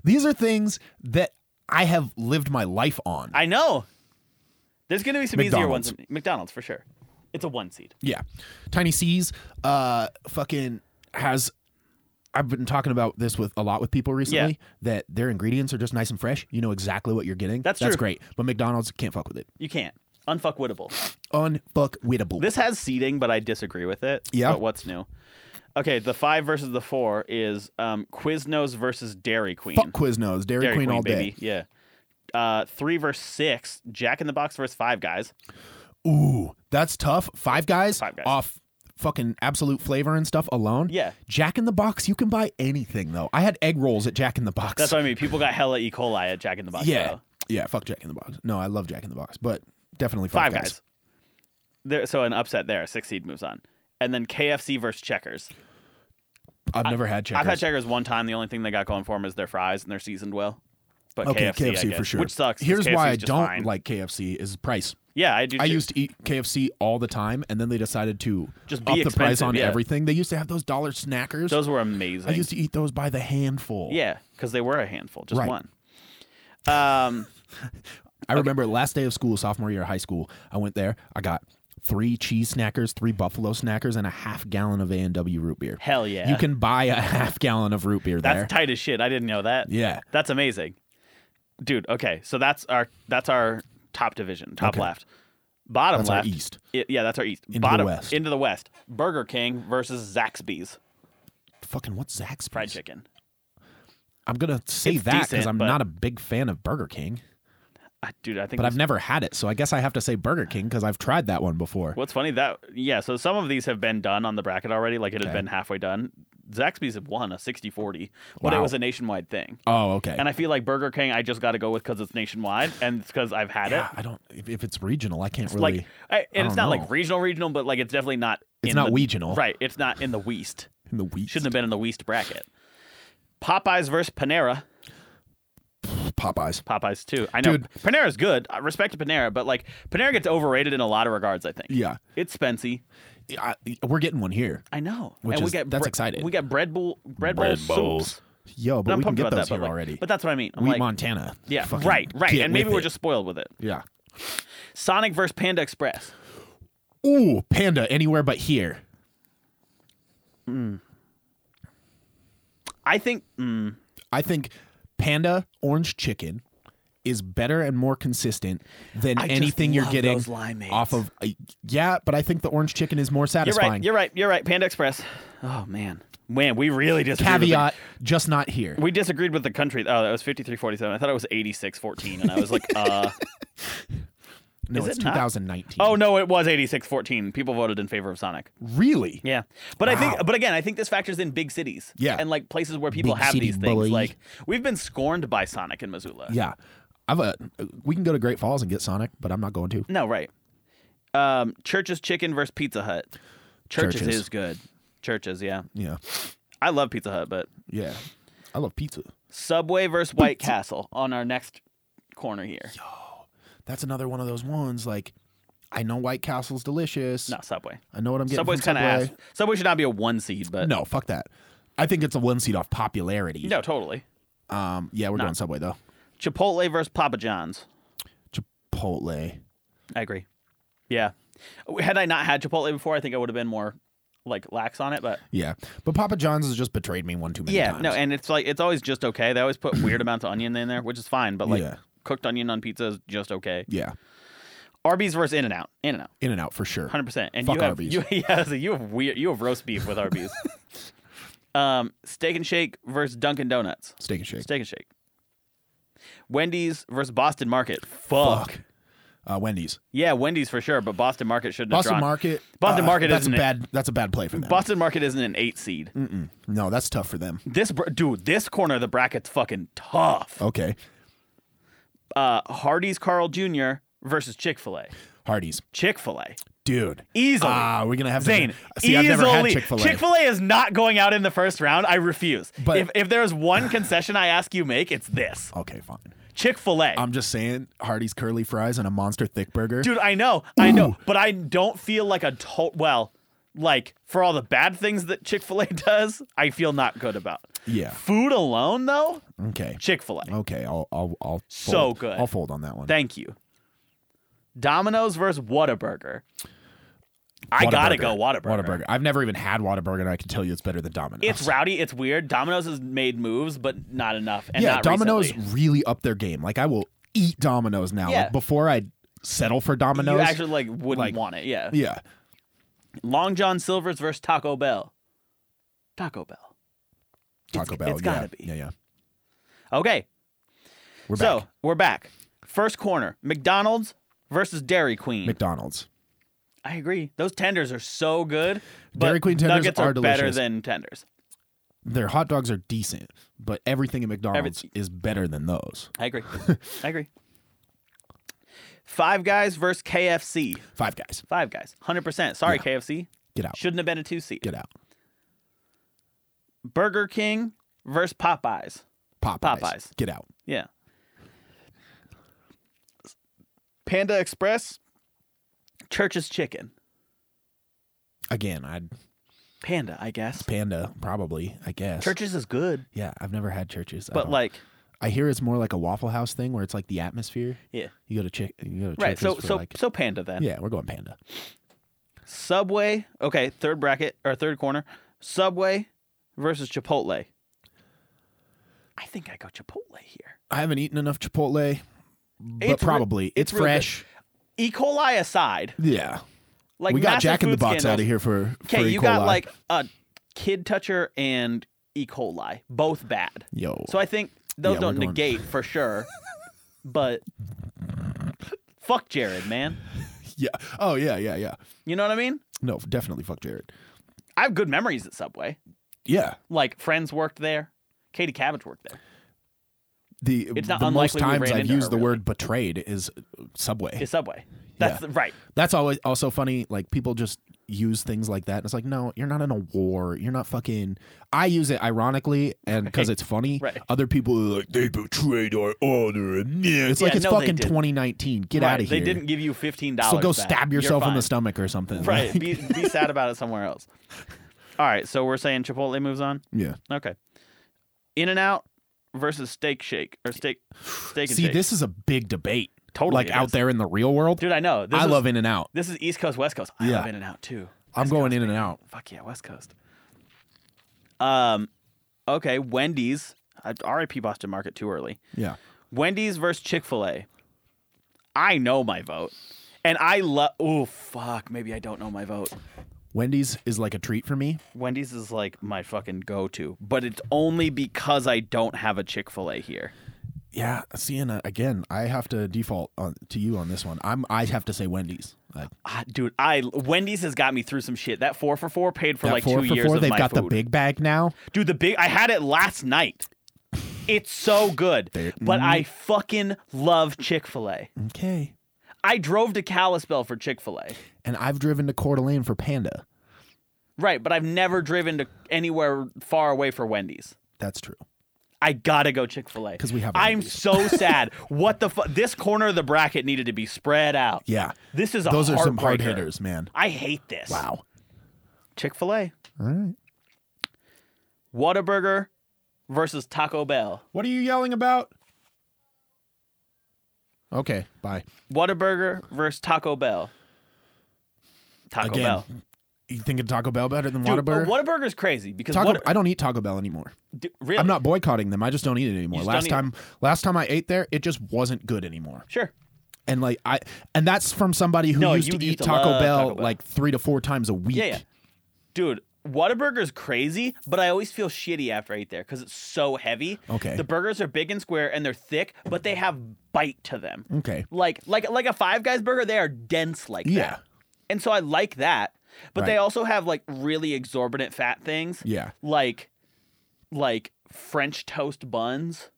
[SPEAKER 4] These are things that I have lived my life on.
[SPEAKER 3] I know. There's going to be some easier
[SPEAKER 4] McDonald's.
[SPEAKER 3] ones. McDonald's, for sure. It's a one seed.
[SPEAKER 4] Yeah. Tiny C's uh fucking has I've been talking about this with a lot with people recently that their ingredients are just nice and fresh. You know exactly what you're getting.
[SPEAKER 3] That's
[SPEAKER 4] That's
[SPEAKER 3] true.
[SPEAKER 4] great. But McDonald's can't fuck with it.
[SPEAKER 3] You can't. Unfuckwittable.
[SPEAKER 4] Unfuckwittable.
[SPEAKER 3] This has seating, but I disagree with it.
[SPEAKER 4] Yeah.
[SPEAKER 3] But what's new? Okay, the five versus the four is um, Quiznos versus Dairy Queen.
[SPEAKER 4] fuck Quiznos, Dairy,
[SPEAKER 3] Dairy
[SPEAKER 4] Queen, all
[SPEAKER 3] baby. Yeah. Uh, three versus six, Jack in the Box versus Five Guys.
[SPEAKER 4] day. Ooh, that's tough. Five guys,
[SPEAKER 3] Five Guys.
[SPEAKER 4] off fucking absolute flavor and stuff alone.
[SPEAKER 3] Yeah.
[SPEAKER 4] Jack in the Box, you can buy anything though. I had egg rolls at Jack in the Box.
[SPEAKER 3] That's what I mean. People got hella E. coli at Jack in the Box.
[SPEAKER 4] yeah.
[SPEAKER 3] though.
[SPEAKER 4] Yeah, fuck Jack in the Box. No, I love Jack in the Box, but definitely
[SPEAKER 3] Five
[SPEAKER 4] five,
[SPEAKER 3] Guys. There, so an upset there. Six seed moves on. And then KFC versus Checkers.
[SPEAKER 4] I've never had Checkers.
[SPEAKER 3] I've had Checkers one time. The only thing they got going for them is their fries and they're seasoned well. But
[SPEAKER 4] Okay,
[SPEAKER 3] KFC, I
[SPEAKER 4] KFC, for
[SPEAKER 3] guess,
[SPEAKER 4] sure.
[SPEAKER 3] Which sucks. 'cause
[SPEAKER 4] Here's why
[SPEAKER 3] KFC
[SPEAKER 4] I
[SPEAKER 3] 's just
[SPEAKER 4] don't
[SPEAKER 3] fine.
[SPEAKER 4] like KFC is price.
[SPEAKER 3] Yeah, I do.
[SPEAKER 4] I
[SPEAKER 3] too.
[SPEAKER 4] used to eat KFC all the time, and then they decided to
[SPEAKER 3] Just be
[SPEAKER 4] up the price
[SPEAKER 3] expensive,
[SPEAKER 4] on
[SPEAKER 3] yeah.
[SPEAKER 4] everything. They used to have those dollar snackers.
[SPEAKER 3] Those were amazing.
[SPEAKER 4] I used to eat those by the handful.
[SPEAKER 3] yeah, because they were a handful, just
[SPEAKER 4] Right.
[SPEAKER 3] one. Um,
[SPEAKER 4] I remember last day of school, sophomore year of high school, I went there. I got three cheese snackers, three buffalo snackers, and a half gallon of A and W root beer.
[SPEAKER 3] hell yeah.
[SPEAKER 4] You can buy a half gallon of root beer
[SPEAKER 3] That's
[SPEAKER 4] there.
[SPEAKER 3] tight as shit. I didn't know that.
[SPEAKER 4] Yeah.
[SPEAKER 3] That's amazing. Dude, okay. So that's our that's our top division, top
[SPEAKER 4] Okay.
[SPEAKER 3] left. Bottom
[SPEAKER 4] That's our
[SPEAKER 3] left.
[SPEAKER 4] east.
[SPEAKER 3] I- yeah, that's our east.
[SPEAKER 4] the
[SPEAKER 3] Bottom
[SPEAKER 4] west.
[SPEAKER 3] into the west. Burger King versus Zaxby's
[SPEAKER 4] Fucking what's Zach's
[SPEAKER 3] fried chicken.
[SPEAKER 4] I'm gonna say
[SPEAKER 3] It's
[SPEAKER 4] that because
[SPEAKER 3] decent,
[SPEAKER 4] I'm
[SPEAKER 3] but-
[SPEAKER 4] not a big fan of Burger King,
[SPEAKER 3] I, dude, I think
[SPEAKER 4] but I've
[SPEAKER 3] this-
[SPEAKER 4] never had it, so I guess I have to say
[SPEAKER 3] Uh,
[SPEAKER 4] Burger King because I've tried that one before.
[SPEAKER 3] What's funny that yeah, so some of these have been done on the bracket already, like it had
[SPEAKER 4] Okay.
[SPEAKER 3] been halfway done. Zaxby's had won a 60-40, but it
[SPEAKER 4] Wow.
[SPEAKER 3] was a nationwide thing.
[SPEAKER 4] Oh, okay.
[SPEAKER 3] And I feel like Burger King, I just got to go with because it's nationwide and it's because I've had
[SPEAKER 4] yeah,
[SPEAKER 3] it.
[SPEAKER 4] I don't. If, if it's regional, I can't really.
[SPEAKER 3] Like, I, and it's
[SPEAKER 4] don't
[SPEAKER 3] not
[SPEAKER 4] know.
[SPEAKER 3] like regional, regional, but like it's definitely not.
[SPEAKER 4] It's
[SPEAKER 3] in
[SPEAKER 4] not
[SPEAKER 3] the-
[SPEAKER 4] regional.
[SPEAKER 3] right? It's not in the West.
[SPEAKER 4] in the wheat.
[SPEAKER 3] Shouldn't have been in the West bracket. Popeyes versus Panera.
[SPEAKER 4] Popeyes.
[SPEAKER 3] Popeyes too. I know
[SPEAKER 4] Dude.
[SPEAKER 3] Panera's good. I respect Panera, but like Panera gets overrated in a lot of regards. I think.
[SPEAKER 4] Yeah,
[SPEAKER 3] It's spency.
[SPEAKER 4] I, we're getting one here.
[SPEAKER 3] I know.
[SPEAKER 4] Which
[SPEAKER 3] and
[SPEAKER 4] is-
[SPEAKER 3] we got
[SPEAKER 4] that's
[SPEAKER 3] bre-
[SPEAKER 4] excited.
[SPEAKER 3] We got bread bowl, bread, bowl soups.
[SPEAKER 4] Yo,
[SPEAKER 3] And
[SPEAKER 4] but
[SPEAKER 3] I'm
[SPEAKER 4] we can
[SPEAKER 3] pumped
[SPEAKER 4] get
[SPEAKER 3] about
[SPEAKER 4] those
[SPEAKER 3] that, but
[SPEAKER 4] here
[SPEAKER 3] like-
[SPEAKER 4] already.
[SPEAKER 3] But that's what I mean. I'm
[SPEAKER 4] Wheat
[SPEAKER 3] like,
[SPEAKER 4] Montana.
[SPEAKER 3] yeah,
[SPEAKER 4] Fucking
[SPEAKER 3] right, right.
[SPEAKER 4] get
[SPEAKER 3] And maybe
[SPEAKER 4] with
[SPEAKER 3] we're
[SPEAKER 4] it.
[SPEAKER 3] just spoiled with it.
[SPEAKER 4] yeah.
[SPEAKER 3] Sonic versus Panda Express.
[SPEAKER 4] Ooh, panda anywhere but here.
[SPEAKER 3] I think. mm,
[SPEAKER 4] I think panda orange chicken is better and more consistent than
[SPEAKER 3] I just
[SPEAKER 4] anything you're
[SPEAKER 3] love
[SPEAKER 4] getting
[SPEAKER 3] those limeades.
[SPEAKER 4] off of. uh, yeah, but I think the orange chicken is more
[SPEAKER 3] You're
[SPEAKER 4] satisfying.
[SPEAKER 3] right. You're right. You're right. Panda Express. Oh man, man, we really just
[SPEAKER 4] Caveat: just not here.
[SPEAKER 3] We disagreed with the country. Oh, that was fifty-three forty-seven. I thought it was eighty-six fourteen, and I was like, uh,
[SPEAKER 4] no,
[SPEAKER 3] is
[SPEAKER 4] it's
[SPEAKER 3] it not?
[SPEAKER 4] 2019.
[SPEAKER 3] oh no, it was eighty-six fourteen. People voted in favor of Sonic.
[SPEAKER 4] really?
[SPEAKER 3] Yeah, but I
[SPEAKER 4] Wow.
[SPEAKER 3] think, but again, I think this factors in big cities.
[SPEAKER 4] Yeah.
[SPEAKER 3] and like places where people
[SPEAKER 4] Big
[SPEAKER 3] have
[SPEAKER 4] city
[SPEAKER 3] these things.
[SPEAKER 4] bully.
[SPEAKER 3] Like we've been scorned by Sonic in Missoula.
[SPEAKER 4] Yeah. I've a. We can go to Great Falls and get Sonic, but I'm not going to.
[SPEAKER 3] No, right. Um, Church's Chicken versus Pizza Hut. Church's,
[SPEAKER 4] Church's.
[SPEAKER 3] is good. Church's, yeah.
[SPEAKER 4] Yeah.
[SPEAKER 3] I love Pizza Hut, but
[SPEAKER 4] Yeah. I love pizza.
[SPEAKER 3] Subway versus White Castle on our next corner here.
[SPEAKER 4] That's another one of those ones. Like, I know White Castle's delicious.
[SPEAKER 3] Not Subway.
[SPEAKER 4] I know what I'm getting.
[SPEAKER 3] Subway's
[SPEAKER 4] from
[SPEAKER 3] kind of
[SPEAKER 4] Subway.
[SPEAKER 3] ass. Subway should not be a one seed, but
[SPEAKER 4] No, fuck that. I think it's a one seat off popularity.
[SPEAKER 3] no, totally.
[SPEAKER 4] Um, yeah, we're going Subway though.
[SPEAKER 3] Chipotle versus Papa John's.
[SPEAKER 4] Chipotle.
[SPEAKER 3] I agree. Yeah. Had I not had Chipotle before, I think I would have been more like lax on it, but
[SPEAKER 4] Yeah, but Papa John's has just betrayed me one too many
[SPEAKER 3] yeah,
[SPEAKER 4] times.
[SPEAKER 3] no, and it's like it's always just okay. They always put weird amounts of onion in there, which is fine, but like
[SPEAKER 4] Yeah.
[SPEAKER 3] cooked onion on pizza is just okay.
[SPEAKER 4] yeah,
[SPEAKER 3] Arby's versus In and Out. In and Out.
[SPEAKER 4] In and Out for sure.
[SPEAKER 3] Hundred percent. And
[SPEAKER 4] Fuck
[SPEAKER 3] you have
[SPEAKER 4] Arby's.
[SPEAKER 3] you yeah, so you have weird you have roast beef with Arby's. um, Steak and Shake versus Dunkin' Donuts.
[SPEAKER 4] Steak and Shake.
[SPEAKER 3] Steak and Shake. Wendy's versus Boston Market. Fuck.
[SPEAKER 4] Fuck. Uh, Wendy's.
[SPEAKER 3] Yeah, Wendy's for sure, but Boston Market shouldn't
[SPEAKER 4] Boston
[SPEAKER 3] have drawn.
[SPEAKER 4] Market.
[SPEAKER 3] Boston
[SPEAKER 4] uh,
[SPEAKER 3] Market
[SPEAKER 4] That's a
[SPEAKER 3] isn't it.
[SPEAKER 4] bad. That's a bad play for them.
[SPEAKER 3] Boston Market isn't an eight seed.
[SPEAKER 4] no, that's tough for them.
[SPEAKER 3] This br- dude, this corner of the bracket's fucking tough.
[SPEAKER 4] Okay, Oh.
[SPEAKER 3] Uh, Hardy's Carl Jr. versus Chick Fil A.
[SPEAKER 4] Hardee's.
[SPEAKER 3] Chick Fil A
[SPEAKER 4] Dude.
[SPEAKER 3] easily.
[SPEAKER 4] Ah, we're gonna have to-
[SPEAKER 3] Zane.
[SPEAKER 4] See, I've
[SPEAKER 3] easily.
[SPEAKER 4] never had Chick-fil-A.
[SPEAKER 3] Chick-fil-A is not going out in the first round. I refuse.
[SPEAKER 4] But-
[SPEAKER 3] if if there's one concession I ask you make, it's this
[SPEAKER 4] Okay, fine.
[SPEAKER 3] Chick-fil-A.
[SPEAKER 4] I'm just saying, Hardee's curly fries and a monster thick burger.
[SPEAKER 3] Dude, I know, I know, but I don't feel like a to- well, like for all the bad things that Chick-fil-A does, I feel not good about.
[SPEAKER 4] Yeah. Oh.
[SPEAKER 3] Food alone though,
[SPEAKER 4] Okay.
[SPEAKER 3] Chick-fil-A.
[SPEAKER 4] Okay, I'll I'll I'll fold.
[SPEAKER 3] So good.
[SPEAKER 4] I'll fold on that one.
[SPEAKER 3] Thank you. Domino's versus Whataburger. I gotta go Whataburger.
[SPEAKER 4] Whataburger. I've never even had Whataburger, and I can tell you it's better than Domino's.
[SPEAKER 3] It's rowdy. It's weird. Domino's has made moves, but not enough. And
[SPEAKER 4] yeah,
[SPEAKER 3] not
[SPEAKER 4] Domino's
[SPEAKER 3] recently.
[SPEAKER 4] really up their game. Like I will eat Domino's now.
[SPEAKER 3] Yeah.
[SPEAKER 4] Like before I settle for Domino's.
[SPEAKER 3] You actually like wouldn't
[SPEAKER 4] like-
[SPEAKER 3] want it. Yeah.
[SPEAKER 4] yeah.
[SPEAKER 3] Long John Silver's versus Taco Bell. Taco Bell.
[SPEAKER 4] Taco
[SPEAKER 3] It's-
[SPEAKER 4] Bell.
[SPEAKER 3] it's
[SPEAKER 4] yeah.
[SPEAKER 3] gotta be.
[SPEAKER 4] Yeah, yeah.
[SPEAKER 3] Okay.
[SPEAKER 4] We're
[SPEAKER 3] so
[SPEAKER 4] back.
[SPEAKER 3] we're back. First corner. McDonald's versus Dairy Queen.
[SPEAKER 4] McDonald's.
[SPEAKER 3] I agree. Those tenders are so good. But
[SPEAKER 4] Dairy Queen tenders
[SPEAKER 3] nuggets
[SPEAKER 4] are
[SPEAKER 3] are, better
[SPEAKER 4] delicious.
[SPEAKER 3] than tenders.
[SPEAKER 4] Their hot dogs are decent, but everything at McDonald's is better than those.
[SPEAKER 3] I agree. I agree. Five Guys versus KFC.
[SPEAKER 4] Five guys.
[SPEAKER 3] Five Guys. 100%. Sorry, KFC.
[SPEAKER 4] Get out.
[SPEAKER 3] Shouldn't have been a two seat.
[SPEAKER 4] Get out.
[SPEAKER 3] Burger King versus Popeyes.
[SPEAKER 4] Popeyes.
[SPEAKER 3] Popeyes.
[SPEAKER 4] Get out.
[SPEAKER 3] Yeah. Panda Express, Church's Chicken.
[SPEAKER 4] Again, I'd
[SPEAKER 3] Panda, I guess.
[SPEAKER 4] panda probably. I guess
[SPEAKER 3] Church's is good,
[SPEAKER 4] Yeah, I've never had churches, I
[SPEAKER 3] but
[SPEAKER 4] don't-
[SPEAKER 3] like
[SPEAKER 4] I hear it's more like a Waffle House thing where it's like the atmosphere.
[SPEAKER 3] yeah.
[SPEAKER 4] You go to chick, you go to
[SPEAKER 3] Right. So
[SPEAKER 4] Church's for
[SPEAKER 3] so
[SPEAKER 4] like,
[SPEAKER 3] so Panda then.
[SPEAKER 4] yeah, we're going panda.
[SPEAKER 3] Subway, okay, third bracket or third corner. Subway versus Chipotle. I think I go Chipotle here.
[SPEAKER 4] I haven't eaten enough Chipotle, but
[SPEAKER 3] It's re-
[SPEAKER 4] probably it's,
[SPEAKER 3] it's real good.
[SPEAKER 4] fresh.
[SPEAKER 3] E. coli aside,
[SPEAKER 4] Yeah,
[SPEAKER 3] like
[SPEAKER 4] we got
[SPEAKER 3] massive
[SPEAKER 4] Jack in the
[SPEAKER 3] food
[SPEAKER 4] Box
[SPEAKER 3] scandals.
[SPEAKER 4] out of here for for
[SPEAKER 3] Okay,
[SPEAKER 4] E.
[SPEAKER 3] you got
[SPEAKER 4] coli.
[SPEAKER 3] like a kid toucher and E. coli, both bad.
[SPEAKER 4] yo.
[SPEAKER 3] So I think those
[SPEAKER 4] Yeah,
[SPEAKER 3] don't
[SPEAKER 4] we're going-
[SPEAKER 3] negate for sure. But fuck Jared, man.
[SPEAKER 4] yeah. Oh yeah, yeah, yeah.
[SPEAKER 3] You know what I mean?
[SPEAKER 4] No, definitely fuck Jared.
[SPEAKER 3] I have good memories at Subway.
[SPEAKER 4] Yeah,
[SPEAKER 3] Like friends worked there. Katie Cabbage worked there.
[SPEAKER 4] the
[SPEAKER 3] It's not
[SPEAKER 4] the most
[SPEAKER 3] unlikely we
[SPEAKER 4] times
[SPEAKER 3] ran
[SPEAKER 4] I've
[SPEAKER 3] into
[SPEAKER 4] used
[SPEAKER 3] her,
[SPEAKER 4] the
[SPEAKER 3] really.
[SPEAKER 4] word betrayed is Subway.
[SPEAKER 3] It's Subway. That's the, right.
[SPEAKER 4] That's always also funny. Like people just use things like that. And it's like, no, you're not in a war. You're not fucking. I use it ironically and because it's funny.
[SPEAKER 3] Right.
[SPEAKER 4] Other people are like they betrayed our order. And yeah, it's like
[SPEAKER 3] Yeah,
[SPEAKER 4] it's
[SPEAKER 3] no, they
[SPEAKER 4] fucking
[SPEAKER 3] didn't.
[SPEAKER 4] 2019. Get
[SPEAKER 3] Right,
[SPEAKER 4] out of here.
[SPEAKER 3] They didn't give you fifteen dollars.
[SPEAKER 4] So go stab yourself in the stomach or something.
[SPEAKER 3] Right.
[SPEAKER 4] Like,
[SPEAKER 3] Be, be sad about it somewhere else. All right. So we're saying Chipotle moves on.
[SPEAKER 4] yeah.
[SPEAKER 3] Okay. In and out versus Steak Shake or Steak Steak and
[SPEAKER 4] See,
[SPEAKER 3] Shake.
[SPEAKER 4] this is a big debate.
[SPEAKER 3] Totally
[SPEAKER 4] Like
[SPEAKER 3] it
[SPEAKER 4] out
[SPEAKER 3] is.
[SPEAKER 4] there in the real world.
[SPEAKER 3] dude, I know. This
[SPEAKER 4] I
[SPEAKER 3] is,
[SPEAKER 4] love In and Out.
[SPEAKER 3] This is East Coast, West Coast. I
[SPEAKER 4] Yeah.
[SPEAKER 3] love In and Out too.
[SPEAKER 4] I'm going In and Out.
[SPEAKER 3] Fuck yeah, West Coast. Um, okay, Wendy's. uh, I- R.I.P. Boston Market too early.
[SPEAKER 4] Yeah.
[SPEAKER 3] Wendy's versus Chick Fil A. I know my vote, and I love. Oh fuck, maybe I don't know my vote.
[SPEAKER 4] Wendy's is like a treat for me.
[SPEAKER 3] Wendy's is like my fucking go-to, but it's only because I don't have a Chick Fil A here.
[SPEAKER 4] Yeah, seeing uh, again, I have to default on, to you on this one. I'm I have to say Wendy's. Like
[SPEAKER 3] Ah, dude, I Wendy's has got me through some shit. That four for four paid for
[SPEAKER 4] that
[SPEAKER 3] like
[SPEAKER 4] four
[SPEAKER 3] two
[SPEAKER 4] for
[SPEAKER 3] years
[SPEAKER 4] four,
[SPEAKER 3] of
[SPEAKER 4] they've
[SPEAKER 3] my
[SPEAKER 4] got
[SPEAKER 3] food.
[SPEAKER 4] the big bag now.
[SPEAKER 3] Dude, the big I had it last night. It's so good. but
[SPEAKER 4] Mm-hmm.
[SPEAKER 3] I fucking love Chick-fil-A.
[SPEAKER 4] Okay,
[SPEAKER 3] I drove to Kalispell for Chick-fil-A.
[SPEAKER 4] and I've driven to Coeur d'Alene for Panda.
[SPEAKER 3] Right, but I've never driven to anywhere far away for Wendy's.
[SPEAKER 4] That's true.
[SPEAKER 3] I gotta go Chick Fil A
[SPEAKER 4] 'Cause we have
[SPEAKER 3] I'm
[SPEAKER 4] Wendy's.
[SPEAKER 3] so sad. What the fuck? This corner of the bracket needed to be spread out.
[SPEAKER 4] Yeah,
[SPEAKER 3] This is a
[SPEAKER 4] those are some hard
[SPEAKER 3] heartbreaker.
[SPEAKER 4] hitters, man.
[SPEAKER 3] I hate this.
[SPEAKER 4] Wow.
[SPEAKER 3] Chick Fil A,
[SPEAKER 4] All right.
[SPEAKER 3] Whataburger versus Taco Bell.
[SPEAKER 4] What are you yelling about? Okay, bye.
[SPEAKER 3] Whataburger versus Taco Bell. Taco
[SPEAKER 4] again,
[SPEAKER 3] Bell.
[SPEAKER 4] you thinking Taco Bell better than
[SPEAKER 3] Dude,
[SPEAKER 4] Whataburger?
[SPEAKER 3] Whataburger's crazy because
[SPEAKER 4] Taco,
[SPEAKER 3] what,
[SPEAKER 4] I don't eat Taco Bell anymore.
[SPEAKER 3] d- really?
[SPEAKER 4] I'm not boycotting them. I just don't eat it anymore.
[SPEAKER 3] just don't
[SPEAKER 4] Last
[SPEAKER 3] eat
[SPEAKER 4] time, last time I ate there, it just wasn't good anymore.
[SPEAKER 3] sure.
[SPEAKER 4] and like I and that's from somebody who
[SPEAKER 3] No,
[SPEAKER 4] used
[SPEAKER 3] you
[SPEAKER 4] to
[SPEAKER 3] used
[SPEAKER 4] eat
[SPEAKER 3] to
[SPEAKER 4] Taco
[SPEAKER 3] love
[SPEAKER 4] Bell,
[SPEAKER 3] Taco Bell.
[SPEAKER 4] like three to four times a week.
[SPEAKER 3] Yeah, yeah. Dude, Whataburger's crazy, but I always feel shitty after I eat there because it's so heavy.
[SPEAKER 4] Okay.
[SPEAKER 3] The burgers are big and square and they're thick, but they have bite to them.
[SPEAKER 4] Okay.
[SPEAKER 3] Like like like a Five Guys burger, they are dense like
[SPEAKER 4] Yeah.
[SPEAKER 3] that. And so I like that. But they
[SPEAKER 4] Right.
[SPEAKER 3] also have like really exorbitant fat things.
[SPEAKER 4] Yeah.
[SPEAKER 3] Like like French toast buns.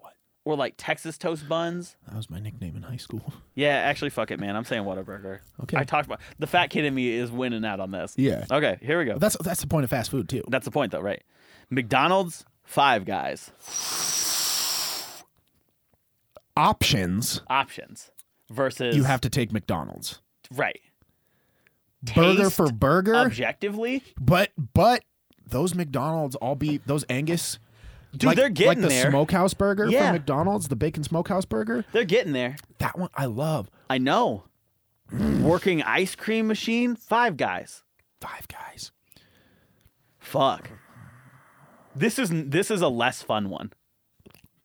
[SPEAKER 3] What? Or like Texas toast buns.
[SPEAKER 4] That was my nickname in high school.
[SPEAKER 3] Yeah, actually fuck it, man. I'm saying Whataburger.
[SPEAKER 4] Okay.
[SPEAKER 3] I talked about the fat kid in me is winning out on this.
[SPEAKER 4] Yeah.
[SPEAKER 3] Okay, here we go.
[SPEAKER 4] That's that's the point of fast food too.
[SPEAKER 3] That's the point, though, right? McDonald's, Five Guys,
[SPEAKER 4] Options
[SPEAKER 3] options versus
[SPEAKER 4] you have to take McDonald's.
[SPEAKER 3] right
[SPEAKER 4] burger
[SPEAKER 3] Taste
[SPEAKER 4] for burger,
[SPEAKER 3] objectively,
[SPEAKER 4] but but those McDonald's all be those Angus
[SPEAKER 3] dude.
[SPEAKER 4] like,
[SPEAKER 3] they're
[SPEAKER 4] like
[SPEAKER 3] getting
[SPEAKER 4] the
[SPEAKER 3] there.
[SPEAKER 4] smokehouse burger
[SPEAKER 3] Yeah.
[SPEAKER 4] from McDonald's, the bacon smokehouse burger.
[SPEAKER 3] They're getting there.
[SPEAKER 4] That one I love.
[SPEAKER 3] I know. Working ice cream machine, Five Guys.
[SPEAKER 4] Five Guys.
[SPEAKER 3] Fuck. This is this is a less fun one.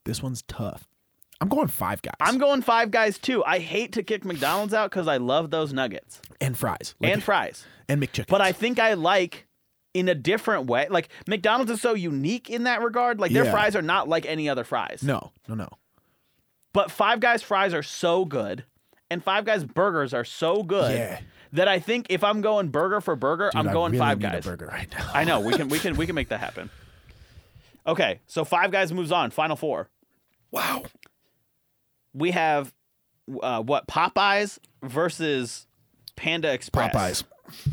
[SPEAKER 4] This one's tough. I'm going Five Guys
[SPEAKER 3] I'm going Five Guys too. I hate to kick McDonald's out because I love those nuggets
[SPEAKER 4] and fries
[SPEAKER 3] and fries.
[SPEAKER 4] and McChicken.
[SPEAKER 3] but I think I like in a different way. Like McDonald's is so unique in that regard. Like their
[SPEAKER 4] Yeah.
[SPEAKER 3] fries are not like any other fries.
[SPEAKER 4] no no no.
[SPEAKER 3] But Five Guys fries are so good, and Five Guys burgers are so good
[SPEAKER 4] Yeah.
[SPEAKER 3] that I think if I'm going burger for burger,
[SPEAKER 4] Dude,
[SPEAKER 3] I'm going
[SPEAKER 4] I really
[SPEAKER 3] Five
[SPEAKER 4] need
[SPEAKER 3] Guys.
[SPEAKER 4] A burger right now.
[SPEAKER 3] I know we can we can we can make that happen. Okay, so Five Guys moves on. Final four.
[SPEAKER 4] Wow.
[SPEAKER 3] We have uh, what Popeyes versus Panda Express.
[SPEAKER 4] Popeyes.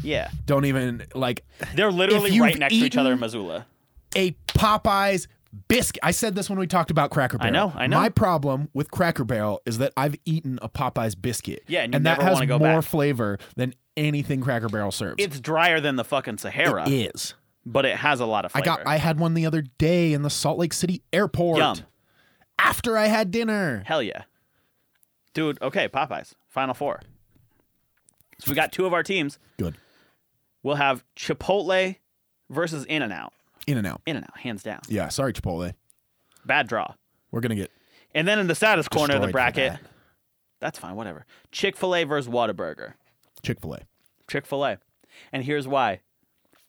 [SPEAKER 3] Yeah,
[SPEAKER 4] Don't even like
[SPEAKER 3] they're literally
[SPEAKER 4] you've
[SPEAKER 3] right next to each other in
[SPEAKER 4] eaten-
[SPEAKER 3] Missoula.
[SPEAKER 4] a Popeyes Biscuit. I said this when we talked about Cracker Barrel.
[SPEAKER 3] know, I know.
[SPEAKER 4] My problem with Cracker Barrel is that I've eaten a Popeye's biscuit.
[SPEAKER 3] Yeah, and you
[SPEAKER 4] that
[SPEAKER 3] never
[SPEAKER 4] has
[SPEAKER 3] wanna go
[SPEAKER 4] more
[SPEAKER 3] back.
[SPEAKER 4] flavor than anything Cracker Barrel serves.
[SPEAKER 3] It's drier than the fucking Sahara,
[SPEAKER 4] It is.
[SPEAKER 3] but it has a lot of
[SPEAKER 4] I
[SPEAKER 3] flavor.
[SPEAKER 4] got. I had one the other day in the Salt Lake City airport.
[SPEAKER 3] Yum.
[SPEAKER 4] After I had dinner.
[SPEAKER 3] Hell yeah. Dude, okay, Popeyes. Final four. So we got two of our teams.
[SPEAKER 4] Good.
[SPEAKER 3] We'll have Chipotle versus In N Out.
[SPEAKER 4] In and out.
[SPEAKER 3] In N Out, hands down.
[SPEAKER 4] Yeah. Sorry, Chipotle.
[SPEAKER 3] Bad draw.
[SPEAKER 4] We're gonna get
[SPEAKER 3] And then in the saddest corner of the
[SPEAKER 4] Destroyed for
[SPEAKER 3] bracket,
[SPEAKER 4] that.
[SPEAKER 3] that's fine, whatever. Chick fil A versus Whataburger.
[SPEAKER 4] Chick Fil A.
[SPEAKER 3] Chick fil A. And here's why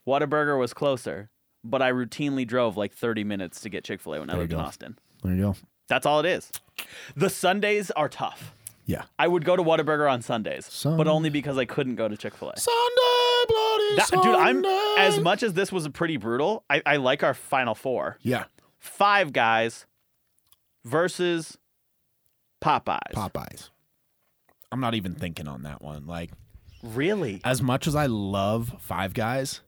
[SPEAKER 3] Whataburger was closer, but I routinely drove like 30 minutes to get Chick fil A when I
[SPEAKER 4] you
[SPEAKER 3] lived in
[SPEAKER 4] go.
[SPEAKER 3] Austin.
[SPEAKER 4] There you go.
[SPEAKER 3] That's all it is. The Sundays are tough.
[SPEAKER 4] Yeah.
[SPEAKER 3] I would go to Whataburger on Sundays,
[SPEAKER 4] Sun-
[SPEAKER 3] but only because I couldn't go to Chick fil A.
[SPEAKER 4] Sunday, bloody
[SPEAKER 3] That- dude, I'm as
[SPEAKER 4] Sunday.
[SPEAKER 3] much as this was pretty brutal. I, I like our final four.
[SPEAKER 4] Yeah.
[SPEAKER 3] Five guys versus Popeyes.
[SPEAKER 4] Popeyes. I'm not even thinking on that one. Like,
[SPEAKER 3] Really?
[SPEAKER 4] as much as I love Five Guys,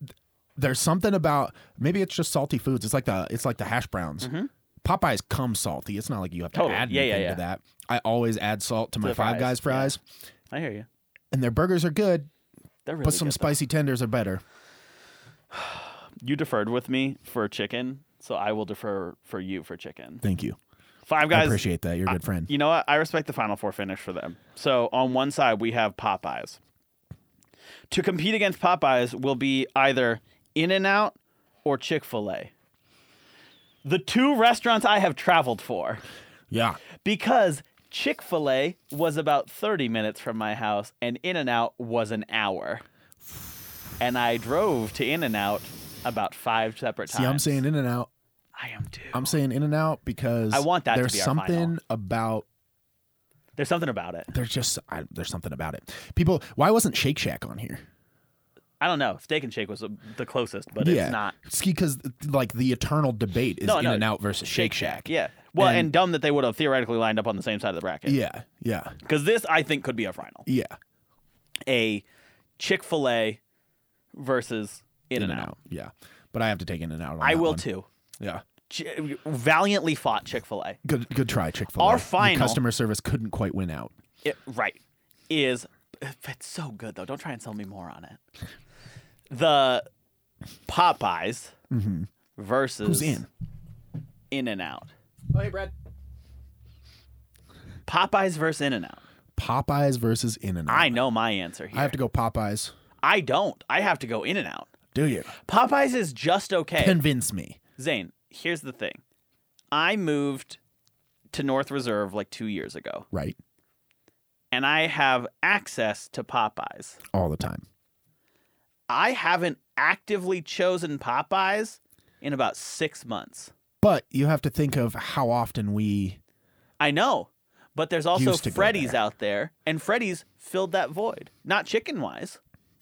[SPEAKER 4] th- there's something about maybe it's just salty foods. It's like the it's like the hash browns. Popeyes come salty. It's not like you have to
[SPEAKER 3] Mm-hmm. Totally.
[SPEAKER 4] add
[SPEAKER 3] Yeah, yeah,
[SPEAKER 4] anything
[SPEAKER 3] yeah.
[SPEAKER 4] to that. I always add salt to my
[SPEAKER 3] the
[SPEAKER 4] Five
[SPEAKER 3] fries,
[SPEAKER 4] Guys
[SPEAKER 3] yeah.
[SPEAKER 4] fries,
[SPEAKER 3] I hear you.
[SPEAKER 4] and their burgers are good,
[SPEAKER 3] They're really
[SPEAKER 4] but some
[SPEAKER 3] good, though.
[SPEAKER 4] spicy tenders are better.
[SPEAKER 3] You deferred with me for chicken, so I will defer for you for chicken.
[SPEAKER 4] Thank you.
[SPEAKER 3] Five
[SPEAKER 4] I
[SPEAKER 3] guys.
[SPEAKER 4] appreciate that. You're a good friend.
[SPEAKER 3] You know what? I respect the final four finish for them. So on one side we have Popeyes. To compete against Popeyes will be either In and Out or Chick Fil A. The two restaurants I have traveled for
[SPEAKER 4] Yeah.
[SPEAKER 3] because Chick Fil A was about thirty minutes from my house and In and Out was an hour, and I drove to In and Out about five separate times.
[SPEAKER 4] See, I'm saying in and out.
[SPEAKER 3] I am too.
[SPEAKER 4] I'm saying in and out because
[SPEAKER 3] I want that to
[SPEAKER 4] there's
[SPEAKER 3] be our final.
[SPEAKER 4] something about
[SPEAKER 3] There's something about it.
[SPEAKER 4] there's just I, there's something about it. People, why wasn't Shake Shack on here?
[SPEAKER 3] I don't know. Steak and Shake was the- the closest, but it's not.
[SPEAKER 4] because like the eternal debate is
[SPEAKER 3] No,
[SPEAKER 4] In
[SPEAKER 3] no.
[SPEAKER 4] and Out versus Shake Shack.
[SPEAKER 3] Yeah. Well, and,
[SPEAKER 4] And-
[SPEAKER 3] dumb that they would have theoretically lined up on the same side of the bracket.
[SPEAKER 4] yeah, yeah,
[SPEAKER 3] Because this, I think, could be a final.
[SPEAKER 4] yeah.
[SPEAKER 3] A Chick fil A versus In and Out.
[SPEAKER 4] yeah. But I have to take In and Out.
[SPEAKER 3] I will too.
[SPEAKER 4] Yeah,
[SPEAKER 3] Ch- valiantly fought Chick fil A.
[SPEAKER 4] good, good try, Chick Fil A.
[SPEAKER 3] Our final-
[SPEAKER 4] customer service couldn't quite win out.
[SPEAKER 3] It- Right. Is. It's so good, though. Don't try and sell me more on it. The Popeyes versus
[SPEAKER 4] Mm-hmm. Who's in?
[SPEAKER 3] In and Out.
[SPEAKER 4] Oh, hey, Brad.
[SPEAKER 3] Popeyes versus In and Out.
[SPEAKER 4] Popeyes versus In and Out.
[SPEAKER 3] I know my answer here.
[SPEAKER 4] I have to go Popeyes.
[SPEAKER 3] I don't. I have to go In and Out.
[SPEAKER 4] Do you
[SPEAKER 3] Popeyes is just okay.
[SPEAKER 4] convince me?
[SPEAKER 3] Zane, here's the thing. I moved to North Reserve like two years ago,
[SPEAKER 4] Right,
[SPEAKER 3] and I have access to Popeyes.
[SPEAKER 4] all the time.
[SPEAKER 3] I haven't actively chosen Popeyes in about six months.
[SPEAKER 4] But you have to think of how often we.
[SPEAKER 3] I know, but there's also
[SPEAKER 4] Used to go
[SPEAKER 3] Freddy's
[SPEAKER 4] there.
[SPEAKER 3] out there, and Freddy's filled that void. Not chicken wise.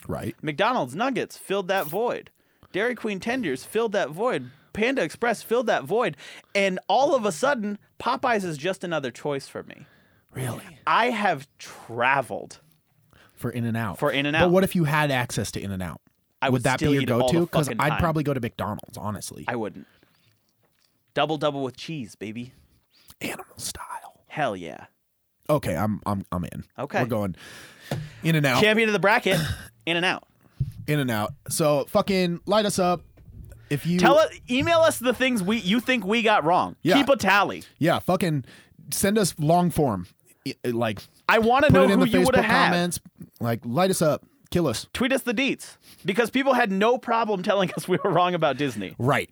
[SPEAKER 4] Right.
[SPEAKER 3] McDonald's Nuggets filled that void. Dairy Queen Tenders filled that void. Panda Express filled that void. And all of a sudden, Popeyes is just another choice for me.
[SPEAKER 4] Really.
[SPEAKER 3] I have traveled.
[SPEAKER 4] For In and Out.
[SPEAKER 3] For In-N-Out.
[SPEAKER 4] But what if you had access to In and Out?
[SPEAKER 3] I would
[SPEAKER 4] that
[SPEAKER 3] still
[SPEAKER 4] be your
[SPEAKER 3] eat all the
[SPEAKER 4] go-to? Because
[SPEAKER 3] fucking
[SPEAKER 4] I'd
[SPEAKER 3] time.
[SPEAKER 4] probably go to McDonald's, honestly.
[SPEAKER 3] I wouldn't. Double double with cheese, baby.
[SPEAKER 4] Animal style.
[SPEAKER 3] Hell yeah.
[SPEAKER 4] Okay, I'm I'm I'm in.
[SPEAKER 3] Okay.
[SPEAKER 4] we're going in and out,
[SPEAKER 3] Champion of the bracket, in and out.
[SPEAKER 4] in and out. So fucking light us up. If you
[SPEAKER 3] Tell us, email us the things we you think we got wrong.
[SPEAKER 4] Yeah.
[SPEAKER 3] Keep a tally.
[SPEAKER 4] yeah, fucking send us long form, I- I- like
[SPEAKER 3] I want to
[SPEAKER 4] put
[SPEAKER 3] know
[SPEAKER 4] it in
[SPEAKER 3] who
[SPEAKER 4] the
[SPEAKER 3] you would have
[SPEAKER 4] Facebook
[SPEAKER 3] had.
[SPEAKER 4] comments. Like light us up, kill us.
[SPEAKER 3] Tweet us the deets because people had no problem telling us we were wrong about Disney.
[SPEAKER 4] Right.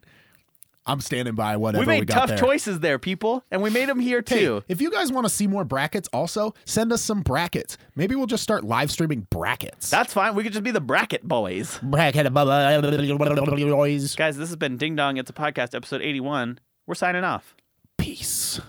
[SPEAKER 4] I'm standing by whatever
[SPEAKER 3] we
[SPEAKER 4] we,
[SPEAKER 3] made
[SPEAKER 4] got
[SPEAKER 3] tough
[SPEAKER 4] there.
[SPEAKER 3] choices there, people, and we made them here
[SPEAKER 4] Hey,
[SPEAKER 3] too.
[SPEAKER 4] if you guys want to see more brackets, also send us some brackets. Maybe we'll just start live streaming brackets.
[SPEAKER 3] That's fine. We could just be the bracket boys.
[SPEAKER 4] bracket uh,
[SPEAKER 3] Guys, this has been Ding Dong. It's a podcast, episode 81. We're signing off.
[SPEAKER 4] Peace.